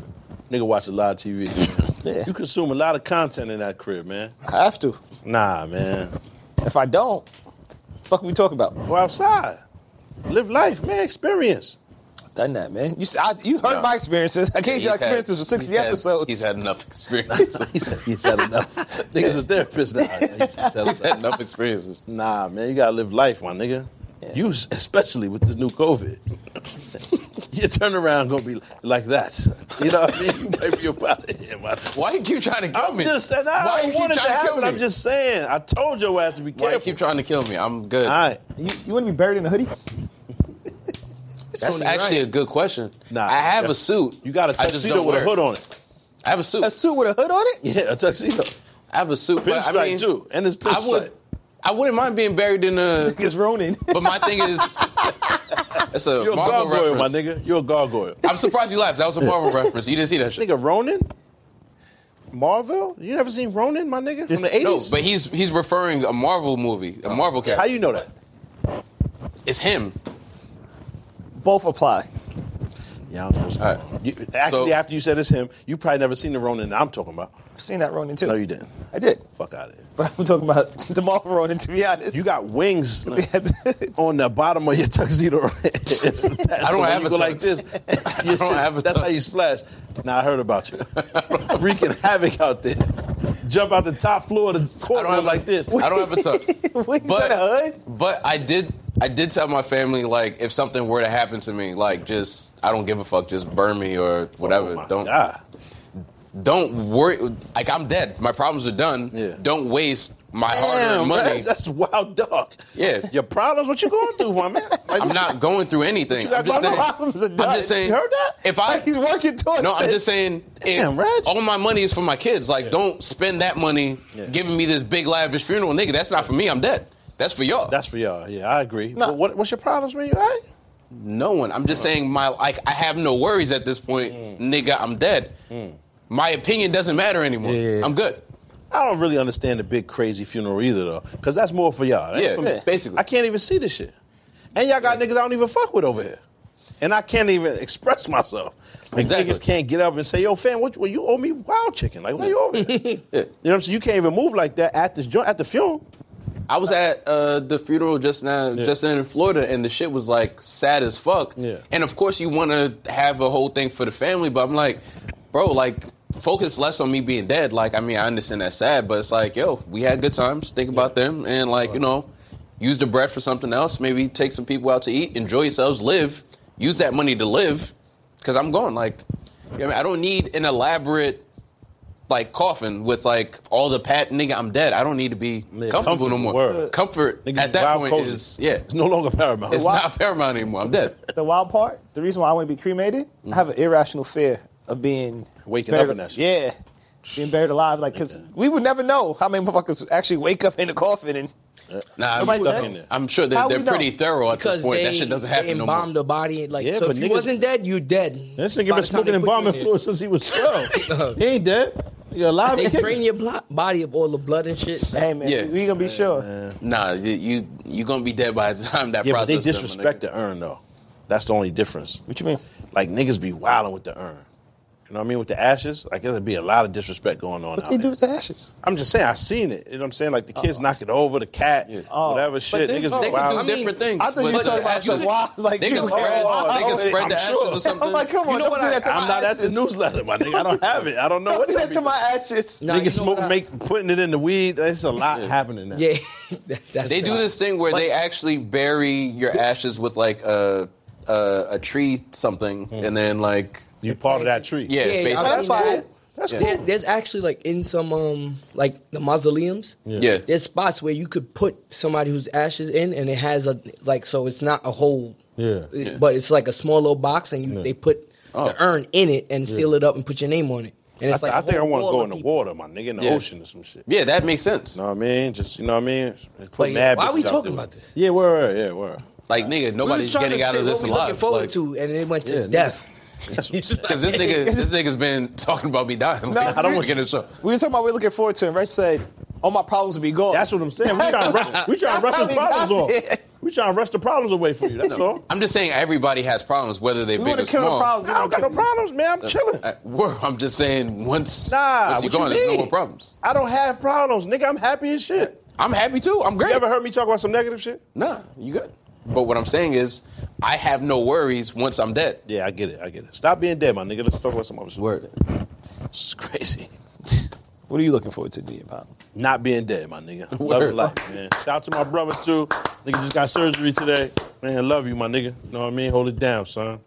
Speaker 3: Nigga watch a lot of TV. man.
Speaker 2: Yeah.
Speaker 3: You consume a lot of content in that crib, man.
Speaker 2: I have to.
Speaker 3: Nah, man.
Speaker 2: If I don't, fuck, we talk about.
Speaker 3: Go outside. Live life, man. Experience.
Speaker 2: Done that, man. You s- I, you heard
Speaker 5: No.
Speaker 2: my experiences. I gave you
Speaker 5: He's
Speaker 2: experiences for
Speaker 5: had-
Speaker 2: 60
Speaker 5: he's had-
Speaker 2: episodes.
Speaker 5: he's had enough experience.
Speaker 3: he said he's had [LAUGHS] enough. Nigga's a therapist now. He's had
Speaker 5: [LAUGHS] he's had
Speaker 3: enough.
Speaker 5: enough experiences.
Speaker 3: Nah, man. You gotta live life, my nigga. You s- especially with this new COVID. [LAUGHS] Your turnaround gonna be like that. You know what I mean? You might be about it here, my nigga.
Speaker 5: Why you keep trying to kill
Speaker 3: I'm
Speaker 5: me?
Speaker 3: just saying, I
Speaker 5: Why you
Speaker 3: don't
Speaker 5: keep
Speaker 3: want it to
Speaker 5: trying kill
Speaker 3: happen.
Speaker 5: me?
Speaker 3: I'm just saying. I told your ass to be
Speaker 5: Why you
Speaker 3: careful.
Speaker 5: keep trying to kill me? I'm good.
Speaker 3: All right.
Speaker 2: you you want to be buried in a hoodie?
Speaker 5: That's
Speaker 6: Tony
Speaker 5: actually
Speaker 6: Wright.
Speaker 5: a good question.
Speaker 3: Nah.
Speaker 5: I have
Speaker 3: Yeah.
Speaker 5: a suit.
Speaker 3: You got a
Speaker 5: I just
Speaker 3: tuxedo
Speaker 5: don't
Speaker 3: with a
Speaker 5: wear it.
Speaker 3: hood on it.
Speaker 5: I have a suit.
Speaker 2: A suit with a hood on it?
Speaker 3: Yeah, a tuxedo.
Speaker 5: I have a suit. But
Speaker 3: Pinstripe
Speaker 5: I mean,
Speaker 3: too, and it's
Speaker 5: I
Speaker 3: pinstripe.
Speaker 5: would. I wouldn't mind being buried in a.
Speaker 2: It's
Speaker 3: [LAUGHS]
Speaker 2: Ronin.
Speaker 5: But my thing is, that's a
Speaker 3: You're a
Speaker 5: Marvel
Speaker 3: gargoyle,
Speaker 5: reference.
Speaker 3: my nigga. You're a gargoyle.
Speaker 5: I'm surprised you laughed. That was a
Speaker 3: [LAUGHS]
Speaker 5: Marvel reference. You didn't see that shit.
Speaker 3: Nigga, Ronin? Marvel? You never seen Ronin, my nigga? From the 80s?
Speaker 5: No, but he's he's referring a Marvel movie, a Marvel character.
Speaker 3: How you know that?
Speaker 5: it's him.
Speaker 2: Both apply.
Speaker 3: Yeah, I don't know.
Speaker 5: All right.
Speaker 3: You- actually,
Speaker 5: So-
Speaker 3: after you said it's him, you probably never seen the Ronin that I'm talking about.
Speaker 2: I've seen that Ronin too.
Speaker 3: No, you didn't.
Speaker 2: I did.
Speaker 3: Fuck out of here.
Speaker 2: But I'm talking about [LAUGHS] the Marvel Ronin, to be honest.
Speaker 3: You got wings [LAUGHS]
Speaker 2: got
Speaker 3: on the bottom of your tuxedo. [LAUGHS] I
Speaker 5: I don't have
Speaker 3: you
Speaker 5: a
Speaker 3: go
Speaker 5: tux.
Speaker 3: like
Speaker 5: [LAUGHS]
Speaker 3: this. I [LAUGHS]
Speaker 5: don't have a
Speaker 3: That's
Speaker 5: tux. [LAUGHS]
Speaker 3: how you splash. Now I heard about you. Wreaking havoc out there. jump out the top floor of the
Speaker 5: I don't
Speaker 3: courtroom
Speaker 5: have
Speaker 3: like this.
Speaker 5: I don't have
Speaker 3: [LAUGHS]
Speaker 5: a tuck.
Speaker 2: Wait, is that a hood?
Speaker 5: But I did I did tell my family like if something were to happen to me, like just I don't give a fuck, just burn me or whatever.
Speaker 3: Oh my
Speaker 5: don't
Speaker 3: God.
Speaker 5: don't worry like I'm dead. My problems are done.
Speaker 3: Yeah.
Speaker 5: Don't waste my hard
Speaker 3: Damn,
Speaker 5: earned money.
Speaker 3: That's, that's wild dog.
Speaker 5: Yeah.
Speaker 3: Your problems, what you going through, my man? Like,
Speaker 5: [LAUGHS] I'm not going through anything.
Speaker 3: you got
Speaker 5: I'm just
Speaker 3: going
Speaker 5: saying,
Speaker 3: on?
Speaker 2: Problems are done.
Speaker 5: I'm just saying
Speaker 3: You heard that?
Speaker 5: if I
Speaker 2: Like he's working towards
Speaker 5: No, I'm
Speaker 2: this.
Speaker 5: just saying.
Speaker 3: Damn,
Speaker 5: if
Speaker 3: Reg.
Speaker 5: All my money is for my kids. Like, don't spend that money giving me this big lavish funeral, nigga. That's not for me. I'm dead. That's for y'all.
Speaker 3: That's for y'all. Yeah, I agree.
Speaker 5: No.
Speaker 3: But what, what's your problems, man? You all right?
Speaker 5: no one. I'm just saying my like. I have no worries at this point,
Speaker 2: Mm.
Speaker 5: nigga. I'm dead. My opinion doesn't matter anymore.
Speaker 2: Yeah.
Speaker 5: I'm good.
Speaker 3: I don't really understand the big crazy funeral either, though, because that's more for y'all. That ain't
Speaker 5: Yeah,
Speaker 3: for me.
Speaker 5: basically.
Speaker 3: I can't even see this shit. And y'all got niggas I don't even fuck with over here. And I can't even express myself. Like,
Speaker 5: Exactly.
Speaker 3: Niggas can't get up and say, yo, fam, what, well, you owe me wild chicken. Like, why you over
Speaker 5: [LAUGHS]
Speaker 3: here? you know what I'm saying? You can't even move like that at this joint, at the funeral.
Speaker 5: I was at uh, the funeral just now, just then in Florida, and the shit was like sad as fuck.
Speaker 3: Yeah.
Speaker 5: And of course, you want to have a whole thing for the family, but I'm like, bro, like focus less on me being dead. Like, I mean, I understand that's sad, but it's like, yo, we had good times. Think about them, and like, you know, use the bread for something else. Maybe take some people out to eat, enjoy yourselves, live. Use that money to live, because I'm gone. Like, you know what I, mean? I don't need an elaborate. Like coffin with like all the pat nigga, I'm dead. I don't need to be comfortable,
Speaker 3: comfortable,
Speaker 5: no more
Speaker 3: word.
Speaker 5: comfort
Speaker 3: Niggas
Speaker 5: at that
Speaker 3: wild
Speaker 5: point
Speaker 3: cozy.
Speaker 5: is yeah,
Speaker 3: It's no longer paramount.
Speaker 5: it's not paramount anymore. I'm dead.
Speaker 2: the wild part, the reason why I want to be cremated, I have an irrational fear of being
Speaker 3: Waking
Speaker 2: buried,
Speaker 3: up in that
Speaker 2: Yeah,
Speaker 3: shit.
Speaker 2: being buried alive, like because we would never know how many motherfuckers actually wake up in the coffin and
Speaker 5: Nah,
Speaker 2: Nobody
Speaker 5: I'm,
Speaker 2: stuck
Speaker 3: in there.
Speaker 5: I'm sure
Speaker 2: How
Speaker 5: they're, they're
Speaker 2: we know?
Speaker 5: pretty thorough at this
Speaker 6: Because
Speaker 5: point.
Speaker 6: they,
Speaker 5: that shit doesn't
Speaker 6: they
Speaker 5: happen no
Speaker 6: embalmed
Speaker 5: more.
Speaker 6: the body. Like,
Speaker 3: Yeah,
Speaker 6: so
Speaker 3: but
Speaker 6: if you
Speaker 3: niggas-
Speaker 6: wasn't dead, you dead.
Speaker 3: This
Speaker 6: By
Speaker 3: nigga
Speaker 6: the
Speaker 3: been
Speaker 6: time
Speaker 3: smoking
Speaker 6: they put you
Speaker 3: embalming
Speaker 6: in there.
Speaker 3: fluid since he
Speaker 6: [LAUGHS]
Speaker 3: was 12. he ain't dead. You're
Speaker 2: [LAUGHS]
Speaker 3: alive.
Speaker 6: They
Speaker 3: and kicking.
Speaker 6: drain your blo- body of all the blood and shit.
Speaker 2: hey man,
Speaker 5: Yeah.
Speaker 2: we gonna be sure.
Speaker 5: Nah, you, you you gonna be dead by the time that
Speaker 3: Yeah, but
Speaker 5: process.
Speaker 3: they
Speaker 5: done, my
Speaker 3: disrespect
Speaker 5: nigga.
Speaker 3: the urn, though. That's the only difference.
Speaker 2: What you mean?
Speaker 3: like niggas be wilding with the urn. You know what I mean? With the ashes, like there'd be a lot of disrespect going on.
Speaker 2: What
Speaker 3: out
Speaker 2: they do
Speaker 3: there.
Speaker 2: with the ashes?
Speaker 3: I'm just saying, I seen it. You know what I'm saying? Like the kids knock it over, the cat,
Speaker 2: Oh.
Speaker 3: whatever shit.
Speaker 5: they,
Speaker 3: Niggas be
Speaker 5: they can do
Speaker 3: wild.
Speaker 5: different things.
Speaker 2: I thought you
Speaker 5: with
Speaker 2: were talking
Speaker 5: the
Speaker 2: about
Speaker 5: ashes.
Speaker 2: some wild, like
Speaker 5: they
Speaker 2: you
Speaker 5: can spread,
Speaker 2: wild. Oh,
Speaker 5: they can spread
Speaker 3: I'm
Speaker 5: the ashes
Speaker 3: sure.
Speaker 5: or something.
Speaker 2: I'm like, come on,
Speaker 5: You know
Speaker 2: don't
Speaker 5: what
Speaker 2: do
Speaker 5: I-
Speaker 2: that to my
Speaker 3: I'm not at the
Speaker 2: ashes.
Speaker 3: newsletter, my nigga. I don't have it. I don't know
Speaker 2: Don't
Speaker 3: what
Speaker 2: do that to
Speaker 3: y'all
Speaker 5: [LAUGHS]
Speaker 3: be-
Speaker 2: my ashes.
Speaker 6: Nah, you know
Speaker 3: Niggas smoke,
Speaker 6: what [LAUGHS] I-
Speaker 3: make putting it in the weed. There's a lot happening now.
Speaker 6: Yeah, [LAUGHS] that- that's
Speaker 5: They do
Speaker 6: wild.
Speaker 5: this thing where they actually bury your ashes with like a a, a tree something, and then like
Speaker 3: Hmm. You part of that tree.
Speaker 5: yeah,
Speaker 6: Yeah,
Speaker 5: basically.
Speaker 6: I
Speaker 2: Oh, that's
Speaker 6: mean,
Speaker 2: fine.
Speaker 3: That's
Speaker 5: Yeah.
Speaker 3: cool.
Speaker 6: There, there's actually like in some um like the mausoleums.
Speaker 5: Yeah.
Speaker 6: There's spots where you could put somebody whose ashes in, and it has a like so it's not a whole.
Speaker 3: Yeah.
Speaker 5: Yeah.
Speaker 6: But it's like a small little box, and you, they put
Speaker 5: Oh.
Speaker 6: the urn in it and seal it up and put your name on it. And
Speaker 3: I,
Speaker 6: it's
Speaker 3: th-
Speaker 6: like
Speaker 3: I
Speaker 6: a
Speaker 3: think I
Speaker 6: whole
Speaker 3: want to
Speaker 6: wall
Speaker 3: go
Speaker 6: of
Speaker 3: in the
Speaker 6: people.
Speaker 3: water, my nigga, in the
Speaker 5: Yeah.
Speaker 3: ocean or some shit.
Speaker 5: yeah, that makes sense.
Speaker 3: You know what I mean? Just you know what I mean? Put
Speaker 6: But yeah,
Speaker 3: mad
Speaker 6: why are we
Speaker 3: bitches out
Speaker 6: talking
Speaker 3: there.
Speaker 6: about this?
Speaker 3: Yeah, where, yeah,
Speaker 6: [LAUGHS]
Speaker 3: where?
Speaker 5: Like nigga,
Speaker 6: We was
Speaker 5: nobody's
Speaker 6: trying to
Speaker 5: getting out
Speaker 6: say
Speaker 5: of this
Speaker 6: what we
Speaker 5: alive.
Speaker 6: Looking forward
Speaker 5: like-
Speaker 6: to, and it went to
Speaker 3: Yeah, nigga.
Speaker 6: death.
Speaker 3: That's what I'm saying.
Speaker 5: Because this nigga, this nigga's been talking about me dying. Like,
Speaker 2: I
Speaker 5: I
Speaker 2: don't
Speaker 5: don't
Speaker 2: want
Speaker 5: want to get a show.
Speaker 2: We were talking about we are looking forward to, it, and Rich said, "All my problems will be gone."
Speaker 3: That's what I'm saying. We trying to rush. We trying to
Speaker 2: That's
Speaker 3: rush
Speaker 2: how
Speaker 3: his
Speaker 2: we got
Speaker 3: problems off.
Speaker 2: there.
Speaker 3: We trying to rush the problems away from you. That's all.
Speaker 5: I'm just saying everybody has problems, whether they're
Speaker 2: we
Speaker 5: big
Speaker 2: want
Speaker 5: or
Speaker 2: to kill the
Speaker 5: small.
Speaker 2: problems.
Speaker 3: I don't got no problems, man. I'm chilling.
Speaker 5: Uh, well, I'm just saying once,
Speaker 3: Nah,
Speaker 5: once you're
Speaker 3: what you
Speaker 5: gone, there's no
Speaker 3: mean?
Speaker 5: more problems.
Speaker 3: I don't have problems, nigga. I'm happy as shit.
Speaker 5: I'm happy too. I'm great.
Speaker 3: You ever heard me talk about some negative shit?
Speaker 5: nah, you good. But what I'm saying is, I have no worries once I'm dead. [LAUGHS]
Speaker 3: Yeah, I get it. I get it. Stop being dead, my nigga. Let's talk about some other shit.
Speaker 5: Word.
Speaker 3: It's crazy.
Speaker 2: What are you looking forward to, New Year Pop?
Speaker 3: Not being dead, my nigga.
Speaker 2: [LAUGHS]
Speaker 3: Love your
Speaker 5: Word.
Speaker 3: life, man. Shout out to my brother too. Nigga just got surgery today. Man, love you, my nigga. You know what I mean? Hold it down, son.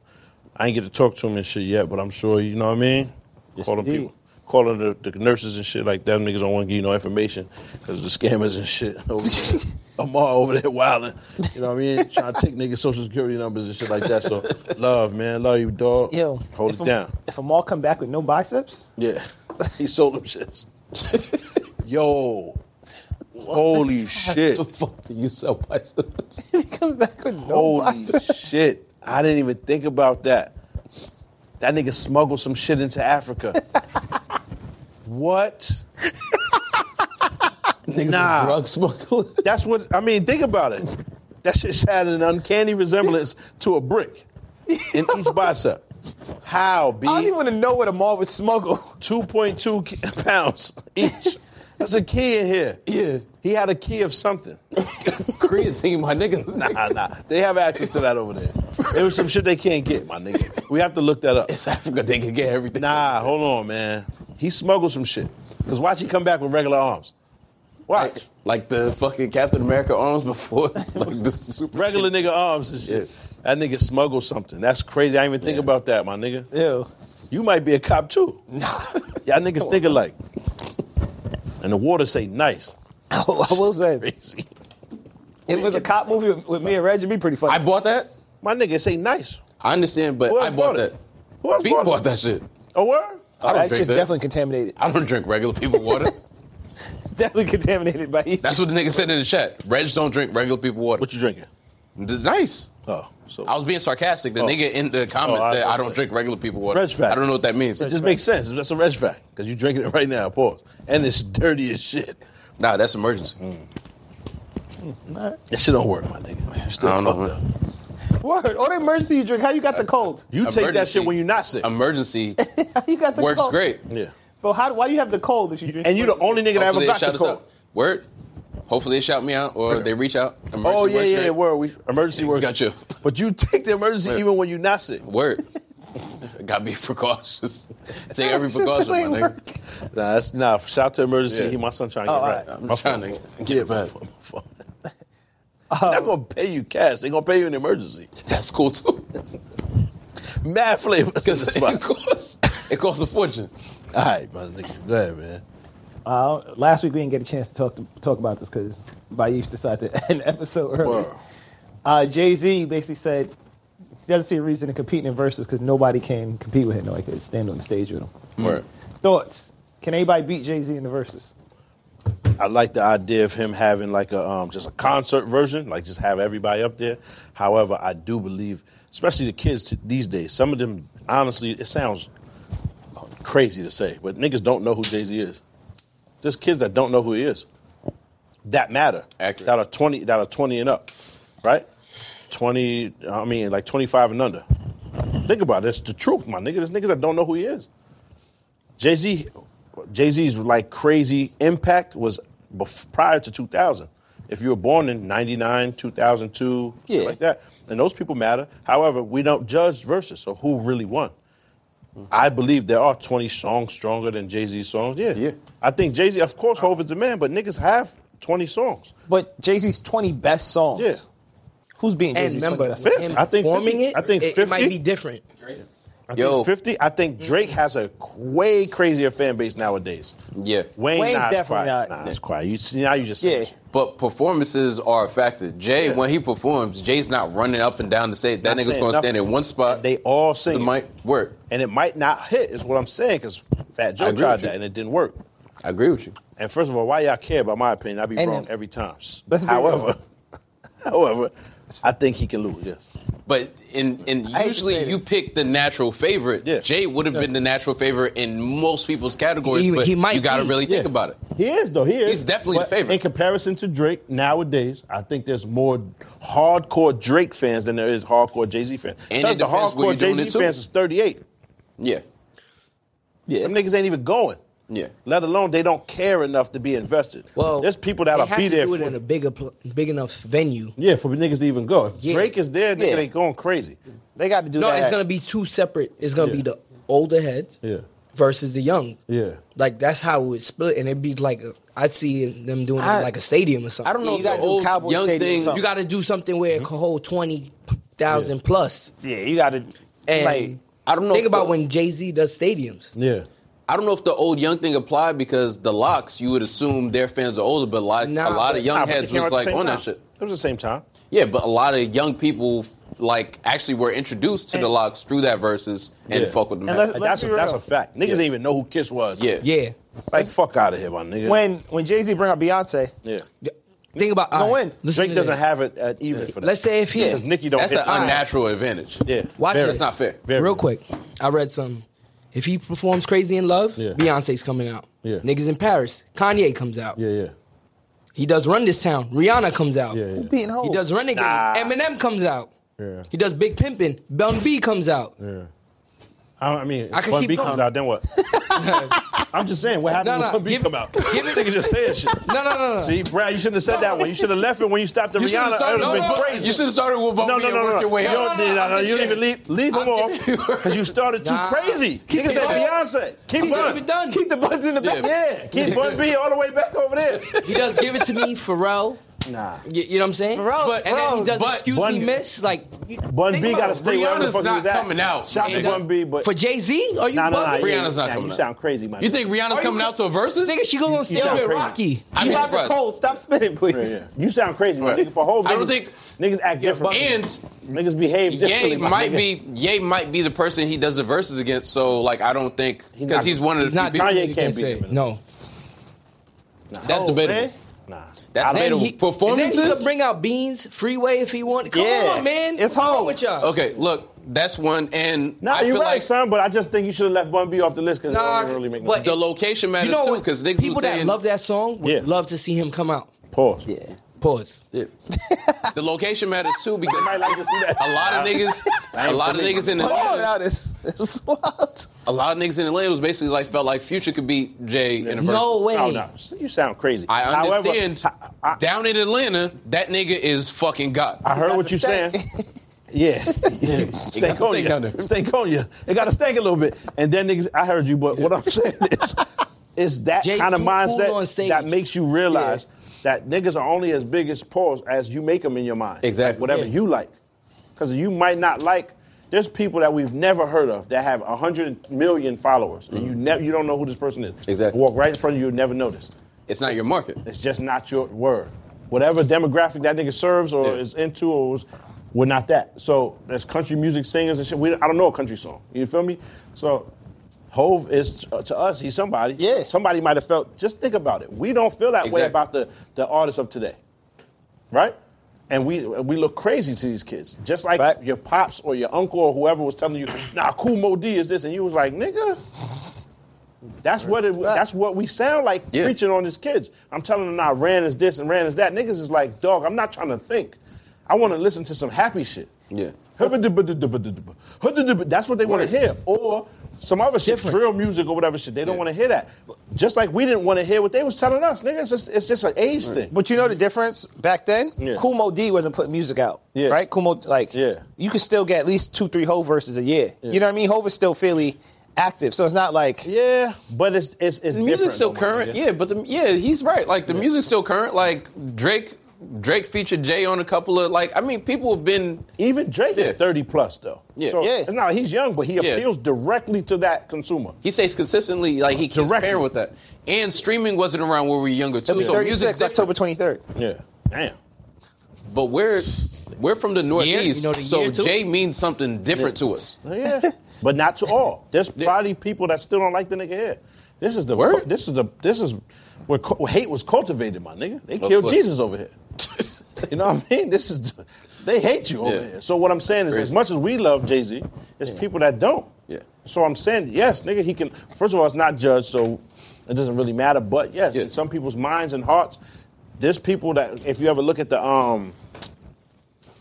Speaker 3: I ain't get to talk to him and shit yet, but I'm sure you know what I mean.
Speaker 2: Yes,
Speaker 3: calling
Speaker 2: indeed.
Speaker 3: people, calling the, the nurses and shit like that. Niggas don't want to give you no information because the scammers and shit. [LAUGHS] Over there. Amar over there wilding. You know what I mean? Trying to take niggas social security numbers and shit like
Speaker 2: [LAUGHS]
Speaker 3: that. So love, man, love you, dog.
Speaker 2: Yo,
Speaker 3: hold
Speaker 2: if
Speaker 3: it
Speaker 2: I'm-
Speaker 3: down.
Speaker 2: If I'm all come back with no biceps, [LAUGHS]
Speaker 3: Yeah, [LAUGHS] he sold them shits. [LAUGHS] Yo, holy shit,
Speaker 5: The fuck do you sell biceps?
Speaker 2: he comes back with no
Speaker 3: holy
Speaker 2: biceps.
Speaker 3: shit! I didn't even think about that. That nigga smuggled some shit into Africa. what? nah,
Speaker 5: Drug smuggler.
Speaker 3: that's what I mean. Think about it. That shit had an uncanny resemblance to a brick in each bicep. How, B?
Speaker 2: I don't even want to know what a mall would smuggle.
Speaker 5: [LAUGHS]
Speaker 3: 2.2 ki- [LAUGHS] pounds each. That's a key in here.
Speaker 5: Yeah.
Speaker 3: He had a key of something.
Speaker 5: Creatine, my nigga.
Speaker 3: [LAUGHS] Nah, nah. They have access to that over there. It was some shit they can't get, my nigga. We have to look that up.
Speaker 5: It's Africa. They can get everything.
Speaker 3: Nah, hold on, man. He smuggled some shit. Because watch he come back with regular arms. Watch.
Speaker 5: Like the fucking Captain America arms before, [LAUGHS] like the super
Speaker 3: Regular nigga arms and shit. That nigga smuggled something. That's crazy. I didn't even think
Speaker 5: Yeah.
Speaker 3: about that, my nigga.
Speaker 2: Ew.
Speaker 3: You might be a cop too.
Speaker 5: [LAUGHS]
Speaker 3: Y'all niggas think alike. And the water say nice.
Speaker 2: I will say, [LAUGHS] if
Speaker 3: Crazy.
Speaker 2: it was a cop movie with, with me and Reggie, it'd be pretty funny.
Speaker 5: I bought that.
Speaker 3: My nigga say nice.
Speaker 5: I understand, but
Speaker 3: Who
Speaker 5: I
Speaker 3: else
Speaker 5: bought
Speaker 3: bought it?
Speaker 5: that.
Speaker 3: Who else
Speaker 5: People
Speaker 3: bought,
Speaker 5: bought
Speaker 3: it?
Speaker 5: that shit.
Speaker 3: A word?
Speaker 5: I don't
Speaker 2: That's
Speaker 5: drink
Speaker 2: just
Speaker 5: that.
Speaker 2: definitely contaminated. [LAUGHS]
Speaker 5: I don't drink
Speaker 3: [LAUGHS]
Speaker 5: regular people water.
Speaker 2: It's definitely contaminated by you. [LAUGHS]
Speaker 5: That's what the nigga said in the chat. Reg don't drink regular people water.
Speaker 3: What you drinking?
Speaker 5: Th- nice.
Speaker 3: Oh, so
Speaker 5: I was being sarcastic. The nigga in the comments
Speaker 3: Oh, I
Speaker 5: said, "I
Speaker 3: was
Speaker 5: don't
Speaker 3: saying-
Speaker 5: drink regular people water."
Speaker 3: Reg facts.
Speaker 5: I don't know what that means.
Speaker 3: it just makes sense. That's a red fact because you drinking it right now. Pause. And it's dirty as shit.
Speaker 5: Nah, that's emergency.
Speaker 3: Mm. That shit don't work, my nigga. You still
Speaker 5: I don't know,
Speaker 3: fucked up.
Speaker 5: man.
Speaker 2: Word. All the emergency you drink, how you got the cold?
Speaker 3: You take that
Speaker 5: Emergency.
Speaker 3: shit when you're not sick. [LAUGHS]
Speaker 5: Emergency
Speaker 2: How [LAUGHS] you got the
Speaker 5: works
Speaker 2: cold?
Speaker 5: great.
Speaker 3: yeah.
Speaker 2: But how, why do you have the cold if you drink
Speaker 3: And you the only nigga that ever
Speaker 5: Hopefully they
Speaker 3: got
Speaker 5: shout
Speaker 3: the
Speaker 5: us
Speaker 3: cold.
Speaker 5: out. Word. Hopefully they shout me out or they reach out. Emergency
Speaker 3: Oh yeah,
Speaker 5: works
Speaker 3: yeah,
Speaker 5: great.
Speaker 3: yeah. Word. We
Speaker 5: [LAUGHS]
Speaker 3: emergency works.
Speaker 5: got you.
Speaker 3: But you take the emergency even when you're not sick.
Speaker 5: Word. [LAUGHS] Gotta be [LAUGHS]
Speaker 2: [LAUGHS]
Speaker 5: precautious. Take [LAUGHS] every
Speaker 2: Just
Speaker 5: precaution, my
Speaker 2: like
Speaker 5: nigga.
Speaker 2: work.
Speaker 3: Nah, that's nah. Shout out to emergency.
Speaker 5: Yeah.
Speaker 3: He my son trying to
Speaker 2: Oh,
Speaker 3: get
Speaker 2: all
Speaker 3: right.
Speaker 2: right.
Speaker 5: I'm trying to get
Speaker 3: Yeah,
Speaker 5: it back.
Speaker 3: man. [LAUGHS] They're not gonna pay you cash. They're gonna pay you in emergency.
Speaker 5: [LAUGHS] That's cool too.
Speaker 3: Mad
Speaker 5: [LAUGHS]
Speaker 3: flavors in the
Speaker 5: Because it
Speaker 3: spot. All
Speaker 5: costs, it costs a fortune.
Speaker 3: right, my nigga. Go ahead, man.
Speaker 2: Uh, last week we didn't get a chance to talk to, talk about this because Bayoush decided to [LAUGHS] end the episode early.
Speaker 3: Word.
Speaker 2: Uh, Jay Z basically said he doesn't see a reason to compete in verses because nobody can compete with him. Nobody could stand on the stage with him.
Speaker 5: Word.
Speaker 2: Thoughts? Can anybody beat Jay Z in the verses?
Speaker 3: I like the idea of him having like a um, just a concert version, like just have everybody up there. However, I do believe, especially the kids t- these days, some of them honestly, it sounds crazy to say, but niggas don't know who Jay Z is. There's kids that don't know who he is. That matter.
Speaker 5: Accurate.
Speaker 3: That are twenty. That are twenty and up, right? Twenty. I mean, like twenty-five and under. Think about it. It's the truth, my nigga. There's niggas that don't know who he is. Jay Z, Jay Z's like crazy impact was bef- prior to 2000. If you were born in 99, 2002, shit
Speaker 2: Yeah.
Speaker 3: like that, and those people matter. However, we don't judge versus, so who really won? I believe there are 20 songs stronger than Jay Z's songs. Yeah.
Speaker 5: Yeah.
Speaker 3: I think Jay Z, of course, Hov is the man, but niggas have 20 songs.
Speaker 2: But Jay Z's twenty best songs.
Speaker 3: Yeah.
Speaker 2: Who's being Jay
Speaker 6: And
Speaker 2: Z's
Speaker 6: remember,
Speaker 2: best?
Speaker 3: Fifth.
Speaker 6: him
Speaker 3: I think
Speaker 6: forming
Speaker 3: 50.
Speaker 6: it,
Speaker 3: I think
Speaker 6: it, it
Speaker 3: 50.
Speaker 6: might be different.
Speaker 7: Drake.
Speaker 3: I
Speaker 5: Yo.
Speaker 3: think 50. I think Drake has a way crazier fan base nowadays.
Speaker 5: Yeah.
Speaker 3: Wayne,
Speaker 2: Wayne's
Speaker 3: nah, it's
Speaker 2: definitely
Speaker 3: quiet.
Speaker 2: not.
Speaker 3: Nah, it's quiet. You see, now you just
Speaker 2: Yeah.
Speaker 3: saying shit.
Speaker 5: But performances are a factor. Jay,
Speaker 3: Yeah.
Speaker 5: when he performs, Jay's not running up and down the stage. That
Speaker 3: Not
Speaker 5: nigga's
Speaker 3: saying
Speaker 5: gonna stand
Speaker 3: nothing.
Speaker 5: in one spot.
Speaker 3: They all
Speaker 5: the
Speaker 3: sing. it.
Speaker 5: mic work.
Speaker 3: and it might not hit is what I'm saying because Fat Joe
Speaker 5: agree
Speaker 3: tried
Speaker 5: with you.
Speaker 3: that and it didn't work.
Speaker 5: I agree with you.
Speaker 3: And first of all, why y'all care about my opinion? I be
Speaker 2: And
Speaker 3: wrong
Speaker 2: then-
Speaker 3: every time. S-
Speaker 2: Let's be
Speaker 3: however, [LAUGHS] however, I think he can lose. Yes,
Speaker 5: But in and
Speaker 2: hate to
Speaker 5: usually
Speaker 2: say
Speaker 5: you
Speaker 2: this.
Speaker 5: pick the natural favorite.
Speaker 3: Yeah.
Speaker 5: Jay would have been the natural favorite in most people's categories,
Speaker 6: He-
Speaker 5: but
Speaker 6: he might
Speaker 5: you gotta
Speaker 6: be.
Speaker 5: really think about it.
Speaker 3: he is though. He is.
Speaker 5: He's definitely
Speaker 3: But
Speaker 5: the favorite.
Speaker 3: in comparison to Drake nowadays. I think there's more hardcore Drake fans than there is hardcore Jay Z fans.
Speaker 5: And
Speaker 3: Because
Speaker 5: it
Speaker 3: the
Speaker 5: depends where
Speaker 3: hardcore
Speaker 5: you're doing
Speaker 3: Jay
Speaker 5: it
Speaker 3: Z
Speaker 5: to.
Speaker 3: fans is 38.
Speaker 5: Yeah.
Speaker 3: Yeah, them niggas ain't even going.
Speaker 5: Yeah.
Speaker 3: Let alone they don't care enough to be invested.
Speaker 6: Well,
Speaker 3: there's people that'll
Speaker 6: they have
Speaker 3: be
Speaker 6: to
Speaker 3: there
Speaker 6: do
Speaker 3: for
Speaker 6: it in a bigger, pl- big enough venue.
Speaker 3: Yeah, for niggas to even go. If
Speaker 6: Yeah.
Speaker 3: Drake is there, niggas
Speaker 2: Yeah.
Speaker 3: ain't going crazy.
Speaker 2: They got to do
Speaker 6: No,
Speaker 2: that.
Speaker 6: it's gonna be two separate. It's gonna
Speaker 3: Yeah.
Speaker 6: be the older heads
Speaker 3: Yeah.
Speaker 6: versus the young.
Speaker 3: Yeah.
Speaker 6: Like that's how it would split, and it'd be like a, I'd see them doing it
Speaker 5: I-
Speaker 6: in like a stadium or something.
Speaker 5: I don't know
Speaker 2: you
Speaker 5: if
Speaker 2: gotta
Speaker 5: the
Speaker 2: do
Speaker 5: old
Speaker 2: Cowboy
Speaker 5: young
Speaker 2: Stadium or
Speaker 5: thing
Speaker 2: something.
Speaker 6: You got to do something where
Speaker 3: Mm-hmm.
Speaker 6: it can hold twenty thousand plus.
Speaker 2: yeah, you got to
Speaker 6: And
Speaker 2: like.
Speaker 5: I don't know
Speaker 6: Think
Speaker 5: if
Speaker 6: about
Speaker 5: the-
Speaker 6: when Jay Z does stadiums.
Speaker 3: Yeah.
Speaker 5: I don't know if the old young thing applied because the locks, you would assume their fans are older, but like
Speaker 6: Nah,
Speaker 5: a lot of
Speaker 6: but-
Speaker 5: young
Speaker 3: Nah, but
Speaker 5: heads
Speaker 3: they came out
Speaker 5: was
Speaker 3: at the
Speaker 5: like
Speaker 3: same
Speaker 5: on that
Speaker 3: time.
Speaker 5: shit.
Speaker 3: It was the same time.
Speaker 5: Yeah, but a lot of young people like actually were introduced to the
Speaker 2: And-
Speaker 5: locks through that verses and
Speaker 3: Yeah.
Speaker 5: fuck with them.
Speaker 2: And let's-
Speaker 3: Like, that's a,
Speaker 2: be
Speaker 3: that's
Speaker 2: real.
Speaker 3: a fact. Niggas
Speaker 5: Yeah.
Speaker 3: didn't even know who Kiss was.
Speaker 5: yeah.
Speaker 6: Yeah.
Speaker 3: Like fuck out of here, my nigga.
Speaker 2: When when Jay Z bring up Beyonce,
Speaker 3: yeah.
Speaker 6: Think about
Speaker 2: gonna
Speaker 6: all
Speaker 2: win.
Speaker 6: listen
Speaker 3: Drake
Speaker 6: to
Speaker 3: doesn't
Speaker 6: this.
Speaker 3: have it at even for that.
Speaker 6: Let's say if he
Speaker 3: because Nicki don't
Speaker 5: That's
Speaker 3: hit
Speaker 5: an
Speaker 3: the same.
Speaker 5: unnatural advantage.
Speaker 3: Yeah.
Speaker 6: Watch
Speaker 3: Very.
Speaker 6: this.
Speaker 5: That's not fair.
Speaker 3: Very.
Speaker 6: Real quick, I read something. If he performs "Crazy in Love,"
Speaker 3: Yeah.
Speaker 6: Beyonce's coming out.
Speaker 3: Yeah.
Speaker 6: Niggas in Paris, Kanye comes out.
Speaker 3: yeah.
Speaker 6: He does "Run This Town," Rihanna comes out.
Speaker 2: who beating Hov?
Speaker 6: He does Renegade.
Speaker 3: Nah.
Speaker 6: Eminem comes out.
Speaker 3: Yeah.
Speaker 6: He does Big Pimpin. Bun B comes out.
Speaker 3: Yeah. I, I mean,
Speaker 6: I could
Speaker 3: Bun
Speaker 6: keep
Speaker 3: B
Speaker 6: going.
Speaker 3: comes out, then what? I'm just saying what happened
Speaker 6: No, no,
Speaker 3: when Pump B
Speaker 6: give-
Speaker 3: come out.
Speaker 6: give it-
Speaker 3: Niggas just saying shit.
Speaker 6: No, no, no, no.
Speaker 3: See, Brad, you shouldn't have said that one. You should have left it when you stopped at
Speaker 5: You should've
Speaker 3: Rihanna. It would
Speaker 5: started-
Speaker 3: have been
Speaker 5: no, no,
Speaker 3: crazy.
Speaker 5: You should have started with Vogue
Speaker 3: No,
Speaker 5: and
Speaker 3: no, no,
Speaker 5: worked
Speaker 3: no.
Speaker 5: your way
Speaker 3: you
Speaker 5: up.
Speaker 3: don't, no, no,
Speaker 6: I'm
Speaker 3: no,
Speaker 6: just
Speaker 3: you don't even leave, leave them
Speaker 6: I'm
Speaker 3: off
Speaker 6: just-
Speaker 3: because you started too
Speaker 6: Nah.
Speaker 3: crazy. Niggas said Beyonce. Keep,
Speaker 6: Keep
Speaker 3: Bun.
Speaker 6: it done.
Speaker 2: Keep the buns in the back.
Speaker 3: Yeah, keep Bun B all the way back over there.
Speaker 6: He does give it to me, Pharrell.
Speaker 2: Nah.
Speaker 6: You, you know what I'm saying?
Speaker 2: Pharrell-
Speaker 6: But- and then he
Speaker 2: Pharrell-
Speaker 6: does
Speaker 5: but-
Speaker 6: excuse
Speaker 3: Bun-
Speaker 6: me, miss. Like
Speaker 3: Bun
Speaker 6: think
Speaker 3: B
Speaker 6: about
Speaker 3: got to
Speaker 6: it.
Speaker 3: stay wherever the
Speaker 5: Rihanna's
Speaker 3: fuck he
Speaker 5: not
Speaker 3: was at.
Speaker 5: coming out.
Speaker 3: Shout out to
Speaker 6: Ain't
Speaker 3: Bun B, but
Speaker 6: for Jay Z, are you
Speaker 3: nah, nah, nah,
Speaker 6: bugging?
Speaker 3: yeah,
Speaker 5: Rihanna's
Speaker 3: yeah,
Speaker 5: not coming
Speaker 3: You
Speaker 5: out.
Speaker 3: sound crazy, man.
Speaker 5: You think Rihanna's
Speaker 6: Are
Speaker 5: coming
Speaker 6: you-
Speaker 5: out to a versus?
Speaker 6: Nigga, she gonna
Speaker 3: you
Speaker 6: stay
Speaker 3: sound
Speaker 6: with
Speaker 3: crazy.
Speaker 6: Rocky.
Speaker 5: I'd
Speaker 2: You have
Speaker 5: be
Speaker 2: the
Speaker 5: surprised.
Speaker 2: cold. Stop spitting, please.
Speaker 3: Yeah, yeah. You sound crazy, man.
Speaker 5: Right.
Speaker 3: Nigga, for whole
Speaker 5: I don't
Speaker 3: niggas-
Speaker 5: think-
Speaker 3: niggas act different. [LAUGHS]
Speaker 5: And
Speaker 2: Niggas behave
Speaker 5: Ye
Speaker 2: differently. my
Speaker 5: might
Speaker 2: nigga.
Speaker 5: be Ye might be the person he does the verses against. So like I don't think because he's one of the
Speaker 6: He's
Speaker 5: few
Speaker 6: not
Speaker 5: people-
Speaker 3: Kanye
Speaker 6: doing what he
Speaker 3: can't
Speaker 6: can
Speaker 3: beat
Speaker 6: say.
Speaker 3: him in a-
Speaker 6: No.
Speaker 5: that's debatable.
Speaker 3: man. Nah.
Speaker 5: That's
Speaker 6: And
Speaker 5: debatable.
Speaker 6: he- And then he could
Speaker 5: Performances.
Speaker 6: bring out Beans, Freeway if he wanted. Come
Speaker 2: Yeah.
Speaker 6: on, man.
Speaker 2: It's
Speaker 6: What's wrong
Speaker 2: home.
Speaker 6: with y'all?
Speaker 5: Okay, look, that's one. And
Speaker 3: Nah,
Speaker 5: I
Speaker 3: you're
Speaker 5: feel
Speaker 3: right,
Speaker 5: like
Speaker 3: son, but I just think you should have left Bun B off the list because
Speaker 6: Nah,
Speaker 3: it doesn't really make no
Speaker 6: but-
Speaker 3: sense.
Speaker 5: the location matters
Speaker 6: You know
Speaker 5: too
Speaker 6: what?
Speaker 5: because niggas was
Speaker 6: People that
Speaker 5: saying
Speaker 6: love that song would
Speaker 3: Yeah.
Speaker 6: love to see him come out.
Speaker 3: Pause.
Speaker 2: Yeah.
Speaker 6: Pause.
Speaker 5: Yeah. the location matters too because
Speaker 3: I like to see that.
Speaker 5: a
Speaker 3: [LAUGHS]
Speaker 5: lot of niggas,
Speaker 3: That
Speaker 5: a
Speaker 3: ain't
Speaker 5: lot
Speaker 3: for
Speaker 5: of
Speaker 3: me.
Speaker 5: niggas in
Speaker 2: Hold on
Speaker 5: Atlanta,
Speaker 2: Oh, now. This this [LAUGHS] is wild.
Speaker 5: a lot of niggas in Atlanta was basically like felt like Future could beat Jay in a verse.
Speaker 6: No way.
Speaker 3: No, no, you sound crazy.
Speaker 5: I
Speaker 3: However,
Speaker 5: understand.
Speaker 3: I-
Speaker 5: down in Atlanta, that nigga is fucking God.
Speaker 3: I heard
Speaker 2: got
Speaker 3: what
Speaker 2: the
Speaker 3: you saying.
Speaker 2: stank. [LAUGHS]
Speaker 3: Yeah, [LAUGHS]
Speaker 5: got
Speaker 3: stank
Speaker 5: the
Speaker 3: on
Speaker 5: stank down
Speaker 3: you.
Speaker 5: there.
Speaker 3: Stank on you. It got to stank a little bit, and then niggas. I heard you, but what I'm saying is, it's that
Speaker 6: Jay
Speaker 3: kind of
Speaker 6: too cool on
Speaker 3: mindset
Speaker 6: stage.
Speaker 3: that makes you realize that niggas are only as big as pause as you make them in your mind.
Speaker 5: Exactly.
Speaker 3: Like, whatever
Speaker 6: Yeah.
Speaker 3: you like, because you might not like. There's people that we've never heard of that have hundred million followers, and you never you don't know who this person is.
Speaker 5: Exactly.
Speaker 3: Walk right in front of you, never notice.
Speaker 5: It's not your market.
Speaker 3: It's just not your word. Whatever demographic that nigga serves or
Speaker 5: Yeah.
Speaker 3: is into, or was, we're not that. So there's country music singers and shit. We, I don't know a country song. You feel me? So Hove is uh, to us, he's somebody.
Speaker 2: Yeah.
Speaker 3: Somebody might have felt. Just think about it. We don't feel that
Speaker 5: Exactly.
Speaker 3: way about the the artists of today, right? And we we look crazy to these kids, just like
Speaker 2: Fact.
Speaker 3: your pops or your uncle or whoever was telling you, "Nah, cool Mo D is this," and you was like, "Nigga, that's what it, that's what we sound like
Speaker 5: Yeah.
Speaker 3: preaching on these kids. I'm telling them now, ran is this and ran is that. Niggas is like, dog, I'm not trying to think. I want to listen to some happy shit.
Speaker 5: Yeah.
Speaker 3: That's what they want to hear. Or some other shit,
Speaker 6: Different.
Speaker 3: drill music or whatever shit. They don't
Speaker 5: Yeah.
Speaker 3: want to hear that. Just like we didn't want to hear what they was telling us. Nigga, it's just, it's just an age thing.
Speaker 2: But you know the difference back then?
Speaker 3: Yeah.
Speaker 2: Kumo D wasn't putting music out.
Speaker 3: Yeah.
Speaker 2: Right? Kumo, like,
Speaker 3: Yeah.
Speaker 2: you could still get at least two, three Hove verses a year. You know what I mean? Hove is still fairly active. So it's not like.
Speaker 3: yeah, but it's it's it's
Speaker 5: The music's
Speaker 3: different, though,
Speaker 5: still
Speaker 3: my
Speaker 5: current.
Speaker 3: nigga.
Speaker 5: Yeah, but the, yeah, he's right. Like the music's still current. Like Drake, Drake featured Jay on a couple of like. I mean, people have been.
Speaker 3: Even Drake is
Speaker 5: Yeah.
Speaker 3: 30 plus though.
Speaker 5: Yeah.
Speaker 3: So
Speaker 2: Yeah.
Speaker 3: it's not he's young, but he
Speaker 5: Yeah.
Speaker 3: appeals directly to that consumer.
Speaker 5: He stays consistently like he can't
Speaker 3: Directly.
Speaker 5: pair with that. And streaming wasn't around when we were younger too.
Speaker 2: It was
Speaker 5: so
Speaker 2: 36,
Speaker 5: music's
Speaker 2: October
Speaker 5: different.
Speaker 2: 23rd.
Speaker 3: Yeah. Damn.
Speaker 5: But we're we're from the
Speaker 6: you
Speaker 5: Northeast,
Speaker 6: know the
Speaker 5: so
Speaker 6: year, too?
Speaker 5: Jay means something different to us.
Speaker 3: Oh, Yeah, [LAUGHS] but not to all. There's
Speaker 5: Yeah.
Speaker 3: probably people that still don't like the nigga here. This is the
Speaker 5: Word?
Speaker 3: this is the this is where, cu- where hate was cultivated, my nigga. They
Speaker 5: Of
Speaker 3: killed
Speaker 5: course.
Speaker 3: Jesus over here.
Speaker 5: [LAUGHS]
Speaker 3: you know what I mean? This is the- they hate you over
Speaker 5: Yeah.
Speaker 3: here. So what I'm saying is, as
Speaker 5: Crazy.
Speaker 3: much as we love Jay Z, it's people that don't.
Speaker 5: Yeah.
Speaker 3: So I'm saying yes, nigga. He can. First of all, it's not judged, so it doesn't really matter. But yes,
Speaker 5: Yeah.
Speaker 3: in some people's minds and hearts, there's people that if you ever look at the um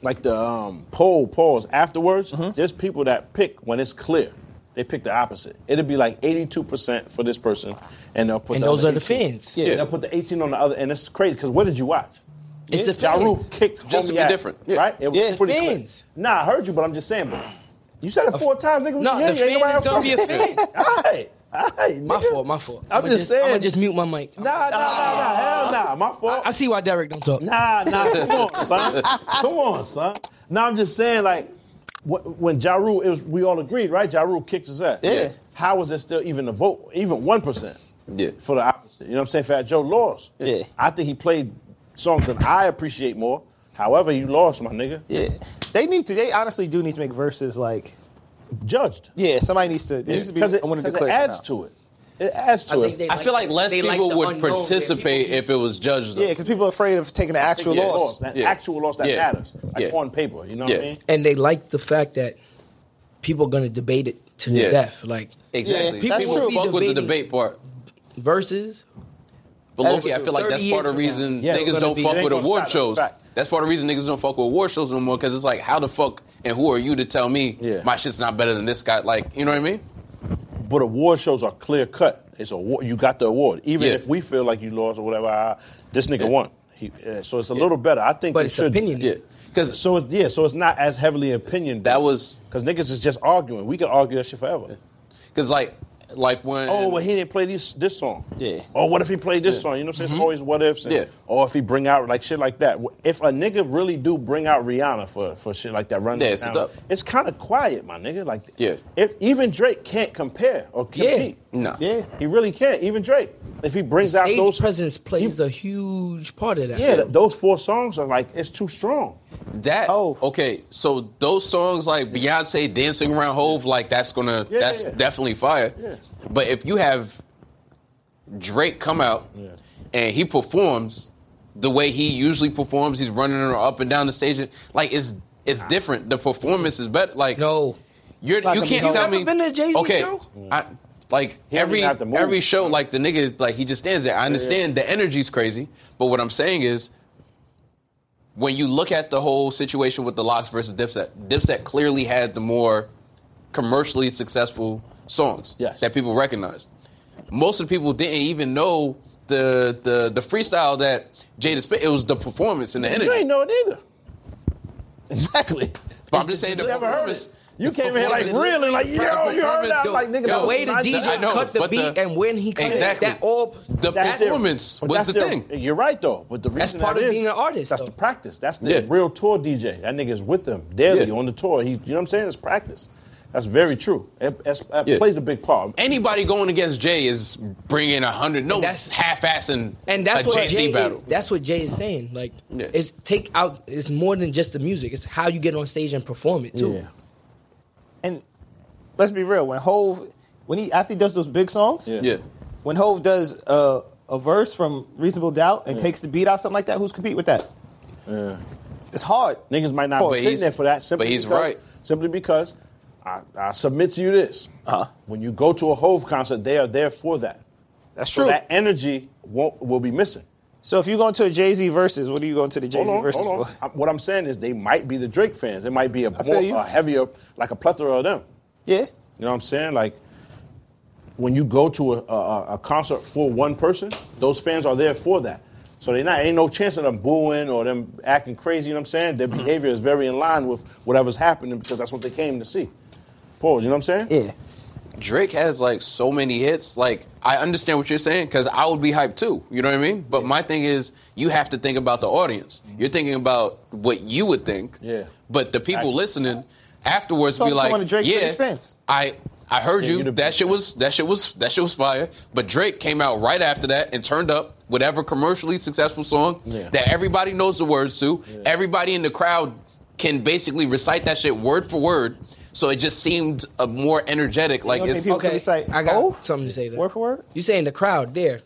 Speaker 3: like the um, poll polls afterwards,
Speaker 6: Mm-hmm.
Speaker 3: there's people that pick when it's clear. They pick the opposite. It'll be like 82% for this person, and they'll put
Speaker 6: And
Speaker 3: the
Speaker 6: those
Speaker 3: other
Speaker 6: are the
Speaker 3: 18.
Speaker 6: fans.
Speaker 3: Yeah,
Speaker 5: Yeah.
Speaker 3: they'll put the 18 on the other, and it's crazy because what did you watch?
Speaker 6: It's the
Speaker 3: Ja
Speaker 6: fans.
Speaker 3: Rule kicked
Speaker 5: Just to
Speaker 3: homie
Speaker 5: be
Speaker 3: ass,
Speaker 5: different. Yeah.
Speaker 3: right? It was
Speaker 2: Yeah.
Speaker 3: pretty
Speaker 6: Fans.
Speaker 3: clear. Nah, I heard you, but I'm just saying. Bro. You said it four times, nigga. We
Speaker 6: No,
Speaker 3: can hear
Speaker 6: the
Speaker 3: you. Ain't
Speaker 6: fan
Speaker 3: nobody
Speaker 6: is gonna
Speaker 3: else
Speaker 6: be a fan.
Speaker 3: talking. All right, all right.
Speaker 6: My
Speaker 3: nigga.
Speaker 6: fault, my fault.
Speaker 3: I'm, just, saying.
Speaker 6: I'm gonna just mute my mic.
Speaker 3: Nah, nah, nah, nah. Hell nah. My fault.
Speaker 6: I see why Derek don't talk.
Speaker 3: Nah, nah, come on, son. Come on, son. Now I'm just saying, like, what, when Ja Rule, it was, we all agreed, right? Ja Rule kicked his ass.
Speaker 2: Yeah.
Speaker 3: How was it still even a vote, even 1%
Speaker 5: Yeah.
Speaker 3: for the opposite? You know what I'm saying? Fat Joe lost.
Speaker 2: Yeah.
Speaker 3: I think he played songs that I appreciate more. However, you lost, my nigga.
Speaker 2: Yeah. They need to, they honestly do need to make verses like.
Speaker 3: Judged.
Speaker 2: Yeah, somebody needs to. There needs to be
Speaker 3: Because it,
Speaker 2: I wanted to
Speaker 3: 'cause it
Speaker 2: clear
Speaker 3: adds
Speaker 2: something out.
Speaker 3: to it. It adds to
Speaker 6: I
Speaker 3: it.
Speaker 6: think they
Speaker 5: [LAUGHS] I feel like
Speaker 6: the-
Speaker 5: less
Speaker 6: they like
Speaker 5: people
Speaker 6: the
Speaker 5: would
Speaker 6: unknown.
Speaker 5: participate if it was judged. Though.
Speaker 2: Yeah, because people are afraid of taking the actual
Speaker 5: Yeah.
Speaker 2: loss.
Speaker 3: That
Speaker 5: Yeah.
Speaker 3: actual loss that
Speaker 5: Yeah.
Speaker 3: matters. Like
Speaker 5: Yeah.
Speaker 3: on paper, you know
Speaker 5: Yeah.
Speaker 3: what I mean?
Speaker 6: And they like the fact that people are gonna debate it to
Speaker 5: Yeah.
Speaker 6: death. Like
Speaker 5: Exactly.
Speaker 2: Yeah, that's
Speaker 5: people
Speaker 2: true.
Speaker 5: fuck with the
Speaker 6: Debating.
Speaker 5: debate part.
Speaker 6: versus
Speaker 5: But
Speaker 2: That is
Speaker 5: Loki, I
Speaker 2: true.
Speaker 5: feel like
Speaker 6: 30
Speaker 5: that's part of the
Speaker 6: years from now.
Speaker 5: reason
Speaker 3: Yeah, it's
Speaker 5: niggas
Speaker 3: gonna
Speaker 5: don't
Speaker 3: be- it
Speaker 5: fuck
Speaker 3: ain't
Speaker 5: with
Speaker 3: gonna
Speaker 5: award
Speaker 3: stop,
Speaker 5: shows.
Speaker 3: that's a fact.
Speaker 5: That's part of the reason niggas don't fuck with award shows no more because it's like, how the fuck and who are you to tell me
Speaker 3: Yeah.
Speaker 5: my shit's not better than this guy? Like, you know what I mean?
Speaker 3: But award shows are clear cut. It's a wa- you got the award, even
Speaker 5: Yeah.
Speaker 3: if we feel like you lost or whatever. ah, this nigga
Speaker 5: Yeah.
Speaker 3: won. He, uh, so it's a little better. I think.
Speaker 6: But
Speaker 3: they
Speaker 6: it's
Speaker 3: should-
Speaker 6: opinion.
Speaker 5: Yeah, because
Speaker 3: So it's, yeah, so it's not as heavily opinion.
Speaker 5: That was-
Speaker 3: because niggas is just arguing. We can argue that shit forever.
Speaker 5: like like when
Speaker 3: Oh, well, he didn't play this this song.
Speaker 5: Yeah. Mm-hmm.
Speaker 3: Or what if he played this song? You know what I'm saying? It's always what ifs. And,
Speaker 5: Yeah.
Speaker 3: Or if he bring out like shit like that. If a nigga really do bring out Rihanna for, for shit like that, run
Speaker 5: Yeah,
Speaker 3: This
Speaker 5: it's
Speaker 3: Town,
Speaker 5: dope.
Speaker 3: it's kind of quiet, my nigga. Like
Speaker 5: Yeah.
Speaker 3: If even Drake can't compare or
Speaker 6: Yeah.
Speaker 3: compete.
Speaker 5: No.
Speaker 3: Yeah. He really can't. Even Drake. If he brings out
Speaker 6: Stage
Speaker 3: those
Speaker 6: presence plays a huge part of that.
Speaker 3: yeah, th- those four songs are like it's too strong.
Speaker 5: that
Speaker 2: Hov.
Speaker 5: okay, so those songs like Beyonce dancing around Hove, like that's gonna
Speaker 3: Yeah,
Speaker 5: that's
Speaker 3: yeah, yeah.
Speaker 5: definitely fire.
Speaker 3: Yeah.
Speaker 5: But if you have Drake come out
Speaker 3: Yeah.
Speaker 5: and he performs the way he usually performs, he's running up and down the stage. and- Like it's it's different. The performance is better. Like
Speaker 6: No.
Speaker 5: You're,
Speaker 2: not
Speaker 5: you
Speaker 2: gonna
Speaker 5: can't
Speaker 2: be
Speaker 5: tell
Speaker 6: easy.
Speaker 5: me.
Speaker 6: You ever been to a Jay-Z
Speaker 5: okay,
Speaker 6: show?
Speaker 5: I, like
Speaker 3: He don't
Speaker 5: every
Speaker 3: even have to move.
Speaker 5: every show, like the nigga, like he just stands there. I understand the energy's crazy, but what I'm saying is, when you look at the whole situation with the Locks versus Dipset, Dipset clearly had the more commercially successful songs
Speaker 3: Yes.
Speaker 5: that people recognized. Most of the people didn't even know the the the freestyle that Jada spit. It was the performance and the energy.
Speaker 3: You ain't know it either. [LAUGHS] Exactly.
Speaker 5: But I'm just saying the
Speaker 3: You never heard
Speaker 5: performance.
Speaker 3: it. You
Speaker 5: the
Speaker 3: came in here like
Speaker 5: performance-
Speaker 3: reeling, like,
Speaker 5: the
Speaker 3: yo, you heard that?
Speaker 5: performance-
Speaker 3: Like, nigga,
Speaker 5: Yo,
Speaker 3: that
Speaker 6: The way the
Speaker 3: I- I
Speaker 6: DJ
Speaker 3: know,
Speaker 6: cut the
Speaker 5: but the-
Speaker 6: beat and when he cut
Speaker 5: Exactly.
Speaker 6: it, that all
Speaker 5: The
Speaker 6: that-
Speaker 3: different.
Speaker 5: performance
Speaker 3: But
Speaker 5: was
Speaker 3: that's
Speaker 5: the thing.
Speaker 3: You're right though, but the reason
Speaker 6: That's part
Speaker 3: that
Speaker 6: of
Speaker 3: is,
Speaker 6: being an artist,
Speaker 3: That's
Speaker 6: though.
Speaker 3: the practice. That's the
Speaker 5: Yeah.
Speaker 3: real tour DJ. That nigga's with them daily
Speaker 5: Yeah.
Speaker 3: on the tour. He, you know what I'm saying? It's practice. That's very true. It, it's- it
Speaker 5: Yeah.
Speaker 3: plays a big part.
Speaker 5: Anybody going against Jay is bringing a hundred. No,
Speaker 6: And that's-
Speaker 5: half-assing
Speaker 6: and that's
Speaker 5: a
Speaker 6: what
Speaker 5: JC
Speaker 6: Jay is-
Speaker 5: battle.
Speaker 6: that's what Jay is saying. Like
Speaker 5: Yeah.
Speaker 6: it's take out it's more than just the music. It's how you get on stage and perform it too.
Speaker 2: Yeah. And let's be real, when Hove when he after he does those big songs,
Speaker 5: yeah,
Speaker 2: when Hove does uh, a verse from Reasonable Doubt and takes the beat out something like that, who's compete with that? It's hard.
Speaker 3: Niggas might not
Speaker 2: But
Speaker 3: be sitting
Speaker 5: he's-
Speaker 3: there for that. Simply
Speaker 5: but he's
Speaker 3: because,
Speaker 5: right.
Speaker 3: Simply because I, I submit to you this:
Speaker 2: Uh-huh.
Speaker 3: when you go to a Hove concert, they are there for that.
Speaker 2: That's
Speaker 3: So
Speaker 2: true.
Speaker 3: that energy won't will be missing.
Speaker 2: so if you go into a Jay Z versus, what are you going to the Jay Z
Speaker 3: Hold on,
Speaker 2: versus
Speaker 3: hold on.
Speaker 2: for?
Speaker 3: I- What I'm saying is they might be the Drake fans. It might be a
Speaker 2: feel
Speaker 3: more
Speaker 2: you.
Speaker 3: a heavier, like a plethora of them.
Speaker 2: Yeah.
Speaker 3: You know what I'm saying? Like when you go to a, a, a concert for one person, those fans are there for that. So they not ain't no chance of them booing or them acting crazy. You know what I'm saying?
Speaker 2: Mm-hmm.
Speaker 3: Their behavior is very in line with whatever's happening because that's what they came to see. Pause. You know what I'm saying?
Speaker 2: Yeah.
Speaker 5: Drake has like so many hits. Like I understand what you're saying because I would be hyped too. You know what I mean? But my thing is, you have to think about the audience.
Speaker 6: Mm-hmm.
Speaker 5: You're thinking about what you would think.
Speaker 3: Yeah.
Speaker 5: But the people
Speaker 3: Actually.
Speaker 5: listenes afterwards
Speaker 2: So
Speaker 5: be
Speaker 2: I'm
Speaker 5: like,
Speaker 2: going to Drake for
Speaker 5: yeah,
Speaker 2: these fans."
Speaker 5: I I heard
Speaker 3: Yeah,
Speaker 5: you.
Speaker 3: you the
Speaker 5: That
Speaker 3: best
Speaker 5: shit was that shit was that shit was fire. But Drake came out right after that and turned up whatever commercially successful song
Speaker 3: Yeah.
Speaker 5: that everybody knows the words to. Everybody in the crowd can basically recite that shit word for word. So it just seemed a more energetic. Like
Speaker 2: don't think
Speaker 5: it's
Speaker 2: people can recite
Speaker 6: I got
Speaker 2: Hov?
Speaker 6: something to say. There.
Speaker 2: Word for word?
Speaker 6: You saying the crowd there?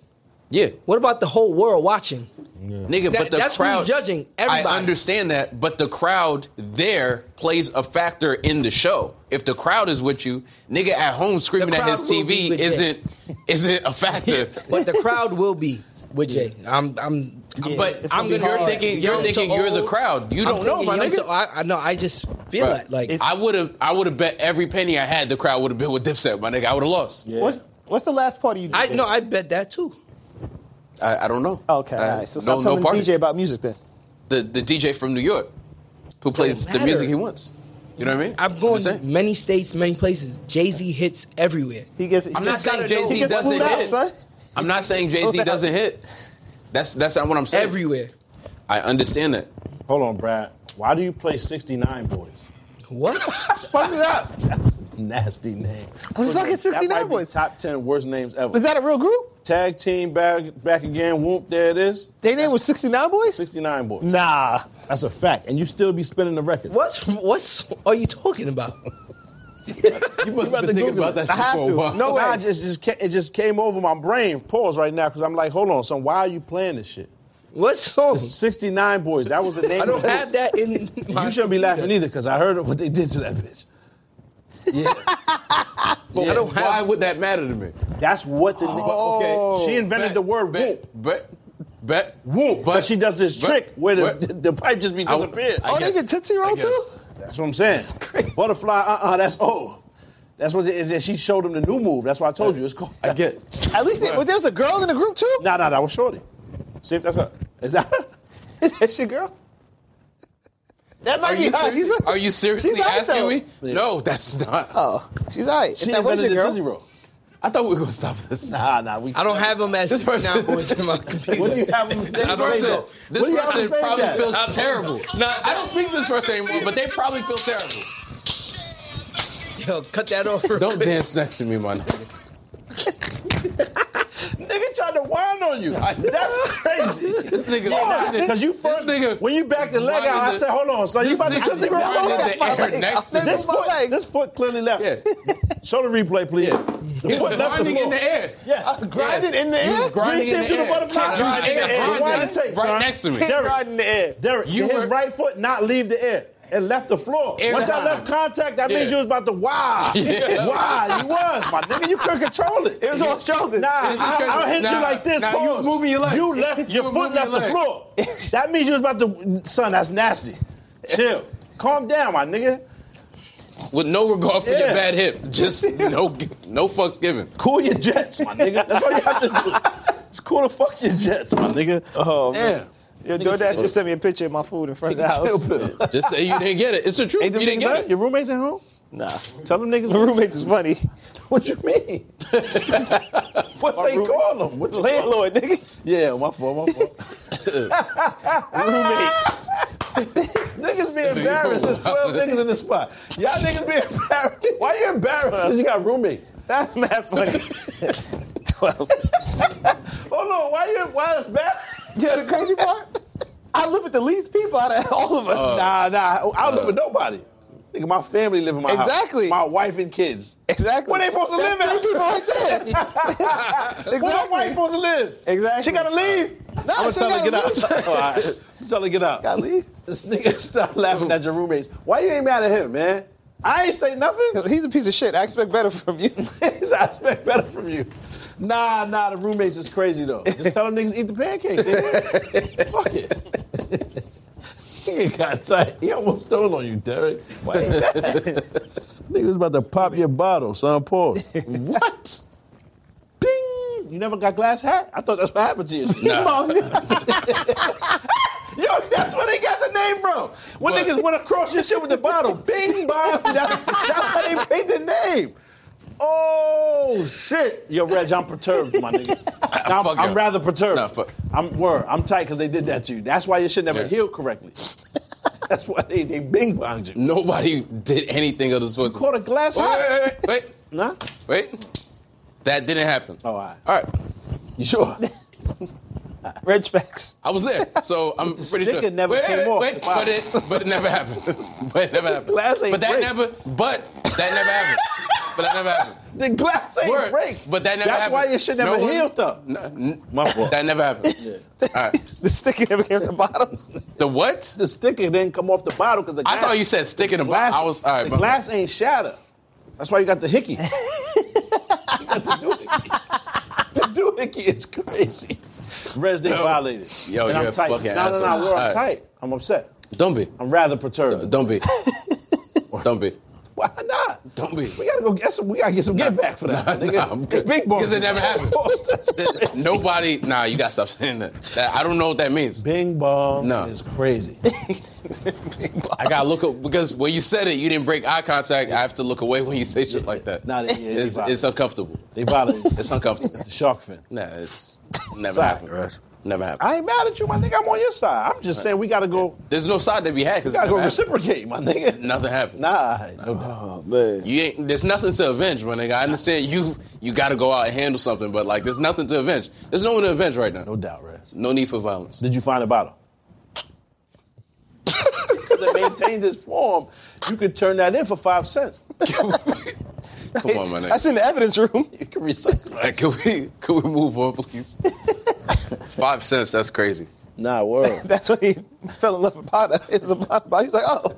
Speaker 5: yeah,
Speaker 6: What about the whole world watching?
Speaker 5: nigga.
Speaker 6: That-
Speaker 5: but the
Speaker 6: that's who's
Speaker 5: crowd
Speaker 6: judging, everybody.
Speaker 5: I understand that, but the crowd there plays a factor in the show. If the crowd is with you, nigga at home screaming at
Speaker 6: crowd
Speaker 5: his
Speaker 6: will be
Speaker 5: TV
Speaker 6: with Jay.
Speaker 5: isn't isn't a factor.
Speaker 6: [LAUGHS] But the crowd will be with Jay. I'm I'm I'm,
Speaker 2: Yeah, it's
Speaker 6: I'm
Speaker 2: gonna be
Speaker 6: gonna-
Speaker 2: hard.
Speaker 5: You're thinking you're
Speaker 6: young to
Speaker 5: thinking you're the
Speaker 6: old.
Speaker 5: crowd. You
Speaker 6: I'm
Speaker 5: don't know,
Speaker 6: thinking
Speaker 5: my
Speaker 6: young
Speaker 5: nigga.
Speaker 6: to- I, I know. I just feel
Speaker 5: Bruh,
Speaker 6: that like
Speaker 2: It's-
Speaker 5: I would have I would have bet every penny I had the crowd would have been with Dipset, my nigga. I would have lost.
Speaker 3: Yeah.
Speaker 2: What's What's the last part of you?
Speaker 6: I
Speaker 2: did?
Speaker 6: no. I bet that too.
Speaker 5: I, I don't know.
Speaker 2: Okay.
Speaker 5: I-
Speaker 2: all right. So stop telling the
Speaker 5: party.
Speaker 2: DJ about music then.
Speaker 5: the, the DJ from New York who plays the
Speaker 6: matter.
Speaker 5: music he wants. You know what I mean?
Speaker 6: I'm
Speaker 5: just saying.
Speaker 6: going many states, many places. Jay Z hits everywhere.
Speaker 2: He gets.
Speaker 5: I'm
Speaker 2: he gets-
Speaker 5: not saying
Speaker 2: he
Speaker 5: Jay Z
Speaker 2: gets
Speaker 5: doesn't
Speaker 2: pulled out,
Speaker 5: hit.
Speaker 2: son.
Speaker 5: I'm not saying Jay Z
Speaker 2: pulled out.
Speaker 5: doesn't hit. That's that's not what I'm saying.
Speaker 6: Everywhere.
Speaker 5: I understand that.
Speaker 3: Hold on, Brad. Why do you play 69 Boys? [LAUGHS]
Speaker 6: What?
Speaker 2: Fuck it up.
Speaker 3: That's a nasty name.
Speaker 2: Who the fuck is 69
Speaker 3: That might be
Speaker 2: Boys?
Speaker 3: Top 10 worst names ever.
Speaker 2: Is that a real group?
Speaker 3: Tag team back back again. Whoop, there it is.
Speaker 2: Their name was 69 Boys?
Speaker 3: 69 boys.
Speaker 2: Nah.
Speaker 3: That's a fact. And you still be spinning the record.
Speaker 6: What's what's are you talking about?
Speaker 5: You must
Speaker 3: have been thinking about that
Speaker 2: I have to. No way.
Speaker 3: Nah, it just, just ca- it just came over my brain. Pause right now because I'm like, hold on, son. Why are you playing this shit?
Speaker 6: What song?
Speaker 3: 69 boys. That
Speaker 5: [LAUGHS]
Speaker 3: was the name.
Speaker 6: I
Speaker 3: of
Speaker 6: don't
Speaker 3: the
Speaker 6: have
Speaker 3: list.
Speaker 6: that in. My
Speaker 3: You shouldn't be laughing either because I heard what they did to that bitch. [LAUGHS] Yeah. Yeah.
Speaker 5: I don't have, Why would that matter to me?
Speaker 3: That's what the.
Speaker 2: Oh.
Speaker 5: Okay.
Speaker 3: She invented
Speaker 5: Bet,
Speaker 3: the word
Speaker 5: bet,
Speaker 3: whoop.
Speaker 5: Bet, bet,
Speaker 3: Whoop. But she does this
Speaker 5: but-
Speaker 3: trick where the,
Speaker 5: but-
Speaker 3: the, pipe just be
Speaker 5: I-
Speaker 3: disappeared.
Speaker 5: I
Speaker 2: Oh, they
Speaker 5: guess.
Speaker 2: did Tootsie Roll
Speaker 5: I guess.
Speaker 2: too?
Speaker 3: uh-uh, That's what I'm saying. Butterfly, uh uh that's old. That's what and she showed him the new move. That's why I told you it's called.
Speaker 5: I get.
Speaker 2: At least it, well, there was a girl in the group too.
Speaker 3: Nah, nah, that was Shorty. See if that's her. Is that? [LAUGHS]
Speaker 2: That's your girl. That might
Speaker 5: Are
Speaker 2: be
Speaker 5: you,
Speaker 2: her.
Speaker 5: serious?
Speaker 2: She's a-
Speaker 5: Are you seriously
Speaker 2: she's all right,
Speaker 5: asking
Speaker 2: though.
Speaker 5: me? No, that's not.
Speaker 2: Oh, she's all right.
Speaker 3: She
Speaker 2: that was your
Speaker 3: invented the
Speaker 2: girl.
Speaker 3: Dizzy roll.
Speaker 5: I thought we were gonna stop this.
Speaker 3: Nah, nah. We,
Speaker 6: I don't have him as
Speaker 5: This person-
Speaker 6: now going to my computer.
Speaker 3: What do
Speaker 5: [LAUGHS]
Speaker 3: you have? him-
Speaker 5: This person, this
Speaker 3: What do you have to
Speaker 5: person
Speaker 3: say
Speaker 5: probably
Speaker 3: that?
Speaker 5: feels terrible. No, I don't speak to this person anymore, but they probably feel terrible.
Speaker 6: Yo, cut that off. real
Speaker 5: Don't
Speaker 6: quick.
Speaker 5: dance next to me, my nigga.
Speaker 3: Nigga tried to whine on you.
Speaker 5: I know.
Speaker 3: That's crazy.
Speaker 5: [LAUGHS] This nigga,
Speaker 3: Because you
Speaker 5: this
Speaker 3: first,
Speaker 5: nigga,
Speaker 3: when you back the leg out, I
Speaker 5: wanted
Speaker 3: said, hold on, son, you
Speaker 5: this
Speaker 3: about to
Speaker 5: nigga
Speaker 3: just roll
Speaker 5: wanted
Speaker 3: Look at
Speaker 5: the
Speaker 3: my
Speaker 5: air
Speaker 3: leg.
Speaker 5: next to
Speaker 3: This
Speaker 2: me.
Speaker 3: foot,
Speaker 2: My leg.
Speaker 3: this foot clearly left.
Speaker 5: yeah,
Speaker 3: Show the replay, please.
Speaker 5: yeah.
Speaker 3: The
Speaker 5: He was
Speaker 3: foot left the
Speaker 5: grinding in
Speaker 3: floor.
Speaker 5: the air.
Speaker 3: Yes.
Speaker 2: Grinding in the
Speaker 5: He
Speaker 2: air.
Speaker 5: was grinding
Speaker 3: You
Speaker 5: Uh,
Speaker 3: see him
Speaker 5: in the
Speaker 3: do the
Speaker 5: air.
Speaker 3: butterfly?
Speaker 5: He was
Speaker 3: Grinding in the air. Why the tape,
Speaker 5: grinding
Speaker 3: son?
Speaker 5: right next to me.
Speaker 3: Derek.
Speaker 2: Right in the air.
Speaker 3: Derek,
Speaker 5: You
Speaker 3: his
Speaker 5: were-
Speaker 3: right foot not leave the air. It left the floor.
Speaker 5: Air
Speaker 3: Once that
Speaker 5: time.
Speaker 3: left contact, that means
Speaker 5: Yeah.
Speaker 3: you was about to wow.
Speaker 5: Yeah.
Speaker 3: Wow, you was, my nigga. You couldn't control it.
Speaker 2: It was on shoulders.
Speaker 3: Nah,
Speaker 5: It's just
Speaker 3: I,
Speaker 5: crazy.
Speaker 3: I'll hit you
Speaker 5: Nah,
Speaker 3: like this.
Speaker 5: nah, you
Speaker 3: pause.
Speaker 5: was moving your legs.
Speaker 3: You left
Speaker 5: You
Speaker 3: your
Speaker 5: were
Speaker 3: foot
Speaker 5: moving
Speaker 3: left
Speaker 5: your
Speaker 3: the floor. that means you was about to. Son, that's nasty. Chill. Calm down, my nigga.
Speaker 5: With no regard for your
Speaker 3: Yeah.
Speaker 5: bad hip, just no, gi- no fucks given.
Speaker 3: Cool your jets, my nigga. That's all you have to do. It's cool to fuck your jets, my nigga.
Speaker 2: Oh man.
Speaker 3: Damn.
Speaker 2: Yo, DoorDash just sent me a picture of my food in front of the house.
Speaker 5: Just say you didn't get it. It's the truth. You
Speaker 3: Ain't them
Speaker 5: didn't
Speaker 3: niggas
Speaker 5: get
Speaker 3: there?
Speaker 5: it.
Speaker 3: Your roommates at home?
Speaker 2: Nah.
Speaker 3: Tell them
Speaker 2: My
Speaker 3: niggas.
Speaker 2: roommates is funny.
Speaker 3: [LAUGHS] What you
Speaker 2: [LAUGHS]
Speaker 3: mean? What's they
Speaker 2: roommate.
Speaker 3: call them? What you call 'em?
Speaker 2: Landlord, nigga.
Speaker 3: Yeah, my fault, my fault.
Speaker 2: [LAUGHS]
Speaker 3: Roommate. [LAUGHS] niggas be embarrassed. There's 12 niggas in this spot. Y'all
Speaker 2: [LAUGHS]
Speaker 3: niggas be embarrassed. Why you embarrassed? Because you got roommates.
Speaker 2: That's mad funny.
Speaker 3: [LAUGHS]
Speaker 2: Twelve.
Speaker 3: Hold on, why you why is bad?
Speaker 2: Yeah, the crazy part? I live with the least people out of all of us.
Speaker 3: Uh, nah, nah. I don't live with nobody. Nigga, my family live in my house.
Speaker 2: Exactly.
Speaker 3: My wife and kids.
Speaker 2: exactly.
Speaker 3: Where they supposed to live at?
Speaker 2: Three people right there. exactly.
Speaker 3: [LAUGHS] Where my wife supposed to live?
Speaker 2: Exactly.
Speaker 3: She gotta leave.
Speaker 2: Nah,
Speaker 3: I'm gonna
Speaker 2: she
Speaker 3: tell her
Speaker 2: gotta
Speaker 3: get out. [LAUGHS] All right. Tell her get out.
Speaker 2: Gotta leave.
Speaker 3: This nigga [LAUGHS] stop laughing at your roommates. Why you ain't mad at him, man? I ain't say nothing.
Speaker 2: 'Cause He's a piece of shit. I expect better from
Speaker 3: [LAUGHS]
Speaker 2: you.
Speaker 3: Niggas, I expect better from you. Nah, nah, the roommates is crazy though. Just tell them niggas eat the
Speaker 2: [LAUGHS]
Speaker 3: pancake. nigga. Fuck it. Nigga got tight. He almost stole on you, Derek. Why ain't that?
Speaker 2: [LAUGHS]
Speaker 3: Nigga was about to pop your bottle, son. Pause. what? Bing! You never got glass hat? I thought that's what happened to you.
Speaker 5: Nah.
Speaker 3: [LAUGHS] Yo, that's where they got the name from. When
Speaker 5: What?
Speaker 3: niggas went across your shit with the bottle, bing bong. That's, that's how they made the name. Oh shit! Yo, Reg, I'm perturbed, my
Speaker 5: [LAUGHS]
Speaker 3: nigga. I'm,
Speaker 5: fuck
Speaker 3: I'm
Speaker 5: up.
Speaker 3: rather perturbed.
Speaker 5: Nah, fuck.
Speaker 3: I'm word. I'm tight because they did that to you. That's why your shit never
Speaker 5: Yeah.
Speaker 3: healed correctly. [LAUGHS] That's why they, they bing bonged you.
Speaker 5: Nobody did anything of the sort.
Speaker 3: Caught a glass
Speaker 5: Wait,
Speaker 3: high.
Speaker 5: wait, wait, wait.
Speaker 3: Nah.
Speaker 5: Wait. That didn't happen.
Speaker 3: Oh, all right.
Speaker 5: All right.
Speaker 3: You sure?
Speaker 2: Red specs.
Speaker 5: I was there, so
Speaker 3: [LAUGHS]
Speaker 5: I'm pretty
Speaker 3: sticker
Speaker 5: sure.
Speaker 3: never
Speaker 5: wait,
Speaker 3: came
Speaker 5: wait,
Speaker 3: off.
Speaker 5: Wait,
Speaker 3: Wow.
Speaker 5: but it, but it never happened. [LAUGHS] But it never happened.
Speaker 3: Glass ain't
Speaker 5: but that
Speaker 3: break.
Speaker 5: never, but that never happened. But that never happened.
Speaker 3: the glass ain't
Speaker 5: Word.
Speaker 3: break.
Speaker 5: But that never
Speaker 3: That's
Speaker 5: happened.
Speaker 3: why your shit never
Speaker 5: No one-
Speaker 3: healed up.
Speaker 5: No, n-
Speaker 3: My fault.
Speaker 5: that never happened. All right.
Speaker 2: The sticker never came to the bottom.
Speaker 5: The what?
Speaker 3: the sticker didn't come off the bottle because the
Speaker 5: I
Speaker 3: glass-
Speaker 5: thought you said stick in the
Speaker 3: glass.
Speaker 5: box. I was all right.
Speaker 3: the
Speaker 5: my-
Speaker 3: glass ain't shatter. That's why you got the hickey. you got the doohickey. The doohickey is crazy. Res they
Speaker 5: Yo.
Speaker 3: violated.
Speaker 5: Yo,
Speaker 3: and
Speaker 5: you're
Speaker 3: I'm
Speaker 5: a
Speaker 3: tight.
Speaker 5: fucking
Speaker 3: no, no, no,
Speaker 5: asshole.
Speaker 3: we're
Speaker 5: All right.
Speaker 3: tight. I'm upset.
Speaker 5: Don't be.
Speaker 3: I'm rather perturbed. [LAUGHS]
Speaker 5: Don't be. Don't be.
Speaker 3: Why not?
Speaker 5: Don't be.
Speaker 3: We gotta go get some. We gotta get some get back for that,
Speaker 5: Nah,
Speaker 3: nigga.
Speaker 5: nah, I'm good.
Speaker 3: It's big boy.
Speaker 5: 'Cause it never happened.
Speaker 3: [LAUGHS]
Speaker 5: Nobody. Nah, you got to stop saying that. that. I don't know what that means.
Speaker 3: Bing bong
Speaker 5: No.
Speaker 3: is crazy.
Speaker 5: I gotta look up because when you said it, you didn't break eye contact. I have to look away when you say shit like that.
Speaker 3: Nah, they- yeah, they
Speaker 5: it's,
Speaker 3: violate.
Speaker 5: it's uncomfortable.
Speaker 3: They
Speaker 5: [LAUGHS]
Speaker 3: violated
Speaker 5: It's uncomfortable.
Speaker 3: the shark fin.
Speaker 5: Nah, it's never
Speaker 3: Sorry,
Speaker 5: happened.
Speaker 3: Russ.
Speaker 5: Never happened.
Speaker 3: I ain't mad at you, my nigga. I'm on your side. I'm just saying we gotta go.
Speaker 5: There's no side that we had because
Speaker 3: We gotta go
Speaker 5: nothing,
Speaker 3: reciprocate, my nigga.
Speaker 5: happened.
Speaker 3: Nah, no doubt.
Speaker 2: Oh man.
Speaker 5: You ain't. There's nothing to avenge, my nigga. I understand you. You gotta go out and handle something, but like, there's nothing to avenge. There's no one to avenge right now.
Speaker 3: no doubt, Res.
Speaker 5: No need
Speaker 3: [LAUGHS]
Speaker 5: for violence.
Speaker 3: Did you find
Speaker 2: [LAUGHS]
Speaker 3: a bottle? Because it maintained this form, you could turn that in for five cents. [LAUGHS]
Speaker 5: Come on, my
Speaker 2: That's
Speaker 5: nigga.
Speaker 2: in the evidence room. [LAUGHS]
Speaker 3: You can recycle.
Speaker 5: Like, can we can we move
Speaker 3: [LAUGHS]
Speaker 5: on, please? Five cents. That's crazy.
Speaker 2: [LAUGHS]
Speaker 3: Nah, word.
Speaker 2: That's when he fell in love with Potter. It was a Potter bottle. He's like, oh.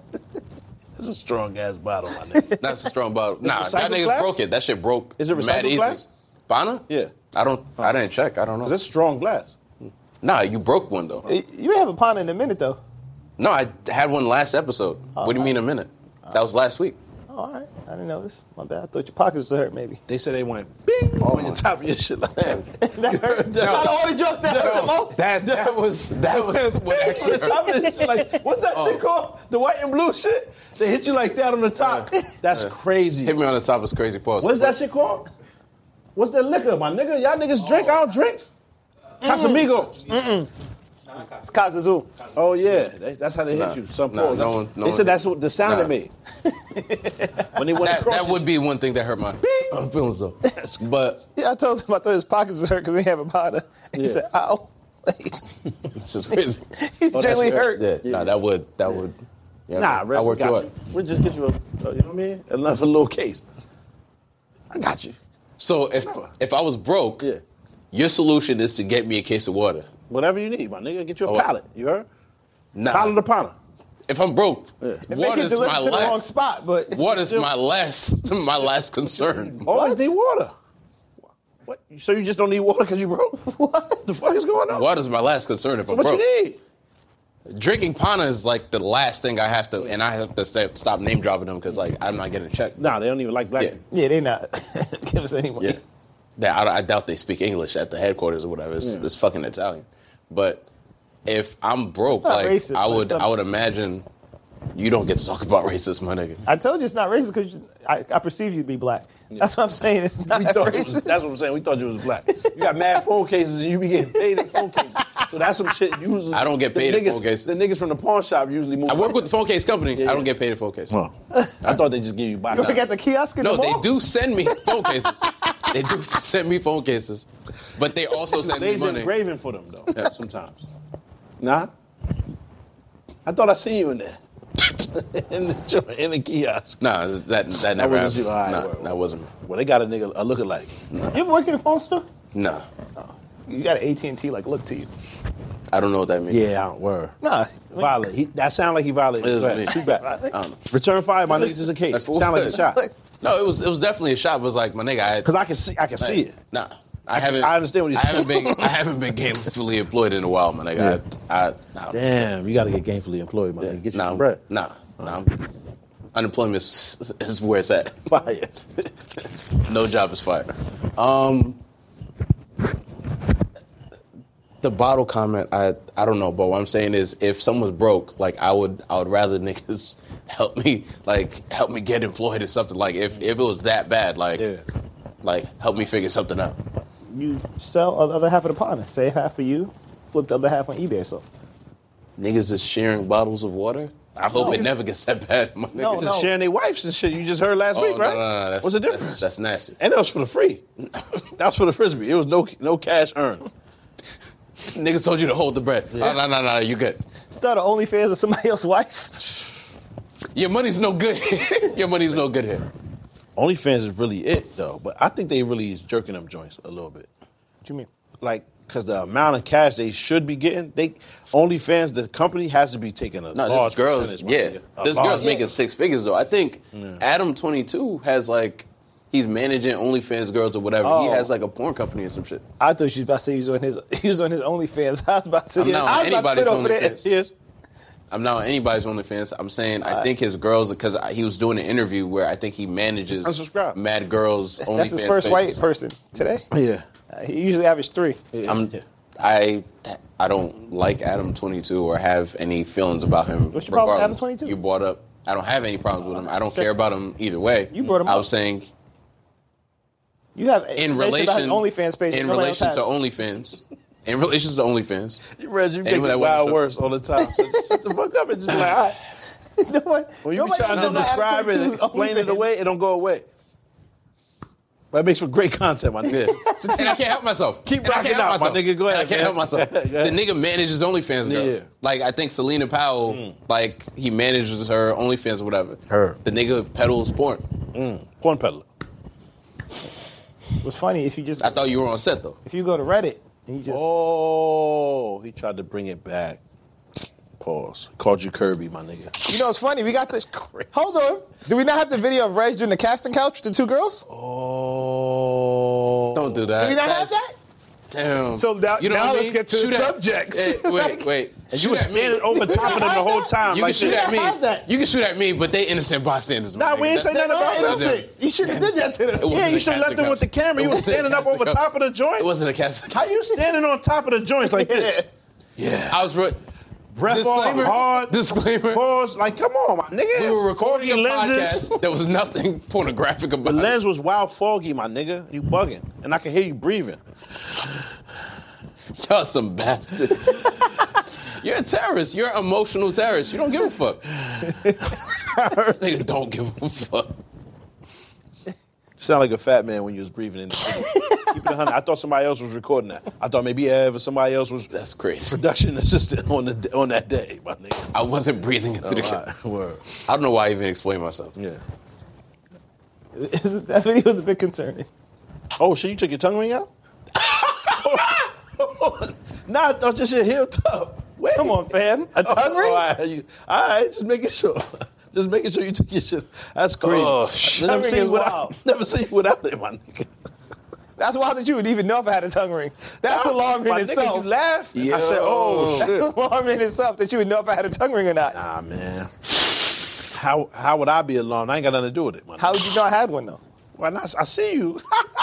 Speaker 3: That's a strong ass bottle, my
Speaker 2: [LAUGHS]
Speaker 3: nigga.
Speaker 5: That's a strong bottle. Nah, that
Speaker 3: recycled
Speaker 5: nigga
Speaker 3: glass?
Speaker 5: broke it. That shit broke.
Speaker 3: Is it
Speaker 5: mad
Speaker 3: recycled
Speaker 5: easily.
Speaker 3: glass?
Speaker 5: Bana?
Speaker 3: Yeah.
Speaker 5: I don't. I didn't check. I don't know.
Speaker 3: That's strong glass.
Speaker 5: nah, you broke one though.
Speaker 2: You ain't have a Potter in a minute though.
Speaker 5: No, I had one last episode. what do you mean a minute? That was last week.
Speaker 3: Oh.
Speaker 2: all right. I didn't notice. My bad. I thought your pockets was hurt, maybe. [LAUGHS]
Speaker 3: They said they went bing
Speaker 2: Oh
Speaker 3: on your top of your shit like that. [LAUGHS]
Speaker 2: that
Speaker 5: [LAUGHS]
Speaker 2: hurt. Out of all the jokes, that hurt the most.
Speaker 5: That that was
Speaker 3: [LAUGHS]
Speaker 5: that was what
Speaker 3: Bang on
Speaker 5: actually Oh.
Speaker 3: the top of your shit like, what's that shit called? The white and blue shit? They hit you like that on the top. That's crazy.
Speaker 5: hit me on the top was crazy. Pause.
Speaker 3: What's that shit called? What's that liquor, my nigga? Y'all niggas
Speaker 5: Oh.
Speaker 3: drink? I don't drink. Casamigos.
Speaker 2: It's Kazazoo.
Speaker 3: Oh yeah, That- that's how they hit you. Some
Speaker 5: Nah,
Speaker 3: pause.
Speaker 5: no
Speaker 3: That's-
Speaker 5: one- no
Speaker 3: they
Speaker 5: one
Speaker 3: said
Speaker 5: did.
Speaker 3: that's what the sound it
Speaker 5: Nah.
Speaker 3: made when they went
Speaker 5: That,
Speaker 3: across. [LAUGHS]
Speaker 5: that would be one thing that hurt my [LAUGHS] I'm feeling so. But
Speaker 2: Yeah, I told him I thought his pockets was hurt because he didn't have a
Speaker 5: Oh,
Speaker 2: powder. He
Speaker 3: Yeah.
Speaker 2: said, ow. [LAUGHS]
Speaker 3: [LAUGHS]
Speaker 5: it's just crazy.
Speaker 2: He's genuinely
Speaker 3: right.
Speaker 2: hurt.
Speaker 5: Yeah, nah, that would that would. Yeah,
Speaker 3: Nah,
Speaker 5: I
Speaker 3: Rev, we
Speaker 5: worked you
Speaker 3: got
Speaker 5: up.
Speaker 3: you. We'll just get you a, you know what I mean? Another little case. I got you.
Speaker 5: So if if I was broke,
Speaker 3: Yeah.
Speaker 5: your solution is to get me a case of water.
Speaker 3: Whatever you need, my nigga. Get you a
Speaker 5: Oh, I-
Speaker 3: pallet. You heard?
Speaker 5: Nah,
Speaker 3: Pallet upon her.
Speaker 5: if I'm broke,
Speaker 2: It may get
Speaker 5: water's
Speaker 2: delivered
Speaker 5: my
Speaker 2: to the wrong
Speaker 5: last.
Speaker 2: spot,
Speaker 5: [LAUGHS]
Speaker 2: but
Speaker 5: Water's my last [LAUGHS] my last concern.
Speaker 2: Oh.
Speaker 3: Always need water. What? So you just don't need water because you broke? [LAUGHS] What the fuck is going on?
Speaker 5: Water's my last concern if I'm
Speaker 3: What
Speaker 5: broke.
Speaker 3: you need?
Speaker 5: Drinking pana is like the last thing I have to, and I have to stay, stop name dropping them because like I'm not getting a check.
Speaker 3: Nah, they don't even like black.
Speaker 5: Yeah.
Speaker 3: people.
Speaker 2: [LAUGHS] yeah, they not [LAUGHS] give us any money.
Speaker 5: Yeah. That, I, I doubt they speak English at the headquarters or whatever. It's, it's fucking Italian. But if I'm broke,
Speaker 2: not
Speaker 5: like
Speaker 2: racist,
Speaker 5: I
Speaker 2: but
Speaker 5: would,
Speaker 2: it's not-
Speaker 5: I would imagine you don't get to talk about [LAUGHS] racism, my nigga.
Speaker 2: I told you it's not racist because I, I perceive you to be black. That's what I'm saying. It's not
Speaker 3: We
Speaker 5: [LAUGHS]
Speaker 3: thought you was-
Speaker 2: racist. [LAUGHS]
Speaker 3: that's what I'm saying. We thought you was black. You got mad phone cases and you be getting paid in phone cases. So that's some shit usually.
Speaker 5: I don't get
Speaker 3: the
Speaker 5: paid in
Speaker 3: niggas-
Speaker 5: phone cases.
Speaker 3: The niggas from the pawn shop usually move.
Speaker 5: I work with
Speaker 2: [LAUGHS]
Speaker 5: the phone case company.
Speaker 3: yeah.
Speaker 5: I don't get paid a phone case.
Speaker 3: Huh. I thought they just give
Speaker 5: [LAUGHS]
Speaker 3: you
Speaker 2: You
Speaker 3: boxes.
Speaker 2: work at the kiosk in
Speaker 5: No,
Speaker 2: the
Speaker 5: they
Speaker 2: mall?
Speaker 5: do send
Speaker 3: [LAUGHS]
Speaker 5: me phone cases. They do send me phone cases, but they also send me
Speaker 3: They's
Speaker 5: money.
Speaker 3: engraving for them though. Sometimes. Nah. I thought I seen you in there. [LAUGHS] in the joint, in the kiosk.
Speaker 5: Nah, that that never
Speaker 3: wasn't you. All right,
Speaker 5: happened. Nah,
Speaker 3: word, word.
Speaker 5: that wasn't me.
Speaker 3: Well, they got a nigga a lookalike.
Speaker 5: Hmm.
Speaker 2: You ever work in a phone store?
Speaker 5: Nah,
Speaker 2: You got an AT&T like look to you.
Speaker 5: I don't know what that means.
Speaker 3: Yeah, I don't worry.
Speaker 2: Nah,
Speaker 3: Violate. He, that sound like he violated.
Speaker 5: It was
Speaker 3: Go ahead.
Speaker 5: me.
Speaker 3: Too bad.
Speaker 5: I don't know.
Speaker 3: Return fire, my nigga. Just a case.
Speaker 5: That's what
Speaker 3: Sound like a
Speaker 5: was.
Speaker 3: shot.
Speaker 5: No, it was it was definitely a shot. It was like my nigga, I had
Speaker 3: Cause I can see, I can see it.
Speaker 5: Nah, I haven't.
Speaker 3: I understand what he's
Speaker 5: I haven't been. I
Speaker 3: [LAUGHS]
Speaker 5: haven't been gainfully employed in a while, man. Like, I, I, nah,
Speaker 3: Damn, you gotta get gainfully employed, my nigga. Get you
Speaker 5: nah,
Speaker 3: some bread.
Speaker 5: nah, nah. Unemployment is, is where it's at.
Speaker 3: Fire.
Speaker 5: No job is fired. Um, the bottle comment, I, I don't know, but what I'm saying is, if someone's broke, like I would, I would rather [LAUGHS] niggas help me, like help me get employed or something. Like if if it was that bad, like.
Speaker 3: Yeah.
Speaker 5: Like help me figure something out.
Speaker 2: you sell the other half of the partner. Save half for you, flip the other half on eBay or something.
Speaker 5: Niggas is sharing bottles of water. I hope
Speaker 2: No.
Speaker 5: it never gets that bad. My
Speaker 2: No, no.
Speaker 5: niggas.
Speaker 3: Just sharing their wives and shit. You just heard last
Speaker 5: Oh,
Speaker 3: week, right?
Speaker 5: No, no, no, that's,
Speaker 3: What's the
Speaker 5: that's-
Speaker 3: difference?
Speaker 5: That's, nasty.
Speaker 3: and that was for the
Speaker 5: [LAUGHS]
Speaker 3: free. that was for the frisbee. It was no no cash earned.
Speaker 5: Niggas told you to hold the bread. Oh, no, no, no, you good.
Speaker 2: Start an OnlyFans with somebody else's wife. [LAUGHS]
Speaker 5: Your money's no good. [LAUGHS] Your money's no good here.
Speaker 3: OnlyFans is really it though, but I think they really is jerking them joints a little bit.
Speaker 2: What you mean?
Speaker 3: Like, cause the amount of cash they should be getting, they OnlyFans, the company has to be taking a
Speaker 5: No,
Speaker 3: large
Speaker 5: there's girls.
Speaker 3: percentage. my
Speaker 5: Yeah,
Speaker 3: nigga. A
Speaker 5: there's
Speaker 3: large
Speaker 5: girls making six figures though. I think Adam Twenty Two has like he's managing OnlyFans girls or whatever. He
Speaker 2: Oh.
Speaker 5: has like a porn company or some shit.
Speaker 2: I thought you was about to say he was on his [LAUGHS] he was on his OnlyFans. [LAUGHS] I was about to,
Speaker 5: I'm not on
Speaker 2: I was about to sit over
Speaker 5: anybody's
Speaker 2: there.
Speaker 5: OnlyFans.
Speaker 3: He is.
Speaker 5: I'm not on anybody's OnlyFans. I'm saying I think his girls because he was doing an interview where I think he manages
Speaker 3: Just unsubscribe.
Speaker 5: Mad Girls OnlyFans.
Speaker 2: That's his first
Speaker 5: page.
Speaker 2: white person today.
Speaker 3: Yeah.
Speaker 2: Uh, he usually averaged three.
Speaker 5: I'm, I I don't like Adam 22 or have any feelings about him.
Speaker 2: What's your problem with Adam
Speaker 5: regardless.
Speaker 2: 22?
Speaker 5: You brought up. I don't have any problems with him. I don't care about him either way.
Speaker 2: You brought him
Speaker 5: I
Speaker 2: up.
Speaker 5: was saying
Speaker 2: You have
Speaker 5: in
Speaker 2: information
Speaker 5: relation
Speaker 2: about his OnlyFans page. that
Speaker 5: In
Speaker 2: nobody
Speaker 5: relation
Speaker 2: else
Speaker 5: to
Speaker 2: has.
Speaker 5: OnlyFans. In relation to OnlyFans.
Speaker 3: You Reggie, you
Speaker 5: Anyway,
Speaker 3: make
Speaker 5: that
Speaker 3: it
Speaker 5: wasn't
Speaker 3: wild
Speaker 5: true.
Speaker 3: words all the time. So just shut the fuck up and just be like, all
Speaker 2: [LAUGHS]
Speaker 3: right.
Speaker 2: Nobody-
Speaker 3: When you be
Speaker 2: nobody
Speaker 3: trying
Speaker 2: knows
Speaker 3: to
Speaker 2: about Adam
Speaker 3: describe it and
Speaker 2: 22's
Speaker 3: explain it
Speaker 2: OnlyFans.
Speaker 3: away, it don't go away. That makes for great content, my
Speaker 5: Yeah.
Speaker 3: nigga.
Speaker 5: and I can't help myself.
Speaker 3: Keep
Speaker 5: and I
Speaker 3: rocking
Speaker 5: can't help
Speaker 3: out, my
Speaker 5: myself.
Speaker 3: nigga. Go
Speaker 5: And
Speaker 3: ahead,
Speaker 5: I can't help
Speaker 3: man.
Speaker 5: myself.
Speaker 3: Go
Speaker 5: the
Speaker 3: ahead.
Speaker 5: nigga manages OnlyFans girls.
Speaker 3: Yeah.
Speaker 5: Like I think Selena Powell, like he manages her OnlyFans or whatever.
Speaker 3: Her.
Speaker 5: The nigga peddles porn.
Speaker 3: Porn peddler.
Speaker 2: What's funny if you just
Speaker 5: I thought you were on set though.
Speaker 2: if you go to Reddit and you just
Speaker 3: Oh, he tried to bring it back. Pause. Called you Kirby, my nigga.
Speaker 2: you know it's funny we got this. Hold on, do we not have the video of Reg doing the casting couch with the two girls?
Speaker 3: Oh.
Speaker 5: Don't do that.
Speaker 2: do we not have
Speaker 5: That's-
Speaker 2: that?
Speaker 5: Damn.
Speaker 2: So now-
Speaker 5: You know
Speaker 2: now
Speaker 5: what I
Speaker 2: let's
Speaker 5: mean?
Speaker 2: get to the
Speaker 5: at-
Speaker 2: subjects.
Speaker 3: [LAUGHS]
Speaker 5: Eh, wait,
Speaker 2: Like-
Speaker 5: wait.
Speaker 3: And you
Speaker 5: Shoot
Speaker 3: were
Speaker 5: at me.
Speaker 3: standing
Speaker 5: [LAUGHS]
Speaker 3: over top of them the whole time.
Speaker 5: You
Speaker 3: like
Speaker 5: can shoot
Speaker 3: this.
Speaker 5: at
Speaker 2: have that.
Speaker 5: me. You can shoot at me, but they innocent bystanders. my
Speaker 3: Nah,
Speaker 5: nigga.
Speaker 3: we ain't
Speaker 5: That-
Speaker 3: say nothing
Speaker 5: that-
Speaker 3: about
Speaker 5: that-
Speaker 2: innocent. You shouldn't have did that to them.
Speaker 5: It wasn't
Speaker 3: Yeah, you
Speaker 5: a
Speaker 3: should have left
Speaker 5: cast
Speaker 3: them
Speaker 5: of
Speaker 3: with the
Speaker 5: cup.
Speaker 3: camera.
Speaker 5: It
Speaker 3: You were
Speaker 5: wasn't a
Speaker 3: standing up
Speaker 5: cast of
Speaker 3: over
Speaker 5: cup.
Speaker 3: top of the joint.
Speaker 5: It wasn't a cast.
Speaker 3: How you standing on top of the joints like
Speaker 5: [LAUGHS]
Speaker 3: this?
Speaker 5: I was re-
Speaker 3: Breath
Speaker 5: disclaimer.
Speaker 3: on hard.
Speaker 5: Disclaimer.
Speaker 3: Pause. Like, come on, my nigga.
Speaker 5: We were recording a
Speaker 3: Foggy lenses.
Speaker 5: podcast. There was nothing pornographic
Speaker 3: The
Speaker 5: about it.
Speaker 3: lens was wild foggy, my nigga. You bugging, and I can hear you breathing.
Speaker 5: Y'all some
Speaker 3: [LAUGHS]
Speaker 5: bastards. You're a terrorist. You're an emotional terrorist. You don't give
Speaker 3: [LAUGHS]
Speaker 5: a fuck. Nigga, don't give a fuck.
Speaker 3: You sound like a fat man when you was breathing in.
Speaker 2: [LAUGHS]
Speaker 3: Keep it a hundred. I thought somebody else was recording that. I thought maybe Ev or somebody else was
Speaker 5: That's crazy.
Speaker 3: production [LAUGHS] assistant on the on that day, my
Speaker 2: [LAUGHS]
Speaker 3: nigga.
Speaker 5: I wasn't breathing into the camera.
Speaker 3: Alright, Word.
Speaker 5: I don't know why I even explained myself.
Speaker 3: Yeah.
Speaker 2: [LAUGHS] that video was a bit concerning.
Speaker 3: Oh, shit, you took your tongue ring
Speaker 2: [LAUGHS]
Speaker 3: out? nah, I thought your shit healed up. Wait.
Speaker 2: Come on, fam. A tongue
Speaker 3: Oh,
Speaker 2: ring?
Speaker 3: all, right. You- all right, just making sure. [LAUGHS] Just making sure you took your shit. That's crazy.
Speaker 5: Oh,
Speaker 3: I
Speaker 5: shit.
Speaker 3: never
Speaker 2: Tongue ring
Speaker 3: seen
Speaker 2: is
Speaker 3: you without,
Speaker 2: wild.
Speaker 3: [LAUGHS] never seen you without it, my nigga.
Speaker 2: That's wild that you would even know if I had a tongue ring. That's alarming
Speaker 3: my
Speaker 2: in
Speaker 3: Nigga,
Speaker 2: itself.
Speaker 3: you laughed. I said,
Speaker 2: [LAUGHS]
Speaker 3: oh,
Speaker 2: That's
Speaker 3: shit.
Speaker 2: alarming in itself that you would know if I had a tongue ring or not.
Speaker 3: Nah, Ah, man. How how would I be alarmed? I ain't got nothing to do with it, my
Speaker 2: How
Speaker 3: nigga.
Speaker 2: would you know I had one though?
Speaker 3: Why not? I see you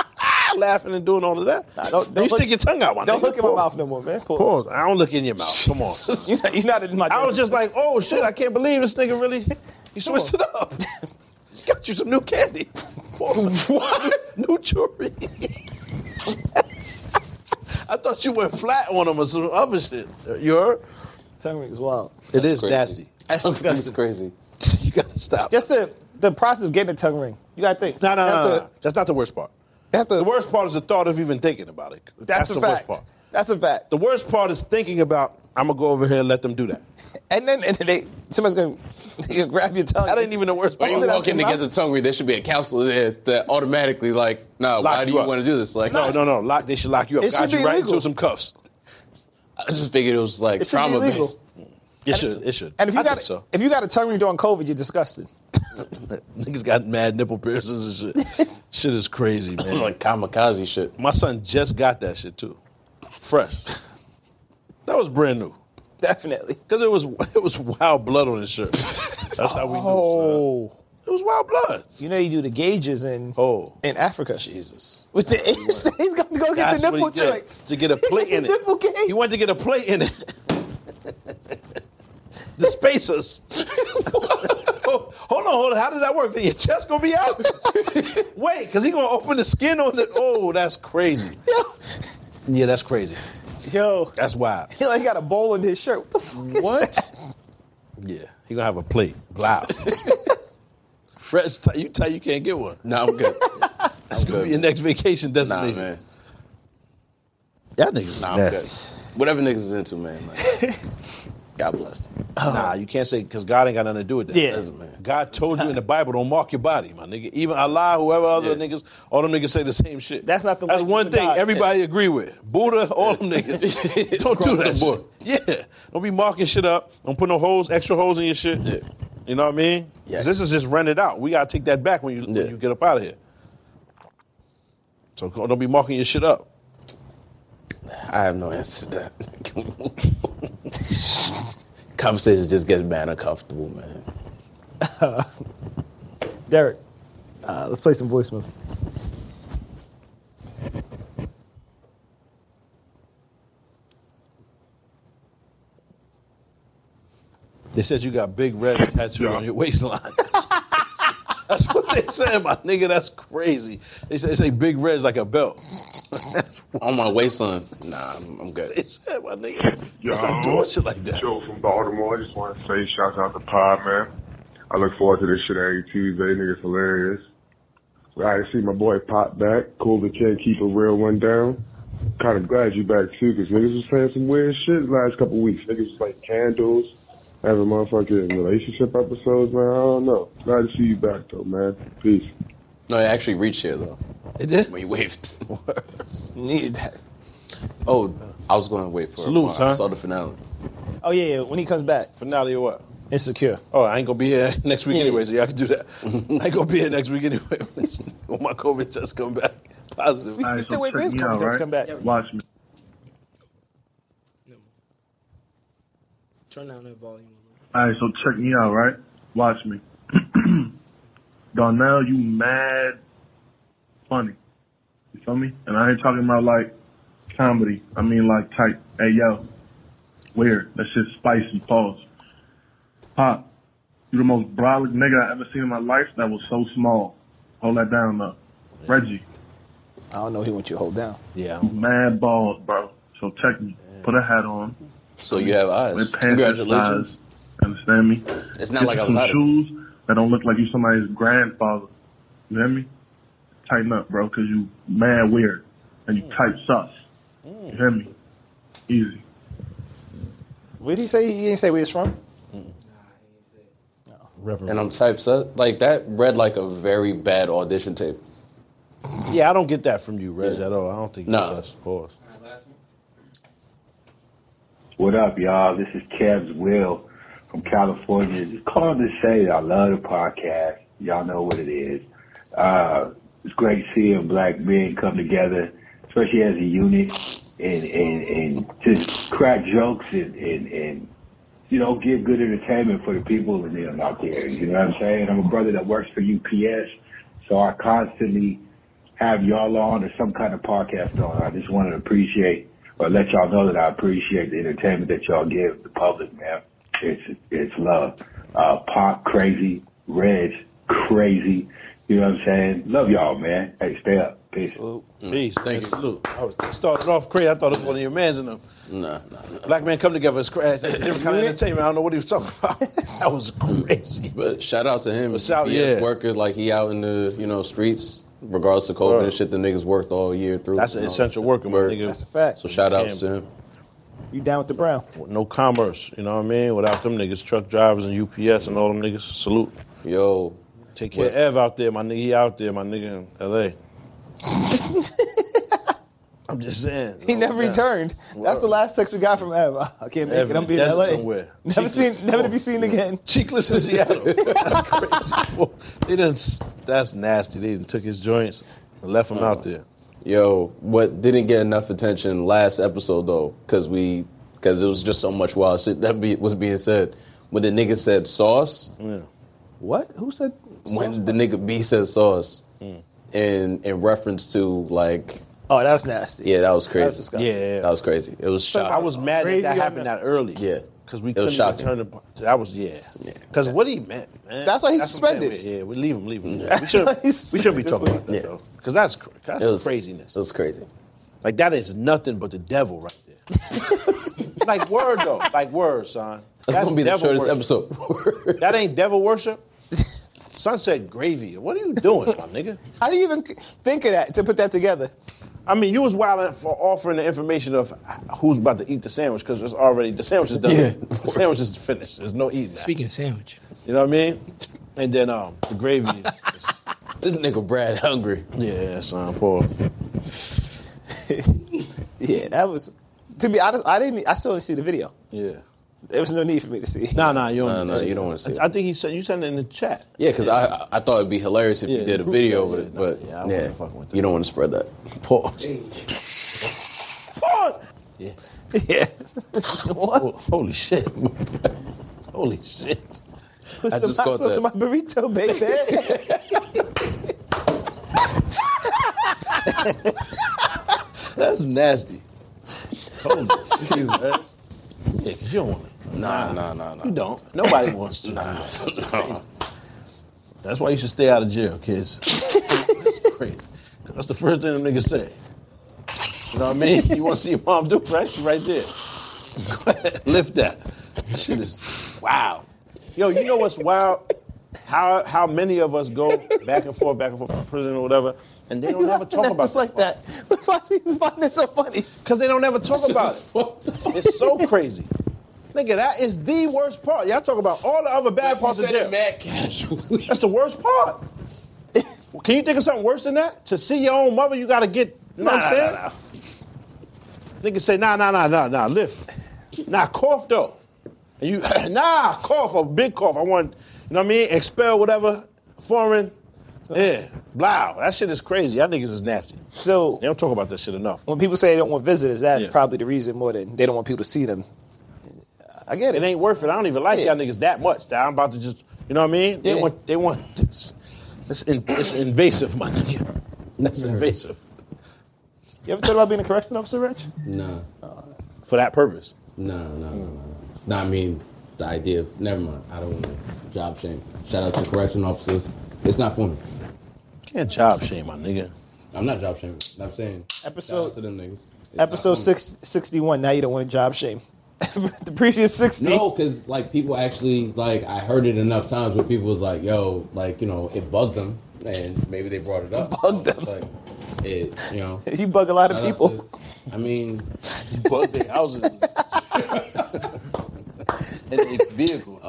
Speaker 3: [LAUGHS] laughing and doing all of that.
Speaker 2: Nah,
Speaker 3: Don't,
Speaker 2: don't- don't
Speaker 3: you
Speaker 2: look-
Speaker 3: stick your tongue out, my
Speaker 2: Don't
Speaker 3: nigga.
Speaker 2: look in my
Speaker 3: Pause.
Speaker 2: mouth no more, man. Pause.
Speaker 3: Pause. I don't look in your mouth. Come on.
Speaker 2: [LAUGHS] You're, not, you're not in my.
Speaker 3: I was just like, oh shit, I can't believe this nigga really. You switched it up. [LAUGHS] Got you some new candy.
Speaker 2: [LAUGHS]
Speaker 3: what? New jewelry. [LAUGHS] I thought you went flat on him or some other shit. You heard?
Speaker 2: tongue ring is wild.
Speaker 3: It is
Speaker 5: crazy.
Speaker 3: nasty.
Speaker 2: That's
Speaker 5: That's
Speaker 2: disgusting.
Speaker 5: [LAUGHS] crazy.
Speaker 3: You gotta stop.
Speaker 2: Just the the process of getting a tongue ring. You gotta think.
Speaker 3: no, no, no,
Speaker 2: That's
Speaker 3: no,
Speaker 2: the-
Speaker 3: no. That's not the worst part.
Speaker 2: That's the,
Speaker 3: The worst part is the thought of even thinking about it.
Speaker 2: That's, a
Speaker 3: the
Speaker 2: fact.
Speaker 3: worst part.
Speaker 2: That's a fact.
Speaker 3: The worst part is thinking about, I'm gonna go over here and let them do that.
Speaker 2: And then and then they somebody's gonna, they gonna [LAUGHS] grab your tongue.
Speaker 3: That ain't even the worst
Speaker 5: When
Speaker 3: part.
Speaker 5: you
Speaker 2: [LAUGHS] Is it
Speaker 5: walk in to
Speaker 2: out
Speaker 5: get
Speaker 2: your
Speaker 5: the tongue read, there should be a counselor there that automatically, like, no,
Speaker 3: Lock
Speaker 5: why do
Speaker 3: you
Speaker 5: you
Speaker 3: up.
Speaker 5: want to do this? Like,
Speaker 3: No, no, no. Lock, they should lock you up.
Speaker 2: It
Speaker 3: Got
Speaker 2: should
Speaker 3: you
Speaker 2: be
Speaker 3: right
Speaker 2: illegal.
Speaker 3: into some cuffs.
Speaker 5: I just figured it was like
Speaker 2: It should be
Speaker 5: trauma
Speaker 2: illegal.
Speaker 5: based.
Speaker 3: It should. It should.
Speaker 2: And if you
Speaker 3: I
Speaker 2: got
Speaker 3: think so, [LAUGHS]
Speaker 2: if you got a tongue ring during COVID, you're disgusted. [LAUGHS]
Speaker 3: niggas got mad nipple piercings and shit.
Speaker 2: [LAUGHS]
Speaker 3: shit is crazy, man.
Speaker 5: Like kamikaze shit.
Speaker 3: my son just got that shit too, fresh. That was brand new
Speaker 2: Definitely.
Speaker 3: because it was [LAUGHS] it was wild blood on his shirt. That's how we knew. Son.
Speaker 2: Oh,
Speaker 3: It was wild blood.
Speaker 2: you know you do the gauges in
Speaker 3: Oh.
Speaker 2: in Africa.
Speaker 5: Jesus.
Speaker 2: With the [LAUGHS] he's gonna go get
Speaker 3: That's
Speaker 2: the
Speaker 3: what
Speaker 2: nipple
Speaker 3: he did,
Speaker 2: joints.
Speaker 3: to get a plate in
Speaker 2: Nipple
Speaker 3: it.
Speaker 2: gauge.
Speaker 3: He went to get a plate in it.
Speaker 2: [LAUGHS]
Speaker 3: the spacers. Oh, hold on, hold on. How does that work? Then your chest gonna
Speaker 2: [LAUGHS]
Speaker 3: be out? Wait, cause he gonna open the skin on it. Oh, that's crazy. Yeah, that's crazy.
Speaker 2: Yo,
Speaker 3: That's
Speaker 2: [LAUGHS]
Speaker 3: wild.
Speaker 2: he like got a bowl in his shirt. What the fuck is that?
Speaker 3: Yeah, he gonna have a plate.
Speaker 2: [LAUGHS]
Speaker 3: Wow. Fresh, tight. you tight. You can't get one.
Speaker 5: No, I'm good.
Speaker 3: [LAUGHS] That's gonna
Speaker 5: good.
Speaker 3: be your next vacation
Speaker 5: nah,
Speaker 3: destination.
Speaker 5: man.
Speaker 3: Y'all niggas
Speaker 5: Nah,
Speaker 3: is
Speaker 5: I'm
Speaker 3: nasty.
Speaker 5: good. Whatever niggas is into, man.
Speaker 3: [LAUGHS]
Speaker 5: Like, God bless.
Speaker 3: Nah, you can't say because God ain't got nothing to do with that.
Speaker 2: Oh. Yeah.
Speaker 3: Listen, man. God told you in the
Speaker 2: [LAUGHS]
Speaker 3: Bible, don't mark your body, my nigga. Even Allah, whoever other
Speaker 5: Yeah.
Speaker 3: niggas, all them niggas say the same shit.
Speaker 2: That's not the
Speaker 3: That's
Speaker 2: likeness
Speaker 3: one
Speaker 2: of
Speaker 3: thing
Speaker 2: God.
Speaker 3: everybody agree with. Buddha, all them niggas.
Speaker 5: [LAUGHS]
Speaker 3: don't do
Speaker 5: Across the
Speaker 3: that.
Speaker 5: board.
Speaker 3: Shit. Yeah, don't be marking shit up. Don't put no holes, extra holes in your shit.
Speaker 5: Yeah.
Speaker 3: You know what I mean? 'Cause
Speaker 5: Yeah.
Speaker 3: This is just rented out. We gotta take that back when you
Speaker 5: Yeah.
Speaker 3: when you get up out of here. So don't be marking your shit up.
Speaker 5: I have no answer to that. [LAUGHS] Conversation just gets mad
Speaker 3: [LAUGHS]
Speaker 5: uncomfortable, man.
Speaker 2: Derek, uh, let's play some voicemails.
Speaker 3: They said you got big red tattoo on your waistline. That's what they said, my nigga. That's crazy. They say, they say big red's like a belt. [LAUGHS] That's what
Speaker 5: On my waistline. Nah, I'm, I'm good.
Speaker 3: they said, my nigga. Let's not
Speaker 8: Yo,
Speaker 3: doing shit like that.
Speaker 8: Joe from Baltimore. I just want to say, shout out to Pod, man. I look forward to this shit every Tuesday. Niggas hilarious. Glad to see my boy Pop back. Cool that can't keep a real one down. Kind of glad you back too, because niggas was saying some weird shit the last couple weeks. Niggas was like candles, having motherfucking relationship episodes, man. I don't know. Glad to see you back though, man. Peace.
Speaker 5: No, it actually reached here, though,
Speaker 3: It did.
Speaker 5: when you
Speaker 3: [LAUGHS]
Speaker 5: waved.
Speaker 2: Need that.
Speaker 5: Oh, I was going to wait for it.
Speaker 3: loose,
Speaker 5: I
Speaker 3: huh?
Speaker 5: saw the finale.
Speaker 2: Oh yeah, yeah. When he comes back,
Speaker 3: Finale or what?
Speaker 2: insecure.
Speaker 3: Oh, I ain't gonna be here [LAUGHS] next week
Speaker 2: Yeah.
Speaker 3: anyway, so y'all can do that. I ain't gonna be here next week anyway [LAUGHS] when my COVID test come back positive.
Speaker 2: We still wait for his
Speaker 9: check me
Speaker 2: contest
Speaker 9: out,
Speaker 2: to come back.
Speaker 9: Watch me.
Speaker 6: Turn down that volume.
Speaker 8: All right, so check me out, right? Watch me. [CLEARS THROAT] Darnell, you mad funny. You feel me? And I ain't talking about like comedy. I mean like type, hey yo, weird. That shit's spicy. Pause. Pop, you the most brolic nigga I ever seen in my life that was so small. Hold that down though. Reggie,
Speaker 2: I don't know. He wants you to hold down. Yeah.
Speaker 8: you mad balls, bro. So check me. Put a hat on.
Speaker 5: So you have
Speaker 8: With
Speaker 5: eyes.
Speaker 8: pants
Speaker 5: Congratulations.
Speaker 8: Size. Understand me?
Speaker 5: It's not
Speaker 8: Get
Speaker 5: like I was
Speaker 8: some
Speaker 5: out of
Speaker 8: shoes that don't look like you somebody's grandfather. You hear me? Tighten up, bro, because you mad weird and
Speaker 5: Mm.
Speaker 8: you type sus. You hear me? Easy.
Speaker 2: Where did he say? He didn't say where he's from.
Speaker 5: and I'm typeset. Like that read like a very bad audition tape.
Speaker 3: Yeah, I don't get that from you, Reg, at all. I don't think
Speaker 5: Nah.
Speaker 3: that's pause.
Speaker 9: What up, y'all? This is Kev's Will from California. Just calling to say I love the podcast. Y'all know what it is. Uh, it's great seeing black men come together, especially as a unit, and and, and just crack jokes and, and and you know give good entertainment for the people and them out there. You know what I'm saying? I'm a brother that works for UPS, so I constantly have y'all on or some kind of podcast on. I just want to appreciate or let y'all know that I appreciate the entertainment that y'all give the public, man. It's it's love. Uh, Pop crazy, Reg crazy. You know what I'm saying? Love y'all, man. Hey, stay up. Peace.
Speaker 3: Peace. Thank you. Salute. I was it started off crazy. I thought it was one of your mans in them.
Speaker 5: Nah, nah, nah.
Speaker 3: Black man come together is crazy. It's a different kind of entertainment. I don't know what he was talking about. [LAUGHS] that was crazy.
Speaker 5: But shout out to him.
Speaker 3: But shout-
Speaker 5: he is
Speaker 3: yeah.
Speaker 5: working like he out in the you know streets, regardless of COVID
Speaker 3: Word.
Speaker 5: and shit. The niggas worked all year through.
Speaker 3: That's an
Speaker 5: and all
Speaker 3: essential
Speaker 5: that
Speaker 3: worker, my
Speaker 5: Word.
Speaker 3: nigga.
Speaker 2: That's a fact.
Speaker 5: So shout out
Speaker 3: Damn.
Speaker 5: to him.
Speaker 2: you down with the brown?
Speaker 3: No commerce, you know what I mean? Without them niggas, truck drivers and UPS and all them niggas. Salute.
Speaker 5: Yo,
Speaker 3: Take care
Speaker 5: West.
Speaker 3: of Ev out there, my nigga. He out there, my nigga in LA. [LAUGHS] I'm just saying. Oh,
Speaker 2: He never returned. That's the last text we got from Ev. I can't make
Speaker 3: Ev
Speaker 2: it.
Speaker 3: in
Speaker 2: I'm
Speaker 3: the
Speaker 2: being
Speaker 3: desert
Speaker 2: LA.
Speaker 3: somewhere.
Speaker 2: [LAUGHS] Never
Speaker 3: Cheekless.
Speaker 2: seen. Never to be seen again.
Speaker 3: Cheekless in
Speaker 5: [LAUGHS]
Speaker 3: Seattle. [LAUGHS] That's crazy. Well, They done, s- that's nasty. They done took his joints and left him
Speaker 5: Uh-huh.
Speaker 3: out there.
Speaker 5: yo, what didn't get enough attention last episode though, because we because it was just so much wild shit that be, was being said. When the nigga said sauce,
Speaker 3: Yeah.
Speaker 2: What? Who said?
Speaker 5: when the nigga B said sauce,
Speaker 3: Hmm.
Speaker 5: in in reference to like
Speaker 2: Oh, that was nasty.
Speaker 5: yeah, that was crazy.
Speaker 2: was disgusting.
Speaker 3: Yeah.
Speaker 5: that was crazy. It was shocking.
Speaker 3: I was mad that
Speaker 2: Crazy
Speaker 3: that
Speaker 2: on
Speaker 3: happened
Speaker 2: that-
Speaker 3: that early.
Speaker 5: Yeah.
Speaker 3: Because we
Speaker 5: It was
Speaker 3: couldn't even
Speaker 5: shocking.
Speaker 3: turn the. That was, yeah. Because what he meant, man.
Speaker 2: That's why he's
Speaker 3: what I'm
Speaker 2: suspended.
Speaker 3: saying. Yeah, we leave him, leave him. We
Speaker 2: That's why
Speaker 5: [LAUGHS]
Speaker 3: shouldn't,
Speaker 2: he's
Speaker 3: we shouldn't be
Speaker 2: suspended.
Speaker 3: talking about that,
Speaker 5: Yeah.
Speaker 3: though. Because that's, cr- that's
Speaker 5: It was-
Speaker 3: craziness.
Speaker 5: It was crazy.
Speaker 3: Like that is nothing but the devil right there.
Speaker 5: [LAUGHS]
Speaker 3: like word though, like word, son.
Speaker 5: That's, gonna be the
Speaker 3: devil
Speaker 5: shortest
Speaker 3: worship.
Speaker 10: [LAUGHS]
Speaker 5: episode.
Speaker 3: That ain't devil worship.
Speaker 2: [LAUGHS]
Speaker 3: Sunset gravy. What are you doing, my nigga?
Speaker 2: [LAUGHS] How do you even think of that to put that together?
Speaker 3: I mean, you was wild for offering the information of who's about to eat the sandwich because it's already the sandwich is done.
Speaker 5: Yeah.
Speaker 3: [LAUGHS] The sandwich is finished. There's no eating. That.
Speaker 6: Speaking of sandwich,
Speaker 3: You know what I mean? And then um, the gravy. is-
Speaker 5: this nigga Brad hungry.
Speaker 3: yeah, son, poor.
Speaker 2: Yeah, that was. To be honest, I didn't. I still didn't see the video.
Speaker 3: Yeah.
Speaker 2: There was no need for me to see.
Speaker 3: Nah, nah, you don't.
Speaker 5: No, no, you don't wanna see it.
Speaker 3: I, I think he said you sent it in the chat.
Speaker 5: Yeah, because I I thought it'd be hilarious if
Speaker 3: Yeah,
Speaker 5: you did a
Speaker 3: the group
Speaker 5: video
Speaker 3: chat, yeah,
Speaker 5: with it,
Speaker 3: no,
Speaker 5: but
Speaker 3: yeah, I
Speaker 5: yeah,
Speaker 3: wouldn't fuck with that.
Speaker 5: you don't want to spread that.
Speaker 3: Pause. Pause. Yeah. [LAUGHS]
Speaker 2: Yeah. what?
Speaker 3: Oh, holy shit. holy shit.
Speaker 2: Put
Speaker 5: I
Speaker 2: some
Speaker 5: just
Speaker 2: hot
Speaker 5: caught
Speaker 2: sauce in
Speaker 5: that.
Speaker 2: my burrito, baby.
Speaker 3: [LAUGHS] That's nasty. Holy shit. man. Yeah, because you don't want to.
Speaker 5: Nah, nah, nah, nah.
Speaker 3: You don't. Nobody wants to. That's why you should stay out of jail, kids. That's crazy. 'Cause That's the first thing them niggas say. You know what I mean? You want to see your mom do right? She right there. [LAUGHS] Go ahead, lift that. That shit is wow. Yo, you know what's wild? How how many of us go back and forth, back and forth from prison or whatever, and they don't ever talk about
Speaker 2: It's like that. [LAUGHS] Why do you find that so funny?
Speaker 3: Because they don't ever talk about
Speaker 2: [LAUGHS]
Speaker 3: it. It's so crazy. Nigga, that is the worst part. Y'all talk about all the other bad parts of jail.
Speaker 5: mad casually.
Speaker 3: That's the worst part. Well, Can you think of something worse than that? To see your own mother, you gotta get. You know what I'm
Speaker 2: Nah, nah,
Speaker 3: saying? Niggas say, nah, nah, nah, nah, nah, lift. Nah, cough though. And you, [LAUGHS] nah, cough, a big cough. I want, you know what I mean? Expel whatever, foreign. Yeah, blah. That shit is crazy. Y'all niggas is nasty.
Speaker 2: So
Speaker 3: They don't talk about that shit enough.
Speaker 2: when people say they don't want visitors, that's
Speaker 3: Yeah.
Speaker 2: probably the reason more than they don't want people to see them. I get
Speaker 3: It ain't worth it. I don't even like y'all niggas that much. that I'm about to just, you know what I mean? They
Speaker 2: Yeah.
Speaker 3: want, they want this. It's, in, it's invasive, my nigga. That's invasive
Speaker 2: You ever thought about being a correction officer, Rich?
Speaker 10: No,
Speaker 3: for that purpose.
Speaker 10: no, no, no, no. No, I mean the idea of never mind. I don't want to job shame. Shout out to correction officers. It's not for me.
Speaker 3: Can't job shame, my nigga.
Speaker 10: I'm not job shaming. I'm saying
Speaker 2: Episode-
Speaker 10: shout out to them niggas. It's not
Speaker 2: Episode
Speaker 10: for me.
Speaker 2: six, 61. Now you don't want a job shame. [LAUGHS] the previous 60.
Speaker 10: No, because like people actually like I heard it enough times where people was like, "Yo, like you know, it bugged them," and maybe they brought it up.
Speaker 2: [LAUGHS] Bugged
Speaker 10: So it's Like, it, you
Speaker 2: [LAUGHS]
Speaker 10: know.
Speaker 2: You bug a lot of
Speaker 10: shout out
Speaker 2: people.
Speaker 10: to- I
Speaker 2: [LAUGHS]
Speaker 10: mean,
Speaker 3: Bug their houses. [LAUGHS] and their vehicle.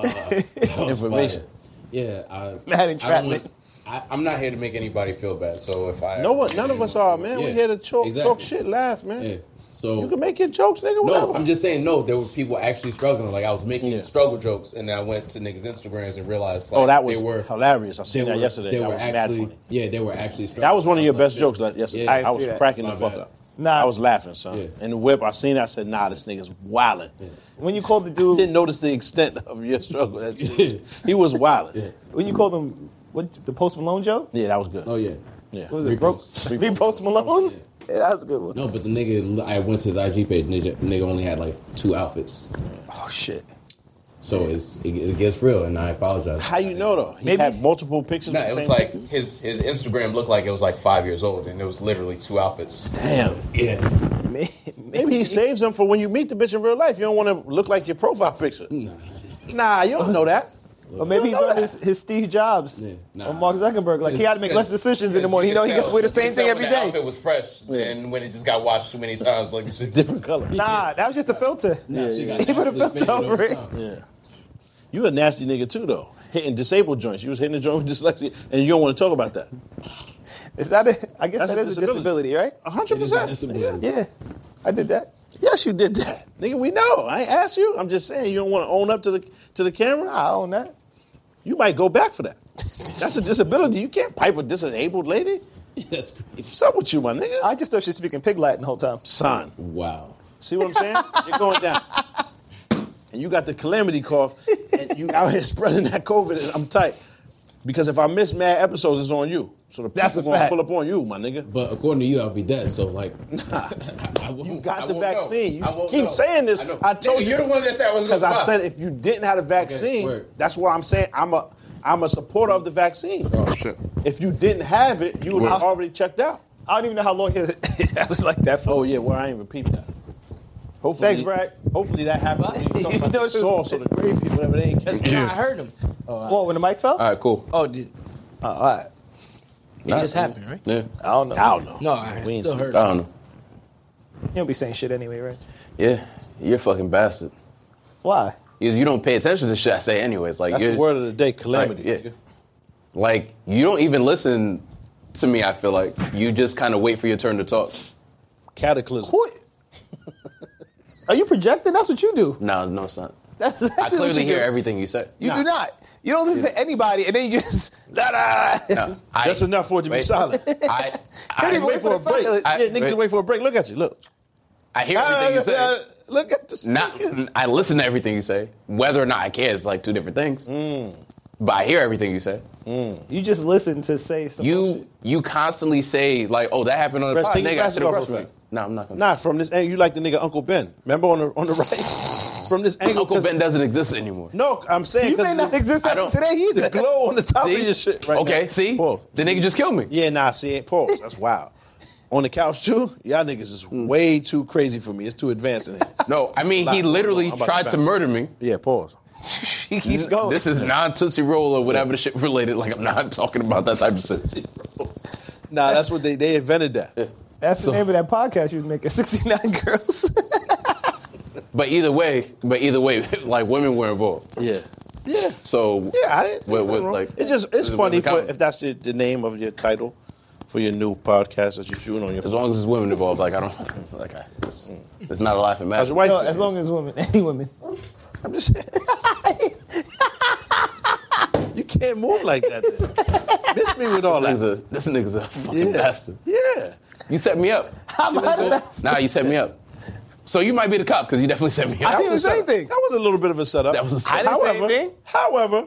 Speaker 3: Information.
Speaker 10: but, Yeah, I,
Speaker 2: Mad
Speaker 10: I don't
Speaker 2: entrapment.
Speaker 10: want, I, I'm not here to make anybody feel bad. So if I
Speaker 3: No one, none of us are, man.
Speaker 10: Yeah,
Speaker 3: We here to talk, talk
Speaker 10: exactly.
Speaker 3: shit, laugh, man.
Speaker 10: Yeah. So
Speaker 3: You can make your jokes, nigga. Whatever.
Speaker 10: No, I'm just saying no. There were people actually struggling. Like I was making struggle jokes, and then I went to niggas' Instagrams and realized like
Speaker 3: oh, that was
Speaker 10: they were
Speaker 3: hilarious. I
Speaker 10: they
Speaker 3: seen that
Speaker 10: were-
Speaker 3: yesterday.
Speaker 10: They
Speaker 3: That
Speaker 10: were
Speaker 3: was mad
Speaker 10: actually
Speaker 3: funny.
Speaker 10: yeah, they were actually struggling.
Speaker 3: That was one of
Speaker 10: I
Speaker 3: your best
Speaker 10: like,
Speaker 3: jokes like, yesterday.
Speaker 10: Yeah.
Speaker 3: I,
Speaker 10: I
Speaker 3: was
Speaker 2: see that.
Speaker 3: cracking the
Speaker 10: My
Speaker 3: fuck
Speaker 10: bad.
Speaker 3: up.
Speaker 2: Nah.
Speaker 3: I was laughing, son.
Speaker 10: Yeah.
Speaker 3: And the whip, I seen that. I said, nah, this nigga's wildin'.
Speaker 2: When you called the dude,
Speaker 3: Didn't notice the extent of your struggle. That shit was-
Speaker 10: [LAUGHS]
Speaker 3: he was wildin'. Yeah.
Speaker 2: when you called him, what, the Post Malone Joe?
Speaker 3: that was good.
Speaker 10: Oh yeah.
Speaker 3: yeah.
Speaker 2: What was it? Broke? [LAUGHS]
Speaker 10: Repost.
Speaker 2: Repost Malone? Yeah, that was a good one.
Speaker 10: No, but the nigga, I went to his IG page. Nigga, nigga only had like two outfits,
Speaker 2: Oh, shit.
Speaker 10: so it's it, it gets real, and I apologize.
Speaker 3: How you know though? He
Speaker 2: Maybe-
Speaker 3: had multiple pictures.
Speaker 10: Nah, it
Speaker 3: with the
Speaker 10: was
Speaker 3: same
Speaker 10: like his his Instagram looked like it was like five years old, and it was literally two outfits.
Speaker 3: damn.
Speaker 10: Yeah,
Speaker 2: May-
Speaker 3: Maybe he saves them for when you meet the bitch in real life. You don't want to look like your profile picture. Nah, you don't know that.
Speaker 2: Or maybe [LAUGHS] he's on his, his Steve Jobs
Speaker 10: Yeah, nah.
Speaker 2: or Mark Zuckerberg. Like, he had to make less decisions in the morning. He know he got to wear the same thing every day.
Speaker 10: It was fresh, and when it just got washed too many times, like it's
Speaker 3: Different color.
Speaker 2: Nah, that was just a filter.
Speaker 3: [LAUGHS]
Speaker 2: He put a filter over it.
Speaker 3: You a nasty nigga too though. Hitting disabled joints. You was hitting the joint with dyslexia, and you don't want to talk about that.
Speaker 2: Is that a, I guess
Speaker 3: That's
Speaker 2: that
Speaker 3: a
Speaker 2: is
Speaker 3: disability.
Speaker 2: a disability, right?
Speaker 3: hundred percent.
Speaker 2: Yeah, I did that.
Speaker 3: Yes, you did that, nigga. We know. I ain't asked you. I'm just saying you don't want to own up to the to the camera.
Speaker 2: I own that.
Speaker 3: You might go back for that. That's a disability. You can't pipe a disabled lady.
Speaker 10: [LAUGHS] That's crazy.
Speaker 3: What's up with you, my nigga?
Speaker 2: I just thought she was speaking pig Latin the whole time.
Speaker 3: Son.
Speaker 10: Wow.
Speaker 3: See what I'm saying? You're going down. And you got the calamity cough, and you out here spreading that COVID, and I'm tight. Because if I miss mad episodes, it's on you. So the
Speaker 2: That's
Speaker 3: people
Speaker 2: a
Speaker 3: gonna
Speaker 2: fact.
Speaker 3: pull up on you, my nigga.
Speaker 10: But according to you, I'll be dead. So like,
Speaker 3: [LAUGHS]
Speaker 10: I won't,
Speaker 3: You got
Speaker 10: I
Speaker 3: the
Speaker 10: won't know.
Speaker 3: vaccine.
Speaker 10: I
Speaker 3: You
Speaker 10: won't
Speaker 3: keep
Speaker 10: know.
Speaker 3: saying this.
Speaker 10: know.
Speaker 3: I, told
Speaker 10: Nigga,
Speaker 3: you.
Speaker 10: You're the one that said I was
Speaker 3: Because
Speaker 10: gonna
Speaker 3: I
Speaker 10: stop.
Speaker 3: said if you didn't have the vaccine,
Speaker 10: word.
Speaker 3: that's why I'm saying I'm a I'm a supporter of the vaccine.
Speaker 10: Oh,
Speaker 4: shit.
Speaker 3: If you didn't have it, you would have already checked out.
Speaker 2: I don't even know how long [LAUGHS] his, that was like that for.
Speaker 3: Oh yeah, well I ain't repeat that. Hopefully,
Speaker 2: Thanks, Brad.
Speaker 3: Hopefully
Speaker 2: [LAUGHS]
Speaker 3: that happened.
Speaker 6: What?
Speaker 3: Talking about the sauce or the gravy, whatever. They ain't catch
Speaker 6: No,
Speaker 3: it.
Speaker 6: I heard him.
Speaker 2: Whoa, when the mic fell?
Speaker 5: All right, cool.
Speaker 6: Oh, did,
Speaker 2: Oh, all right.
Speaker 6: it just happened, right?
Speaker 5: Yeah,
Speaker 2: I don't know.
Speaker 3: I don't know.
Speaker 6: No, I
Speaker 3: We ain't
Speaker 6: still
Speaker 3: seen
Speaker 5: I
Speaker 6: heard. him.
Speaker 5: don't know.
Speaker 2: You don't be saying shit anyway, right?
Speaker 5: Yeah, you're a fucking bastard.
Speaker 2: Why?
Speaker 5: Because you don't pay attention to shit I say, anyways. Like
Speaker 3: That's
Speaker 5: you're,
Speaker 3: the word of the day,
Speaker 5: like,
Speaker 3: calamity.
Speaker 5: yeah.
Speaker 3: nigga.
Speaker 5: like you don't even listen to me. I feel like you just kind of wait for your turn to talk.
Speaker 3: Cataclysm.
Speaker 2: Who? [LAUGHS] Are you projecting? That's what you do.
Speaker 5: No, no, it's not.
Speaker 2: That's
Speaker 5: I
Speaker 2: exactly what
Speaker 5: clearly
Speaker 2: you
Speaker 5: hear
Speaker 2: do.
Speaker 5: everything you say.
Speaker 2: You do not. You don't listen to anybody, and then you just. [LAUGHS] Da, da, da.
Speaker 5: No, I-
Speaker 3: Just enough for it to be
Speaker 5: wait.
Speaker 3: solid. [LAUGHS]
Speaker 5: I,
Speaker 2: [LAUGHS] They
Speaker 5: I,
Speaker 2: didn't wait
Speaker 3: Wait for a
Speaker 2: the
Speaker 3: break.
Speaker 2: silence.
Speaker 5: I-
Speaker 3: yeah, niggas
Speaker 5: wait.
Speaker 3: wait for a break. Look at you. Look.
Speaker 5: I
Speaker 3: [LAUGHS]
Speaker 5: hear everything you say.
Speaker 3: Uh, look at this.
Speaker 5: not I listen to everything you say. Whether or not I care is like two different things.
Speaker 3: Hmm.
Speaker 5: But I hear everything you say.
Speaker 2: You just listen to say something.
Speaker 5: You you constantly say like, "Oh, that happened on the
Speaker 3: Rest,
Speaker 5: pod.
Speaker 3: take your
Speaker 5: Nigga, I
Speaker 3: glasses
Speaker 5: should have
Speaker 3: off
Speaker 5: brushed
Speaker 3: real
Speaker 5: me."
Speaker 3: quick.
Speaker 5: No, I'm not gonna.
Speaker 3: Nah, from this angle, you like the nigga Uncle Ben. Remember on the on the
Speaker 2: [LAUGHS]
Speaker 3: right? From this angle,
Speaker 5: Uncle
Speaker 3: 'cause-
Speaker 5: Ben doesn't
Speaker 3: [LAUGHS]
Speaker 5: exist anymore.
Speaker 3: No, I'm saying
Speaker 2: You may
Speaker 3: 'cause
Speaker 2: not
Speaker 3: the-
Speaker 2: exist
Speaker 5: I
Speaker 2: after
Speaker 5: don't-
Speaker 2: today either.
Speaker 3: the glow on the top
Speaker 5: See?
Speaker 3: of your shit right
Speaker 5: okay,
Speaker 3: now.
Speaker 5: see?
Speaker 3: Pause.
Speaker 5: The nigga just killed me.
Speaker 3: Yeah, nah, see it. Pause. That's wild. On the couch too, y'all niggas is way too crazy for me. It's too advanced in here.
Speaker 5: Hmm. No, I mean
Speaker 3: Lie.
Speaker 5: he literally
Speaker 3: I'm about to Oh,
Speaker 5: tried to
Speaker 3: bounce.
Speaker 5: murder me.
Speaker 3: Yeah,
Speaker 5: [LAUGHS]
Speaker 3: pause.
Speaker 2: He keeps going.
Speaker 5: This is non Tootsie Roll or whatever the shit related. Like I'm not [LAUGHS] talking about that type
Speaker 3: [LAUGHS]
Speaker 5: of shit.
Speaker 3: Nah, that's what they they invented that.
Speaker 2: That's the name of that podcast you was making. Sixty nine girls.
Speaker 5: But either way, but either way, [LAUGHS] like women were involved.
Speaker 3: [LAUGHS] Yeah. Yeah.
Speaker 5: So
Speaker 3: Yeah, I didn't.
Speaker 5: What-
Speaker 3: there's nothing
Speaker 5: what,
Speaker 3: wrong.
Speaker 5: like-
Speaker 3: it just it's
Speaker 5: It was
Speaker 3: funny
Speaker 5: a
Speaker 3: for,
Speaker 5: comment.
Speaker 3: if that's the, the name of your title for your new podcast that you're shooting on your
Speaker 5: as
Speaker 3: phone.
Speaker 5: long as there's women involved, like I don't like I, it's, it's not a laughing matter.
Speaker 3: As your wife,
Speaker 2: No, as long as women, [LAUGHS] any women.
Speaker 3: I'm just [LAUGHS] you can't move like that. [LAUGHS] Then. Miss me with all
Speaker 5: This nigga's
Speaker 3: that.
Speaker 5: a, this nigga's a fucking
Speaker 3: Yeah.
Speaker 5: bastard.
Speaker 3: yeah.
Speaker 5: You set me up.
Speaker 6: [LAUGHS]
Speaker 2: I'm
Speaker 5: See, that's
Speaker 2: not a
Speaker 5: cool.
Speaker 2: bastard.
Speaker 5: Nah, you set me up. So you might be the cop because you definitely sent me.
Speaker 3: That was a setup.
Speaker 5: thing.
Speaker 3: That was a little bit of a setup.
Speaker 5: That was a I
Speaker 2: didn't
Speaker 5: setup.
Speaker 2: say
Speaker 3: however,
Speaker 2: anything.
Speaker 3: However,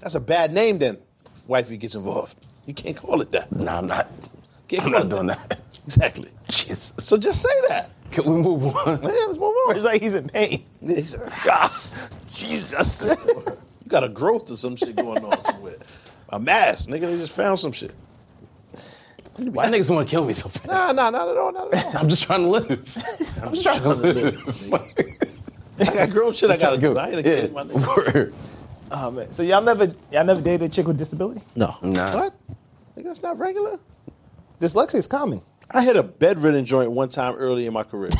Speaker 3: that's a bad name. Then, wifey gets involved. You can't call it that.
Speaker 5: No, I'm not.
Speaker 3: Can't
Speaker 5: I'm
Speaker 3: call it
Speaker 5: not doing that. [LAUGHS]
Speaker 3: Exactly.
Speaker 5: Jesus.
Speaker 3: So just say that.
Speaker 5: Can we move on?
Speaker 3: Yeah, let's move on.
Speaker 2: It's like he's in pain.
Speaker 3: He's like, [LAUGHS] God, Jesus. you got a growth or some shit going on somewhere. A mass, nigga. They just found some shit.
Speaker 5: Why niggas want to kill me so fast?
Speaker 3: Nah, nah, not at all, not at all.
Speaker 5: I'm just trying to live. I'm just trying to live. [LAUGHS]
Speaker 3: I got grown shit I gotta do. I ain't a kid, my nigga.
Speaker 5: Word.
Speaker 2: Oh man. So y'all never y'all never dated a chick with disability?
Speaker 3: No.
Speaker 5: Nah.
Speaker 3: What? Nigga, that's not regular.
Speaker 2: Dyslexia is common.
Speaker 3: I hit a bedridden joint one time early in my career.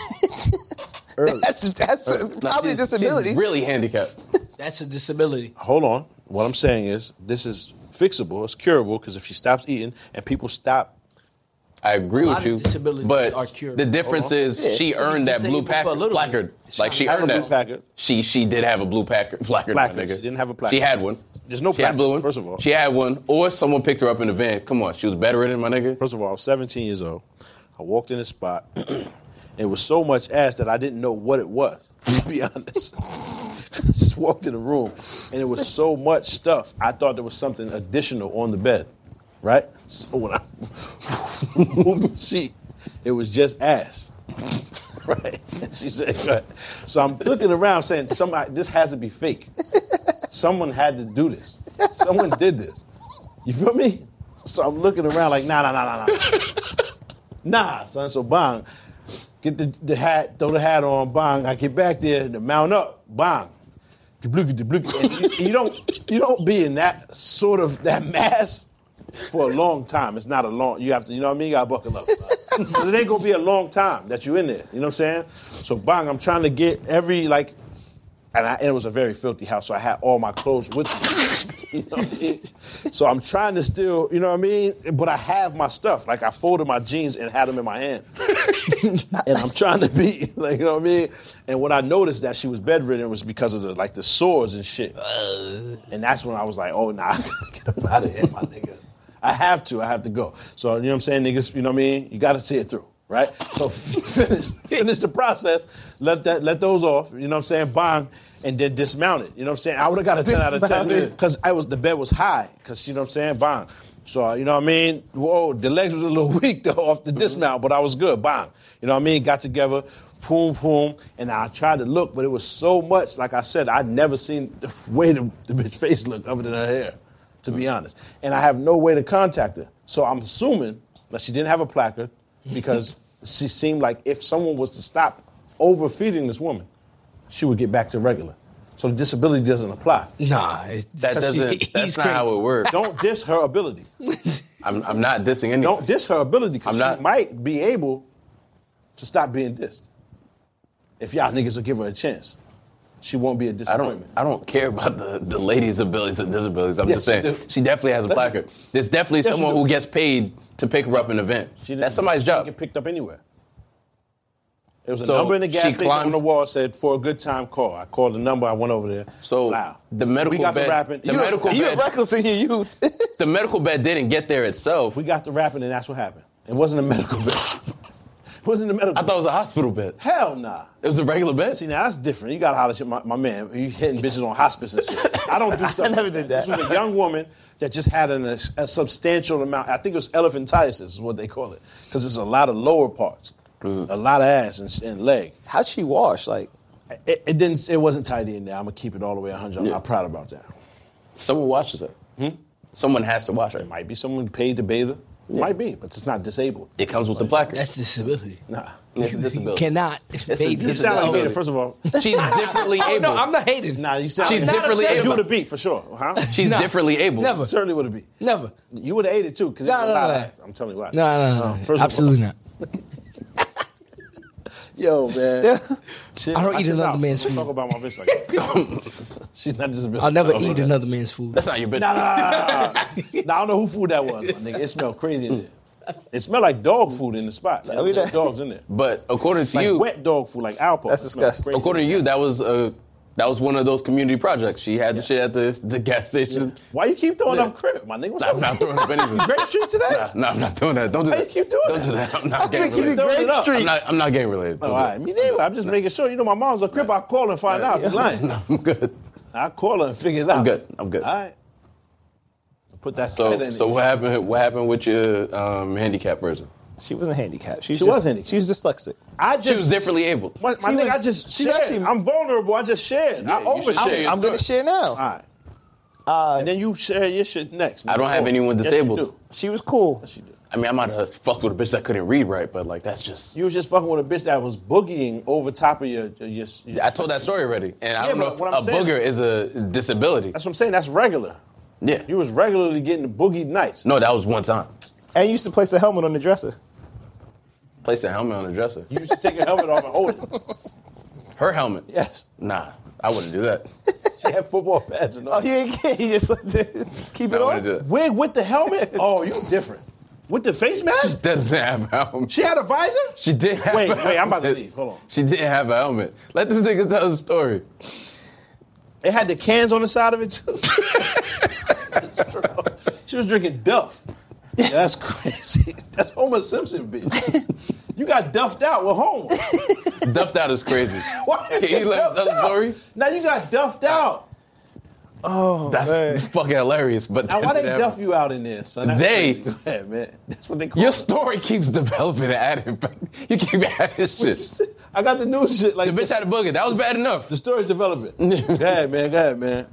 Speaker 3: early.
Speaker 2: That's that's
Speaker 5: Nah,
Speaker 2: probably a
Speaker 5: Uh, she's-
Speaker 2: disability.
Speaker 5: she's really handicapped.
Speaker 6: That's a disability.
Speaker 3: Hold on. What I'm saying is this is fixable, it's curable, because if she stops eating and people stop
Speaker 5: I agree
Speaker 6: lot
Speaker 5: with
Speaker 6: of
Speaker 5: you,
Speaker 6: disabilities
Speaker 5: but
Speaker 6: are curable.
Speaker 5: the difference is she earned that blue
Speaker 6: disabled for a
Speaker 5: packer,
Speaker 6: little bit.
Speaker 5: placard.
Speaker 6: She
Speaker 5: Like she
Speaker 6: had a
Speaker 5: earned
Speaker 3: blue
Speaker 5: that.
Speaker 3: placard.
Speaker 5: She she did have a blue [LAUGHS] packer, placard. my
Speaker 3: Placard.
Speaker 5: nigga.
Speaker 3: She didn't have a placard.
Speaker 5: She had one.
Speaker 3: There's no
Speaker 5: she had a blue
Speaker 3: placard,
Speaker 5: one.
Speaker 3: first of all.
Speaker 5: she had one, or someone picked her up in the van. Come on, she was bedridden, my nigga.
Speaker 3: First of all, I was 17 years old. I walked in this spot. [CLEARS THROAT] it was so much ass that I didn't know what it was, [LAUGHS] to be honest. [LAUGHS] Just walked in the room, and it was so much stuff. I thought there was something additional on the bed, right? So when I [LAUGHS] moved the sheet, it was just ass. [LAUGHS] Right? [LAUGHS] She said, right. so I'm looking around saying, somebody, this has to be fake. Someone had to do this. Someone did this. You feel me? So I'm looking around like, nah, nah, nah, nah, nah. nah, son, so bang. Get the, the hat, throw the hat on, bang. I get back there, the mount up, bang. Dubluka, dubluka. And You, you don't you don't be in that sort of that mass for a long time. It's not a long you have to, you know what I mean? You gotta buckle up. [LAUGHS] Because it ain't gonna be a long time that you in there. You know what I'm saying? So bang, I'm trying to get every like and, I, and it was a very filthy house, so I had all my clothes with me. [LAUGHS] You know what I mean? So I'm trying to still, you know what I mean? But I have my stuff. Like I folded my jeans and had them in my hand. [LAUGHS] and I'm trying to be, like, you know what I mean? And what I noticed that she was bedridden was because of the like the sores and shit. And that's when I was like, oh nah, [LAUGHS] I gotta get up out of here, my nigga. I have to, I have to go. So you know what I'm saying, niggas, you know what I mean? You gotta see it through, right? So [LAUGHS] finish finish the process, let that let those off, you know what I'm saying, bond, and then dismount it. You know what I'm saying? I would have got a 10 out of 10 because I was the bed was high, because you know what I'm saying, bond. So uh, you know what I mean? Whoa, the legs was a little [LAUGHS] weak though off the dismount, but I was good. Bang. You know what I mean? Got together, boom, boom, and I tried to look, but it was so much. Like I said, I'd never seen the [LAUGHS] way the, the bitch face looked other than her hair, to be honest. And I have no way to contact her, so I'm assuming that she didn't have a placard because she seemed like if someone was to stop overfeeding this woman, she would get back to regular. So the disability doesn't apply.
Speaker 6: Nah, it, [LAUGHS]
Speaker 3: [LAUGHS]
Speaker 5: That doesn't. That's not how it works.
Speaker 3: Don't diss her ability.
Speaker 5: I'm, I'm not dissing anyone.
Speaker 3: don't diss her ability because
Speaker 5: I'm
Speaker 3: she
Speaker 5: not-
Speaker 3: might be able to stop being dissed. If y'all niggas will give her a chance, she won't be a
Speaker 5: I don't.
Speaker 3: disappointment.
Speaker 5: I don't care about the, the lady's abilities and disabilities. I'm
Speaker 3: Yes,
Speaker 5: just saying
Speaker 3: you do.
Speaker 5: she definitely has a
Speaker 3: Yes, you
Speaker 5: placard.
Speaker 3: do.
Speaker 5: There's definitely
Speaker 3: Yes, you
Speaker 5: someone
Speaker 3: do.
Speaker 5: who gets paid to pick her up in an event.
Speaker 3: She didn't-
Speaker 5: That's somebody's
Speaker 3: she didn't
Speaker 5: job.
Speaker 3: Get picked up anywhere. It was a
Speaker 5: So
Speaker 3: number in the
Speaker 5: she
Speaker 3: gas station
Speaker 5: climbed-
Speaker 3: on the wall said for a good time call. I called the number. I went over there.
Speaker 5: So
Speaker 3: Wow.
Speaker 5: the medical
Speaker 3: we got
Speaker 5: bed-
Speaker 3: the rapping.
Speaker 5: the
Speaker 3: You-
Speaker 5: medical
Speaker 3: you-
Speaker 5: bed-
Speaker 2: reckless in your youth.
Speaker 5: the medical bed didn't get there itself.
Speaker 3: We got the rapping, and that's what happened. It wasn't a medical bed. [LAUGHS] it wasn't a medical.
Speaker 5: I thought it was a hospital bed.
Speaker 3: Hell nah.
Speaker 5: It was a regular bed.
Speaker 3: See, now that's different. You gotta holler shit, my, my man. You hitting bitches on hospice and shit. [LAUGHS] I don't do stuff. I never did that. This was a young woman that just had an, a, substantial amount. I think it was elephantiasis, is what they call it, because it's a lot of lower parts,
Speaker 5: Mm-hmm.
Speaker 3: a lot of ass and, sh- and leg.
Speaker 2: How'd she wash? Like
Speaker 3: It, it didn't. It wasn't tidy in there. I'm gonna keep it all the way 100. I'm not proud about that.
Speaker 5: Someone watches her. Someone has to watch her.
Speaker 3: It Hmm? might be someone paid to bathe her. It Might be, but it's not disabled.
Speaker 5: It comes with the placard.
Speaker 6: That's disability.
Speaker 5: [LAUGHS]
Speaker 3: Nah.
Speaker 5: It's a
Speaker 6: You
Speaker 5: disability.
Speaker 6: cannot.
Speaker 5: a
Speaker 6: baby.
Speaker 3: You sound like
Speaker 5: Disability.
Speaker 3: me. First of all,
Speaker 5: She's differently
Speaker 6: [LAUGHS] Oh,
Speaker 5: able.
Speaker 6: no, I'm not hating.
Speaker 3: nah. You sound.
Speaker 5: She's
Speaker 3: like
Speaker 5: differently
Speaker 3: You
Speaker 5: able.
Speaker 3: would have beat for sure, huh?
Speaker 5: She's
Speaker 6: Nah.
Speaker 5: differently able.
Speaker 6: Never.
Speaker 3: Certainly would have beat.
Speaker 6: Never.
Speaker 3: You would have ate it too, because
Speaker 6: No,
Speaker 3: it's
Speaker 6: no,
Speaker 3: a lot
Speaker 6: no,
Speaker 3: of
Speaker 6: no.
Speaker 3: ass. I'm telling you why.
Speaker 6: No, no, no.
Speaker 3: Uh,
Speaker 6: no.
Speaker 3: first of all-
Speaker 6: Absolutely not.
Speaker 3: Yo, man. Shit,
Speaker 6: I don't eat
Speaker 3: should
Speaker 6: another
Speaker 3: not
Speaker 6: man's food.
Speaker 3: Talk about my bitch like
Speaker 6: [LAUGHS]
Speaker 3: that. She's not disability.
Speaker 6: I'll never
Speaker 3: Oh,
Speaker 6: eat
Speaker 3: yeah.
Speaker 6: another man's food.
Speaker 5: That's not your
Speaker 3: Nah,
Speaker 5: business.
Speaker 3: nah, nah,
Speaker 6: [LAUGHS]
Speaker 3: nah. Nah, I don't know who food that was, my nigga. It smelled crazy in there. It smelled like dog food in the spot. Like,
Speaker 2: Yeah, we
Speaker 3: there
Speaker 2: done-
Speaker 5: [LAUGHS]
Speaker 3: was dogs in there.
Speaker 5: But according to
Speaker 3: Like
Speaker 5: you,
Speaker 3: wet dog food, like alcohol.
Speaker 2: That's
Speaker 3: It smelled
Speaker 2: disgusting.
Speaker 3: crazy.
Speaker 5: according to you, that was a That was one of those community projects. She had the shit at the, the gas station.
Speaker 3: Why you keep throwing
Speaker 5: Yeah.
Speaker 3: up crib, my nigga? What's
Speaker 5: Nah,
Speaker 3: up?
Speaker 5: [LAUGHS] I'm not throwing
Speaker 3: [LAUGHS]
Speaker 5: up anything.
Speaker 3: You Grape Street today?
Speaker 5: Nah, nah, I'm not doing that. Don't do
Speaker 3: Why
Speaker 5: that.
Speaker 3: you keep doing
Speaker 5: Don't
Speaker 3: that?
Speaker 5: do that. I'm
Speaker 3: [LAUGHS]
Speaker 5: not
Speaker 3: I
Speaker 5: gang
Speaker 3: think he's
Speaker 5: related.
Speaker 3: in Grape Street.
Speaker 5: I'm not, I'm not gang related.
Speaker 3: No,
Speaker 5: Don't
Speaker 3: Oh, all
Speaker 5: do
Speaker 3: right.
Speaker 5: it.
Speaker 3: Me neither. I'm just making sure. You know, my mom's a crib. I'll call her and find out if she's
Speaker 5: [LAUGHS]
Speaker 3: lying.
Speaker 5: No, I'm good.
Speaker 3: I'll call her and figure it out.
Speaker 5: I'm good. I'm good.
Speaker 3: All right. Put that shit
Speaker 5: So,
Speaker 3: in
Speaker 5: so
Speaker 3: there.
Speaker 5: what happened? What happened with your um, handicap person?
Speaker 2: She wasn't handicapped.
Speaker 3: She was handicapped.
Speaker 2: She was dyslexic.
Speaker 3: I
Speaker 5: She was
Speaker 3: just,
Speaker 5: differently able.
Speaker 3: my, my
Speaker 2: she
Speaker 3: nigga,
Speaker 2: was-
Speaker 3: I just
Speaker 2: she's
Speaker 3: shared.
Speaker 2: actually-
Speaker 3: I'm vulnerable. I just shared. I
Speaker 5: you
Speaker 3: over
Speaker 5: should share
Speaker 3: shared.
Speaker 5: your
Speaker 3: All
Speaker 2: I'm gonna share now.
Speaker 3: right. and then you share your shit next.
Speaker 5: I don't have anyone
Speaker 3: Yes,
Speaker 5: disabled.
Speaker 3: you do.
Speaker 2: She was cool.
Speaker 3: Yes, you do.
Speaker 5: I mean, I might have fucked with a bitch that couldn't read right, but like that's just.
Speaker 3: You was just fucking with a bitch that was boogieing over top of your. your, your, your
Speaker 5: I told that story already, and I
Speaker 3: Yeah,
Speaker 5: don't know
Speaker 3: but
Speaker 5: if
Speaker 3: what
Speaker 5: a
Speaker 3: I'm saying-
Speaker 5: booger is a disability.
Speaker 3: That's what I'm saying. That's regular.
Speaker 5: Yeah.
Speaker 3: You was regularly getting boogied nights.
Speaker 5: No, that was one time.
Speaker 2: And you used to place a helmet on the dresser.
Speaker 5: Place a helmet on the dresser.
Speaker 3: You used to take a helmet off and hold it.
Speaker 5: Her helmet.
Speaker 3: Yes.
Speaker 5: Nah, I wouldn't do that. [LAUGHS]
Speaker 3: She had football pads and
Speaker 2: Oh,
Speaker 3: all.
Speaker 2: you ain't [LAUGHS] get. You just let it- [LAUGHS] keep
Speaker 5: I
Speaker 2: it
Speaker 5: wouldn't
Speaker 2: on.
Speaker 5: do that.
Speaker 3: Wig with the helmet? Oh, you different. With the face mask?
Speaker 5: Doesn't have a helmet.
Speaker 3: She had a
Speaker 5: [LAUGHS]
Speaker 3: visor?
Speaker 5: She did have
Speaker 3: Wait,
Speaker 5: a
Speaker 3: wait, I'm about to
Speaker 5: helmet.
Speaker 3: leave. Hold on.
Speaker 5: She didn't have a helmet. Let this nigga tell the story.
Speaker 3: It had the cans on the side of it
Speaker 5: [LAUGHS]
Speaker 3: too. she was drinking Duff. Yeah, that's crazy. That's Homer Simpson, bitch. You got duffed out with Homer.
Speaker 5: Duffed out
Speaker 3: [LAUGHS]
Speaker 5: is crazy.
Speaker 3: Why
Speaker 5: Can you let him
Speaker 3: duffed
Speaker 5: tell the
Speaker 3: out?
Speaker 5: story?
Speaker 3: Now you got duffed out.
Speaker 5: That's
Speaker 2: man.
Speaker 5: fucking hilarious. But
Speaker 3: Now why
Speaker 5: that
Speaker 3: they
Speaker 5: didn't
Speaker 3: duff
Speaker 5: happen.
Speaker 3: you out in there, son? That's
Speaker 5: They-
Speaker 3: crazy. Go ahead, man. That's what they call
Speaker 5: Your
Speaker 3: it.
Speaker 5: story keeps developing and adding. back. You keep [LAUGHS] adding shit.
Speaker 3: I got the new shit. Like
Speaker 5: The bitch had a booger. That was bad enough.
Speaker 3: The story's
Speaker 5: [LAUGHS]
Speaker 3: developing. go ahead, man. Go ahead, man.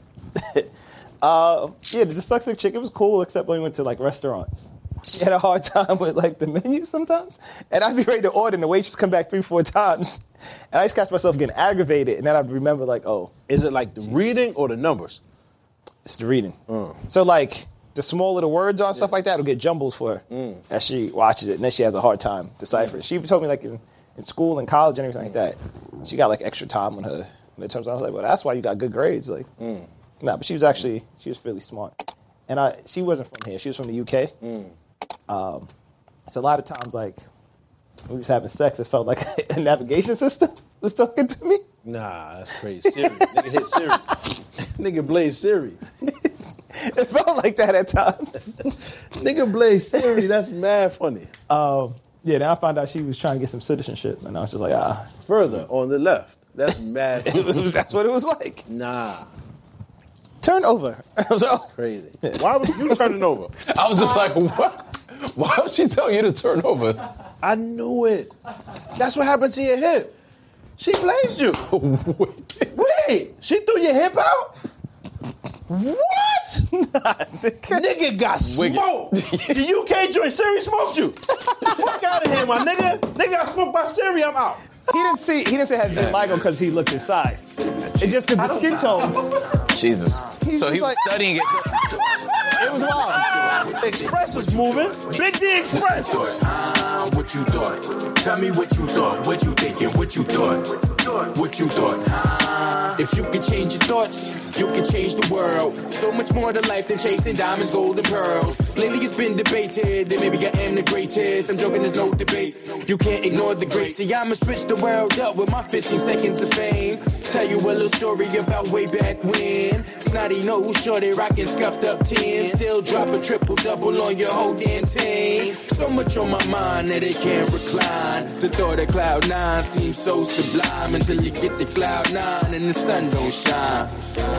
Speaker 2: Uh, yeah, the dyslexic chick. It was cool, except when we went to like restaurants. She had a hard [LAUGHS] time with like the menu sometimes, and I'd be ready to order, and the waitress come back three, four times, and I just catch myself getting aggravated, and then I'd remember like, oh,
Speaker 3: Is it like the reading or the numbers?
Speaker 2: it's the reading. So like the smaller the words are and stuff like that, it'll get jumbled for her as she watches it, and then she has a hard time deciphering. She even told me like in, in school and college and everything like that, she got like extra time on her midterms. I was like, well, that's why you got good grades. Like, nah, but she was actually she was fairly smart, and I she wasn't from here. She was from the UK. Um, so a lot of times like when we was having sex, it felt like [LAUGHS] a navigation system was talking to me. [LAUGHS]
Speaker 3: Nah, that's crazy. Siri. nigga hit Siri. nigga blaze Siri.
Speaker 2: It felt like that at times.
Speaker 3: Nigga blaze Siri. That's mad funny. Uh,
Speaker 2: Um, yeah, then I found out she was trying to get some citizenship, and I was just like, ah,
Speaker 3: Further on the left. That's mad. [LAUGHS]
Speaker 2: It
Speaker 3: funny.
Speaker 2: was- that's what it was like.
Speaker 3: nah,
Speaker 2: Turn over. [LAUGHS] I was like, oh.
Speaker 3: crazy. Why was you turning over?
Speaker 5: I was just like, what? Why would she tell you to turn over? [LAUGHS]
Speaker 3: I knew it. That's what happened to your hip. She blazed you. Wait, she threw your hip out? What? nigga got
Speaker 5: Wiggy.
Speaker 3: smoked. the UK joint, Siri smoked you. The fuck out of here, my nigga. Nigga got smoked by Siri, I'm out.
Speaker 2: he didn't see. He didn't say had vitiligo because he looked inside. It just because the skin tones.
Speaker 5: Jesus.
Speaker 2: He's
Speaker 5: so
Speaker 2: just
Speaker 5: he was
Speaker 2: like-
Speaker 5: studying it.
Speaker 2: It was wild.
Speaker 3: Express is moving. Big D Express.
Speaker 1: thought? Ah, what you thought? Tell me what you thought. What you thinking? What you thought? What you thought? Ah, if you could change your thoughts, you could change the world. So much more to life than chasing diamonds, gold, and pearls. Lately it's been debated that maybe I am the greatest. I'm joking, there's no debate. You can't ignore the great. See, I'ma switch the world up with my 15 seconds of fame. Tell you a little story about way back when. Snotty nose, shorty rockin' scuffed up 10. Still drop a triple double on your whole damn team. So much on my mind that it can't recline. The thought of cloud nine seems so sublime until you get to cloud nine and the sun don't shine.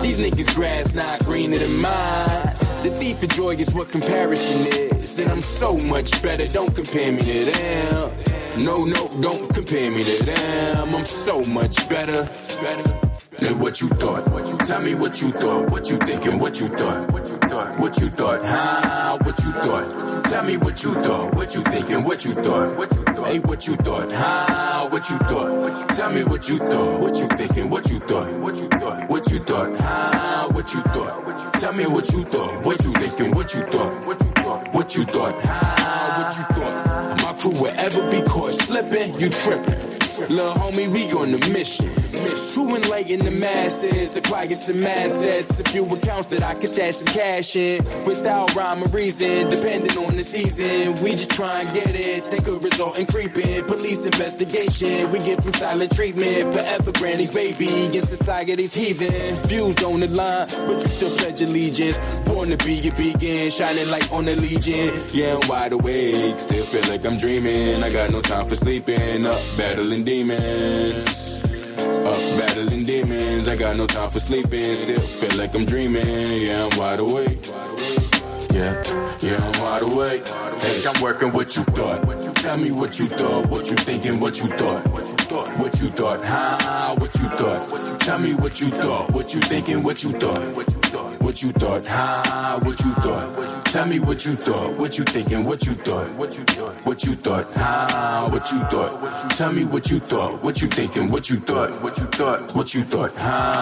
Speaker 1: These niggas grass not greener than mine. The thief of joy is what comparison is. And I'm so much better, don't compare me to them. No, no, don't compare me to them. I'm so much better, better. Now what you thought? What you tell me what you thought? What you thinking? What you thought? What you thought? What you thought? Huh? What you thought? Tell me what you thought? What you thinking? What you thought? What you thought? Hey, what you thought? Huh? What you thought? Tell me what you thought? What you thinking? What you thought? What you thought? What you thought? Huh? What you thought? Tell me what you thought? What you thinking? What you thought? What you thought? What you thought? Huh? What you thought? My crew will ever be caught slipping. You tripping? Lil' homie, we on the mission. To enlighten the masses, acquire some assets. A few accounts that I can stash some cash in without rhyme or reason. Depending on the season, we just try and get it. Think could result in creeping. Police investigation, we give them silent treatment. Forever granny's baby, in society's heathen. Views don't align, but you still pledge allegiance. Born to be a beacon, shining light on the legion. Yeah, I'm wide awake, still feel like I'm dreaming. I got no time for sleeping, up battling demons. Up battling demons, I got no time for sleeping. Still feel like I'm dreaming, yeah, I'm wide awake. Yeah, yeah, I'm wide awake. Hey, I'm working what you thought. Tell me what you thought, what you thinking, what you thought. What you thought, what you thought, huh? What you thought. Tell me what you thought, what you thinking, what you thought. What you thought, what you thought, huh? What you thought. Tell me what you thought, what you thinking, what you thought. What you thought, what you thought, huh? What you thought. Tell me what you thought, what you thinking, what you thought. What you thought, what you thought, huh?